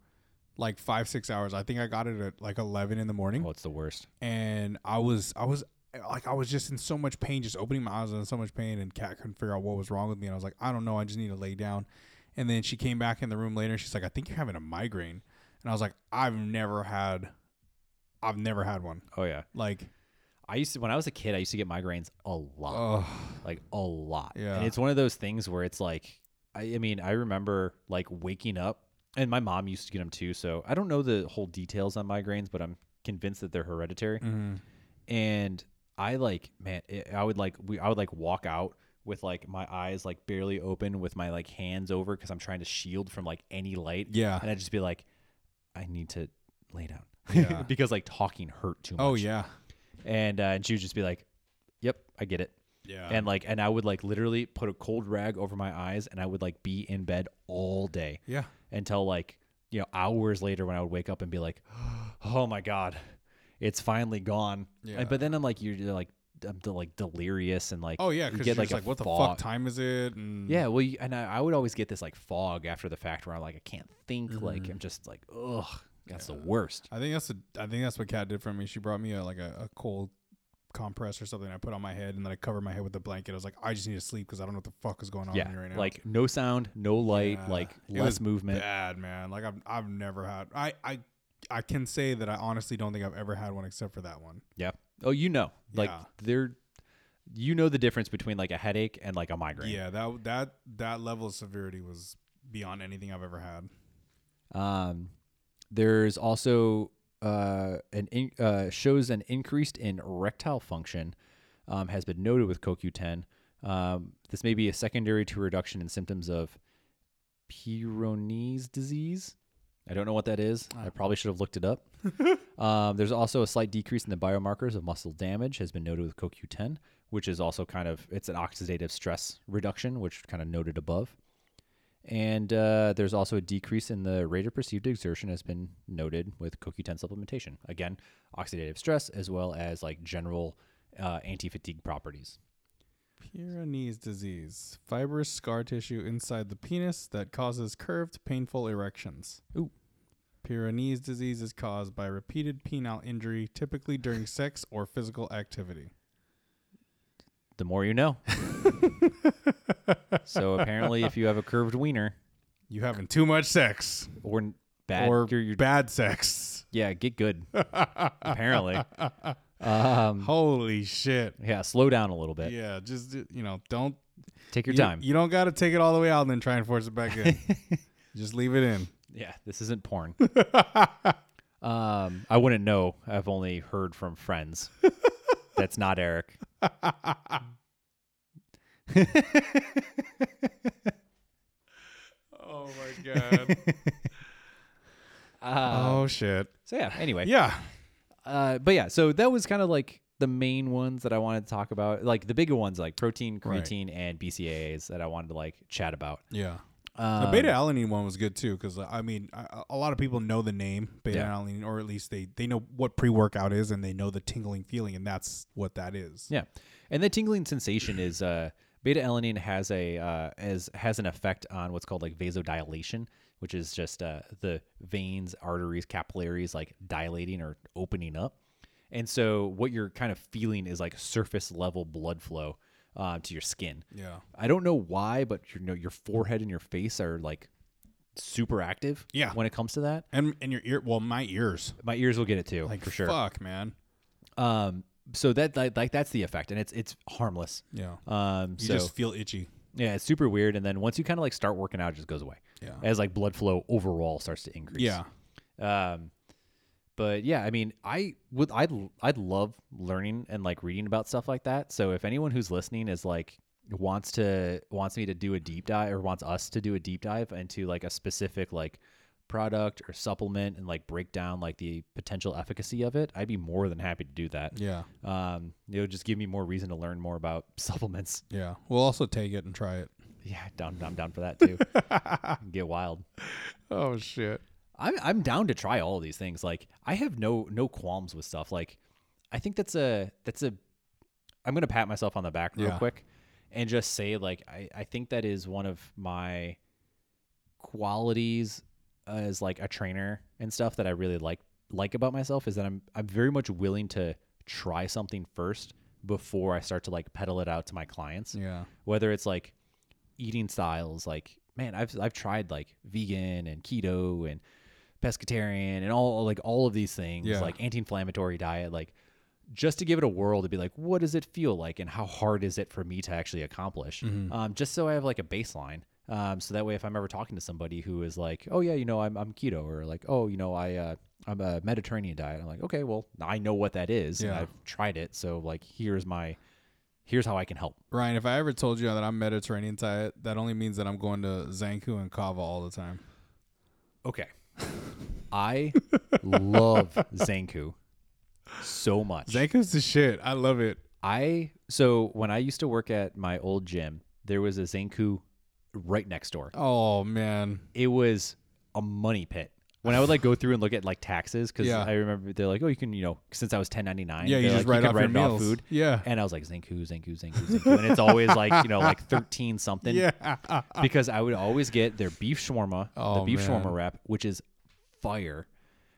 [SPEAKER 2] like five six hours. I think I got it at like eleven in the morning,
[SPEAKER 1] Oh, it's the worst.
[SPEAKER 2] and I was I was like I was just in so much pain, just opening my eyes I was in so much pain, and Kat couldn't figure out what was wrong with me, and I was like, I don't know, I just need to lay down. And then she came back in the room later. and She's like, I think you're having a migraine, and I was like, I've never had, I've never had one.
[SPEAKER 1] Oh yeah.
[SPEAKER 2] Like,
[SPEAKER 1] I used to when I was a kid, I used to get migraines a lot,
[SPEAKER 2] oh.
[SPEAKER 1] like a lot.
[SPEAKER 2] Yeah.
[SPEAKER 1] And it's one of those things where it's like, I, I mean, I remember like waking up, and my mom used to get them too. So I don't know the whole details on migraines, but I'm convinced that they're hereditary.
[SPEAKER 2] Mm.
[SPEAKER 1] and I like man, it, I would like we I would like walk out with like my eyes like barely open with my like hands over because I'm trying to shield from like any light.
[SPEAKER 2] Yeah.
[SPEAKER 1] and I'd just be like, I need to lay down
[SPEAKER 2] Yeah.
[SPEAKER 1] because like talking hurt too much.
[SPEAKER 2] Oh yeah.
[SPEAKER 1] and uh, and she would just be like, Yep, I get it.
[SPEAKER 2] Yeah.
[SPEAKER 1] and like and I would like literally put a cold rag over my eyes and I would like be in bed all day
[SPEAKER 2] yeah.
[SPEAKER 1] until like you know hours later when I would wake up and be like, oh my god, it's finally gone.
[SPEAKER 2] Yeah.
[SPEAKER 1] And- but then I'm like you're, you're, like I'm de- like delirious and like
[SPEAKER 2] Oh yeah.
[SPEAKER 1] you
[SPEAKER 2] Because
[SPEAKER 1] get
[SPEAKER 2] like,
[SPEAKER 1] like a
[SPEAKER 2] like, what the
[SPEAKER 1] fog.
[SPEAKER 2] fuck time is it? And
[SPEAKER 1] Yeah, well, you, and I, I would always get this like fog after the fact where I'm like I can't think, like I'm just like ugh, That's
[SPEAKER 2] Mm-hmm. Yeah.
[SPEAKER 1] the worst.
[SPEAKER 2] I think that's the, I think that's what Kat did for me. She brought me a, like a, a cold compress or something. I put on my head and then I covered my head with a blanket. I was like, I just need to sleep because I don't know what the fuck is going on
[SPEAKER 1] Yeah,
[SPEAKER 2] with me right now.
[SPEAKER 1] like no sound, no light,
[SPEAKER 2] Yeah.
[SPEAKER 1] like
[SPEAKER 2] It
[SPEAKER 1] less
[SPEAKER 2] was
[SPEAKER 1] movement.
[SPEAKER 2] bad man. Like I've I've never had. I I I can say that I honestly don't think I've ever had one except for that one.
[SPEAKER 1] Yeah. Oh, you know, like
[SPEAKER 2] Yeah.
[SPEAKER 1] they're, you know, the difference between like a headache and like a migraine.
[SPEAKER 2] Yeah, that that that level of severity was beyond anything I've ever had.
[SPEAKER 1] Um, there's also uh, an in, uh, shows an increased in erectile function um, has been noted with CoQ10. Um, this may be a secondary to reduction in symptoms of Peyronie's disease. I don't know what that is. I probably should have looked it up. um, there's also a slight decrease in the biomarkers of muscle damage has been noted with CoQ10, which is also kind of it's an oxidative stress reduction, which kind of noted above. And uh, there's also a decrease in the rate of perceived exertion has been noted with CoQ10 supplementation. Again, oxidative stress as well as like general uh, anti-fatigue properties.
[SPEAKER 2] Pyrenees disease, fibrous scar tissue inside the penis that causes curved, painful erections.
[SPEAKER 1] Ooh.
[SPEAKER 2] Pyrenees disease is caused by repeated penile injury, typically during sex or physical activity.
[SPEAKER 1] The more you know. so apparently, if you have a curved wiener
[SPEAKER 2] You having too much sex
[SPEAKER 1] or n- bad,
[SPEAKER 2] or
[SPEAKER 1] you're- you're-
[SPEAKER 2] bad sex.
[SPEAKER 1] yeah, get good. apparently, um,
[SPEAKER 2] Holy shit.
[SPEAKER 1] yeah, slow down a little bit.
[SPEAKER 2] Yeah, just uh, you know, don't
[SPEAKER 1] Take your
[SPEAKER 2] you-
[SPEAKER 1] time.
[SPEAKER 2] You don't got to take it all the way out and then try and force it back in. just leave it in.
[SPEAKER 1] Yeah, this isn't porn. um, I wouldn't know. I've only heard from friends. That's not Eric.
[SPEAKER 2] Oh my god.
[SPEAKER 1] Uh,
[SPEAKER 2] oh shit.
[SPEAKER 1] So yeah. Anyway.
[SPEAKER 2] Yeah.
[SPEAKER 1] Uh, but yeah. So that was kind of like the main ones that I wanted to talk about, like the bigger ones, like protein,
[SPEAKER 2] Right.
[SPEAKER 1] creatine, and BCAAs that I wanted to like chat about.
[SPEAKER 2] Yeah.
[SPEAKER 1] Um,
[SPEAKER 2] the beta alanine one was good too, because I mean, a, a lot of people know the name beta
[SPEAKER 1] Yeah.
[SPEAKER 2] alanine, or at least they they know what pre workout is, and they know the tingling feeling, and that's what that is.
[SPEAKER 1] Yeah, and the tingling sensation is uh, beta alanine has a uh, as has an effect on what's called like vasodilation, which is just uh, the veins, arteries, capillaries like dilating or opening up. And so what you're kind of feeling is like surface level blood flow uh, to your skin.
[SPEAKER 2] Yeah.
[SPEAKER 1] I don't know why, but you know your forehead and your face are like super active.
[SPEAKER 2] Yeah.
[SPEAKER 1] when it comes to that,
[SPEAKER 2] And and your ear, well, my ears,
[SPEAKER 1] my ears will get it too,
[SPEAKER 2] like
[SPEAKER 1] for sure.
[SPEAKER 2] Fuck, man.
[SPEAKER 1] Um, so that like, like that's the effect, and it's it's harmless.
[SPEAKER 2] Yeah.
[SPEAKER 1] Um,
[SPEAKER 2] You
[SPEAKER 1] so
[SPEAKER 2] just feel itchy.
[SPEAKER 1] Yeah, it's super weird. And then once you kind of like start working out, it just goes away
[SPEAKER 2] Yeah.
[SPEAKER 1] as like blood flow overall starts to increase.
[SPEAKER 2] Yeah.
[SPEAKER 1] Um, but yeah, I mean, I would, I'd, I'd love learning and like reading about stuff like that. So if anyone who's listening is like wants to wants me to do a deep dive or wants us to do a deep dive into like a specific like product or supplement and like break down like the potential efficacy of it, I'd be more than happy to do that.
[SPEAKER 2] Yeah.
[SPEAKER 1] Um, it would just give me more reason to learn more about supplements.
[SPEAKER 2] Yeah. We'll also take it and try it.
[SPEAKER 1] Yeah, down, I'm down for that too. Get wild.
[SPEAKER 2] Oh shit.
[SPEAKER 1] I'm I'm down to try all of these things. Like I have no no qualms with stuff. Like I think that's a that's a I'm gonna pat myself on the back real
[SPEAKER 2] Yeah.
[SPEAKER 1] quick and just say like I, I think that is one of my qualities as like a trainer and stuff that I really like like about myself is that I'm I'm very much willing to try something first before I start to like peddle it out to my clients
[SPEAKER 2] Yeah.
[SPEAKER 1] whether it's like eating styles like man i've i've tried like vegan and keto and pescatarian and all like all of these things
[SPEAKER 2] Yeah.
[SPEAKER 1] like anti-inflammatory diet like just to give it a whirl to be like what does it feel like and how hard is it for me to actually accomplish
[SPEAKER 2] Mm-hmm.
[SPEAKER 1] um, just so i have like a baseline um, so that way if i'm ever talking to somebody who is like oh yeah you know i'm, I'm keto or like oh you know i uh, i'm a mediterranean diet i'm like okay well i know what that is and
[SPEAKER 2] Yeah.
[SPEAKER 1] i've tried it so like here's my here's how i can help
[SPEAKER 2] Ryan, if I ever told you that I'm Mediterranean diet, that only means that I'm going to Zanku and Kava all the time.
[SPEAKER 1] Okay. I love Zanku so much.
[SPEAKER 2] Zanku's the shit. I love it.
[SPEAKER 1] I so when I used to work at my old gym, there was a Zanku right next door.
[SPEAKER 2] Oh man.
[SPEAKER 1] It was a money pit. When I would like go through and look at like taxes, because
[SPEAKER 2] Yeah.
[SPEAKER 1] I remember they're like, oh, you can, you know, since I was ten ninety nine,
[SPEAKER 2] Yeah, you just write off your
[SPEAKER 1] it
[SPEAKER 2] meals.
[SPEAKER 1] food.
[SPEAKER 2] Yeah.
[SPEAKER 1] And I was like Zanku, Zanku, Zanku, Zanku, and it's always like you know like thirteen something.
[SPEAKER 2] Yeah.
[SPEAKER 1] because I would always get their beef shawarma, the
[SPEAKER 2] Oh,
[SPEAKER 1] beef shawarma
[SPEAKER 2] man.
[SPEAKER 1] wrap, which is fire.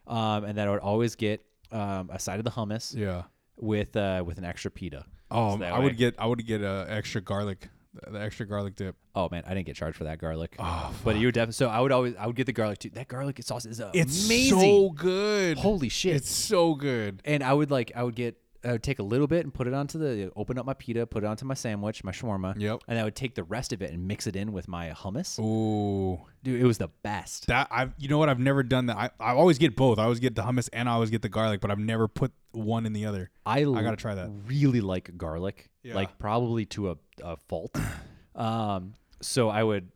[SPEAKER 1] um, and then I would always get um, a side of the hummus
[SPEAKER 2] Yeah.
[SPEAKER 1] with uh, with an extra pita.
[SPEAKER 2] Um,
[SPEAKER 1] that
[SPEAKER 2] I
[SPEAKER 1] way.
[SPEAKER 2] would get I would get a extra garlic, the- the extra garlic dip.
[SPEAKER 1] Oh man, I didn't get charged for that garlic.
[SPEAKER 2] Oh,
[SPEAKER 1] but you would definitely. So I would always I would get the garlic too. That garlic sauce is amazing.
[SPEAKER 2] It's Mm, so good.
[SPEAKER 1] Holy shit!
[SPEAKER 2] It's so good.
[SPEAKER 1] and I would like I would get I would take a little bit and put it onto the open up my pita, put it onto my sandwich, my shawarma.
[SPEAKER 2] Yep.
[SPEAKER 1] And I would take the rest of it and mix it in with my hummus.
[SPEAKER 2] Ooh,
[SPEAKER 1] Dude, it was the best.
[SPEAKER 2] that I you know what I've never done that. I, I always get both. I always get the hummus and I always get the garlic, but I've never put one in the other.
[SPEAKER 1] I,
[SPEAKER 2] I gotta try that.
[SPEAKER 1] Really like garlic,
[SPEAKER 2] Yeah.
[SPEAKER 1] like probably to a, a fault. um, so I would,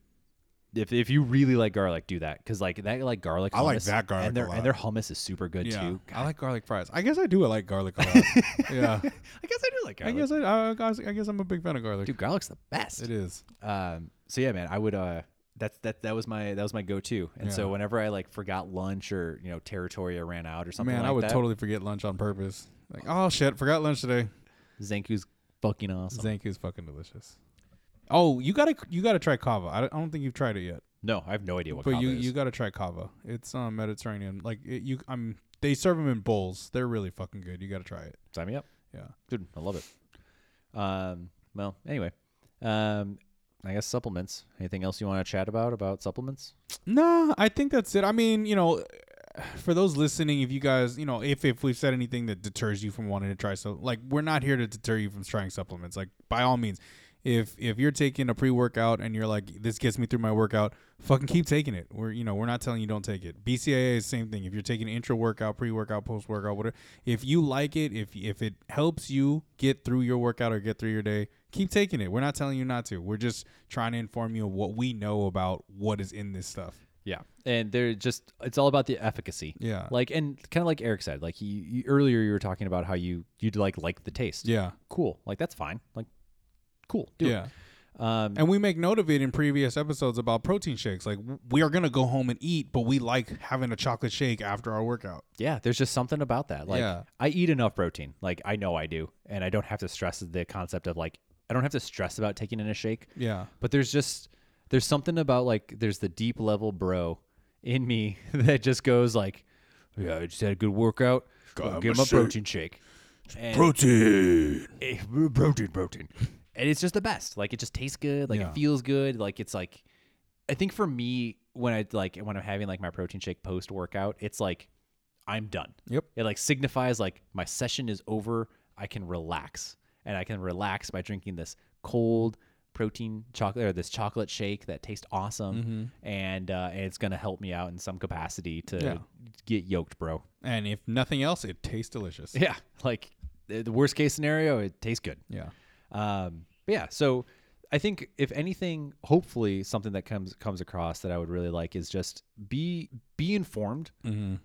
[SPEAKER 1] if if you really like garlic, do that because like that like garlic.
[SPEAKER 2] I like
[SPEAKER 1] hummus-
[SPEAKER 2] that garlic a
[SPEAKER 1] and their
[SPEAKER 2] lot.
[SPEAKER 1] and their hummus is super good
[SPEAKER 2] Yeah,
[SPEAKER 1] too.
[SPEAKER 2] I like garlic fries. I guess I do. I like garlic a lot. yeah,
[SPEAKER 1] I guess I do like
[SPEAKER 2] I
[SPEAKER 1] garlic.
[SPEAKER 2] guess I, I guess I guess I'm a big fan of garlic.
[SPEAKER 1] Dude, garlic's the best.
[SPEAKER 2] It is.
[SPEAKER 1] um so yeah man i would uh that's that that was my that was my go-to and so
[SPEAKER 2] Yeah.
[SPEAKER 1] whenever i like forgot lunch or you know territory I ran out or something
[SPEAKER 2] Man,
[SPEAKER 1] like
[SPEAKER 2] I would
[SPEAKER 1] that
[SPEAKER 2] totally forget lunch on purpose. Like, oh shit, forgot lunch today.
[SPEAKER 1] zanku's fucking awesome
[SPEAKER 2] Zanku's fucking delicious. Oh, you gotta you gotta try kava. I don't, I don't think you've tried it yet,
[SPEAKER 1] no i have no idea what
[SPEAKER 2] but
[SPEAKER 1] kava
[SPEAKER 2] you
[SPEAKER 1] is.
[SPEAKER 2] you gotta try kava. It's um Mediterranean. Like it, you, I'm they serve them in bowls. They're really fucking good. You gotta try it.
[SPEAKER 1] sign me up
[SPEAKER 2] Yeah.
[SPEAKER 1] dude i love it um well anyway um i guess supplements anything else you want to chat about about supplements
[SPEAKER 2] No, I think that's it. I mean, you know, for those listening, if you guys, you know, if if we've said anything that deters you from wanting to try so like we're not here to deter you from trying supplements. Like by all means, if if you're taking a pre-workout and you're like this gets me through my workout, fucking keep taking it. We're you know, we're not telling you don't take it. BCAA is same thing. If you're taking intra workout, pre-workout, post-workout, whatever, if you like it, if if it helps you get through your workout or get through your day, keep taking it. We're not telling you not to. We're just trying to inform you of what we know about what is in this stuff.
[SPEAKER 1] yeah and they're just it's all about the efficacy
[SPEAKER 2] Yeah.
[SPEAKER 1] like and kind of like eric said like you, you earlier you were talking about how you you'd like like the taste
[SPEAKER 2] Yeah.
[SPEAKER 1] cool like that's fine like cool do
[SPEAKER 2] yeah.
[SPEAKER 1] it um
[SPEAKER 2] And we make note of it in previous episodes about protein shakes. Like w- we are going to go home and eat, but we like having a chocolate shake after our workout.
[SPEAKER 1] Yeah, there's just something about that. Like
[SPEAKER 2] Yeah.
[SPEAKER 1] I eat enough protein. Like I know I do, and I don't have to stress the concept of like I don't have to stress about taking in a shake.
[SPEAKER 2] Yeah.
[SPEAKER 1] But there's just there's something about like there's the deep level bro in me that just goes like, yeah, I just had a good workout. Go
[SPEAKER 2] have
[SPEAKER 1] get
[SPEAKER 2] a
[SPEAKER 1] my
[SPEAKER 2] shake.
[SPEAKER 1] protein shake. And,
[SPEAKER 2] Protein.
[SPEAKER 1] eh, protein, protein. And it's just the best. Like it just tastes good. Like
[SPEAKER 2] Yeah.
[SPEAKER 1] it feels good. Like it's like I think for me when I like when I'm having like my protein shake post workout, it's like I'm done.
[SPEAKER 2] Yep.
[SPEAKER 1] It like signifies like my session is over. I can relax, and I can relax by drinking this cold protein chocolate or this chocolate shake that tastes awesome, and uh, and it's gonna help me out in some capacity to
[SPEAKER 2] Yeah.
[SPEAKER 1] get yoked, bro.
[SPEAKER 2] And if nothing else, it tastes delicious.
[SPEAKER 1] Yeah, like the the worst case scenario, it tastes good.
[SPEAKER 2] Yeah.
[SPEAKER 1] Um, but yeah, so I think if anything, hopefully something that comes comes across that I would really like is just be be informed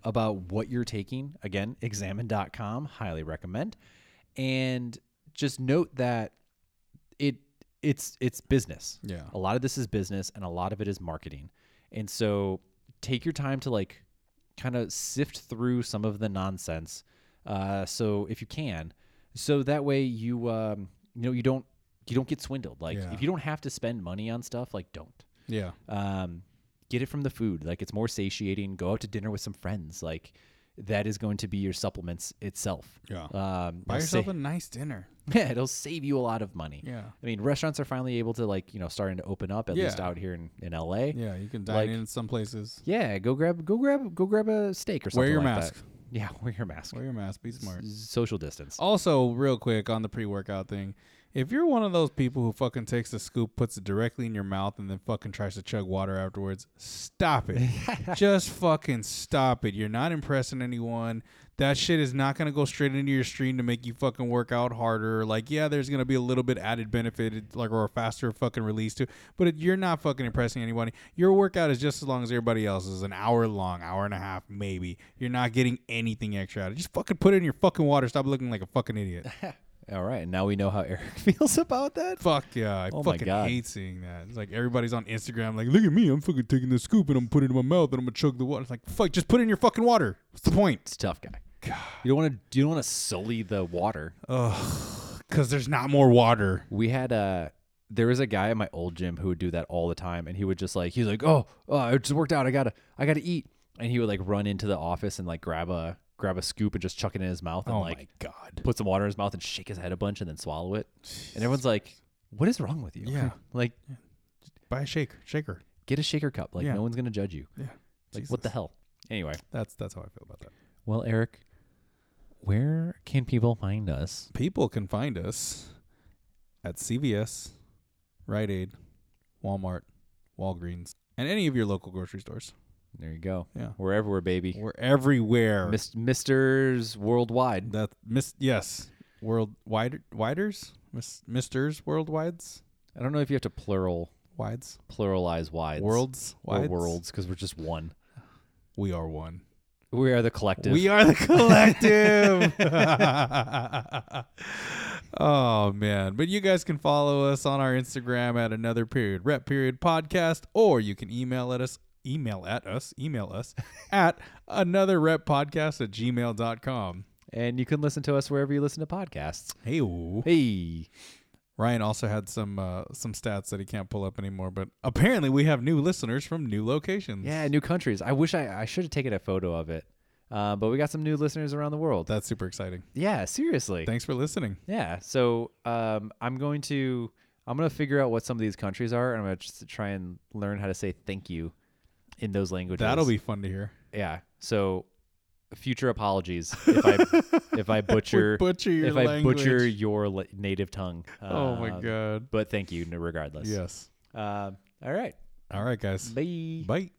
[SPEAKER 1] about what you're taking. Again, examine.com, highly recommend. And just note that it it's it's business.
[SPEAKER 2] Yeah.
[SPEAKER 1] A lot of this is business and a lot of it is marketing. And so take your time to like kind of sift through some of the nonsense. Uh, so if you can, so that way you um, you know you don't you don't get swindled. Like
[SPEAKER 2] Yeah.
[SPEAKER 1] if you don't have to spend money on stuff, like don't.
[SPEAKER 2] Yeah.
[SPEAKER 1] Um, get it from the food. Like it's more satiating. Go out to dinner with some friends. Like that is going to be your supplements itself.
[SPEAKER 2] Yeah.
[SPEAKER 1] Um, it'll
[SPEAKER 2] Buy yourself
[SPEAKER 1] sa-
[SPEAKER 2] a nice dinner.
[SPEAKER 1] yeah, it'll save you a lot of money.
[SPEAKER 2] Yeah.
[SPEAKER 1] I mean, restaurants are finally able to like you know starting to open up at least
[SPEAKER 2] Yeah.
[SPEAKER 1] out here in, in LA.
[SPEAKER 2] Yeah. You can dine
[SPEAKER 1] Like-
[SPEAKER 2] in some places.
[SPEAKER 1] Yeah, go grab go grab go grab a steak or something.
[SPEAKER 2] Wear your
[SPEAKER 1] like
[SPEAKER 2] mask.
[SPEAKER 1] That. Yeah, wear your mask.
[SPEAKER 2] Wear your mask. Oh. Be smart.
[SPEAKER 1] Social distance.
[SPEAKER 2] Also, real quick on the pre-workout thing, if you're one of those people who fucking takes the scoop, puts it directly in your mouth, and then fucking tries to chug water afterwards, stop it. Just fucking stop it. You're not impressing anyone. That shit is not gonna go straight into your stream to make you fucking work out harder. Like, yeah, there's gonna be a little bit added benefit, it- like or a faster fucking release too. But it, you're not fucking impressing anybody. Your workout is just as long as everybody else's, an hour long, hour and a half maybe. You're not getting anything extra out of it. Just fucking put it in your fucking water. Stop looking like a fucking idiot.
[SPEAKER 1] All right, now we know how Eric feels about that.
[SPEAKER 2] Fuck yeah. I
[SPEAKER 1] Oh my
[SPEAKER 2] fucking
[SPEAKER 1] God.
[SPEAKER 2] hate seeing that. It's like everybody's on Instagram like, look at me, I'm fucking taking the scoop and I'm putting it in my mouth and I'm gonna chug the water. It's like, fuck, just put it in your fucking water. What's the point?
[SPEAKER 1] It's a tough guy. You don't want to you don't want to sully the water.
[SPEAKER 2] Cause there's not more water.
[SPEAKER 1] We had a there was a guy at my old gym who would do that all the time, and he would just like he's like, oh, oh I just worked out. I gotta I gotta eat. and he would like run into the office and like grab a grab a scoop and just chuck it in his mouth and
[SPEAKER 2] oh
[SPEAKER 1] like
[SPEAKER 2] my god.
[SPEAKER 1] put some water in his mouth and shake his head a bunch and then swallow it. And everyone's like, "What is wrong with you?
[SPEAKER 2] Yeah.
[SPEAKER 1] like
[SPEAKER 2] buy a shaker, shaker.
[SPEAKER 1] get a shaker cup. Like
[SPEAKER 2] Yeah.
[SPEAKER 1] no one's gonna judge you.
[SPEAKER 2] Yeah.
[SPEAKER 1] Like what the hell? Anyway,
[SPEAKER 2] That's that's how I feel about that.
[SPEAKER 1] well, Eric, where can people find us?
[SPEAKER 2] People can find us at CVS, Rite Aid, Walmart, Walgreens, and any of your local grocery stores.
[SPEAKER 1] There you go.
[SPEAKER 2] Yeah.
[SPEAKER 1] We're everywhere, baby.
[SPEAKER 2] We're everywhere.
[SPEAKER 1] Mis- Misters worldwide.
[SPEAKER 2] that miss yes. World wider widers? Miss misters worldwides?
[SPEAKER 1] I don't know if you have to plural
[SPEAKER 2] Wides?
[SPEAKER 1] pluralize wides
[SPEAKER 2] Worlds
[SPEAKER 1] or
[SPEAKER 2] wides?
[SPEAKER 1] worlds because we're just one.
[SPEAKER 2] We are one.
[SPEAKER 1] We are the collective.
[SPEAKER 2] We are the collective. oh man. But you guys can follow us on our Instagram at another period rep period podcast, or you can email at us email at us email us at another rep podcast at gmail.com.
[SPEAKER 1] and you can listen to us wherever you listen to podcasts.
[SPEAKER 2] Hey
[SPEAKER 1] Hey,
[SPEAKER 2] Ryan also had some uh, some stats that he can't pull up anymore, but apparently we have new listeners from new locations.
[SPEAKER 1] yeah, new countries. I wish I, I should have taken a photo of it, uh, but we got some new listeners around the world.
[SPEAKER 2] That's super exciting.
[SPEAKER 1] yeah, seriously.
[SPEAKER 2] Thanks for listening.
[SPEAKER 1] Yeah. So um, I'm going to I'm going to figure out what some of these countries are, and I'm going to just try and learn how to say thank you in those languages.
[SPEAKER 2] That'll be fun to hear.
[SPEAKER 1] yeah. So future apologies if I if I butcher
[SPEAKER 2] butcher your
[SPEAKER 1] if I
[SPEAKER 2] language.
[SPEAKER 1] butcher your la- native tongue.
[SPEAKER 2] Oh my
[SPEAKER 1] Uh,
[SPEAKER 2] god.
[SPEAKER 1] But thank you n- regardless.
[SPEAKER 2] Yes.
[SPEAKER 1] Um, all right.
[SPEAKER 2] All right, guys.
[SPEAKER 1] Bye.
[SPEAKER 2] Bye.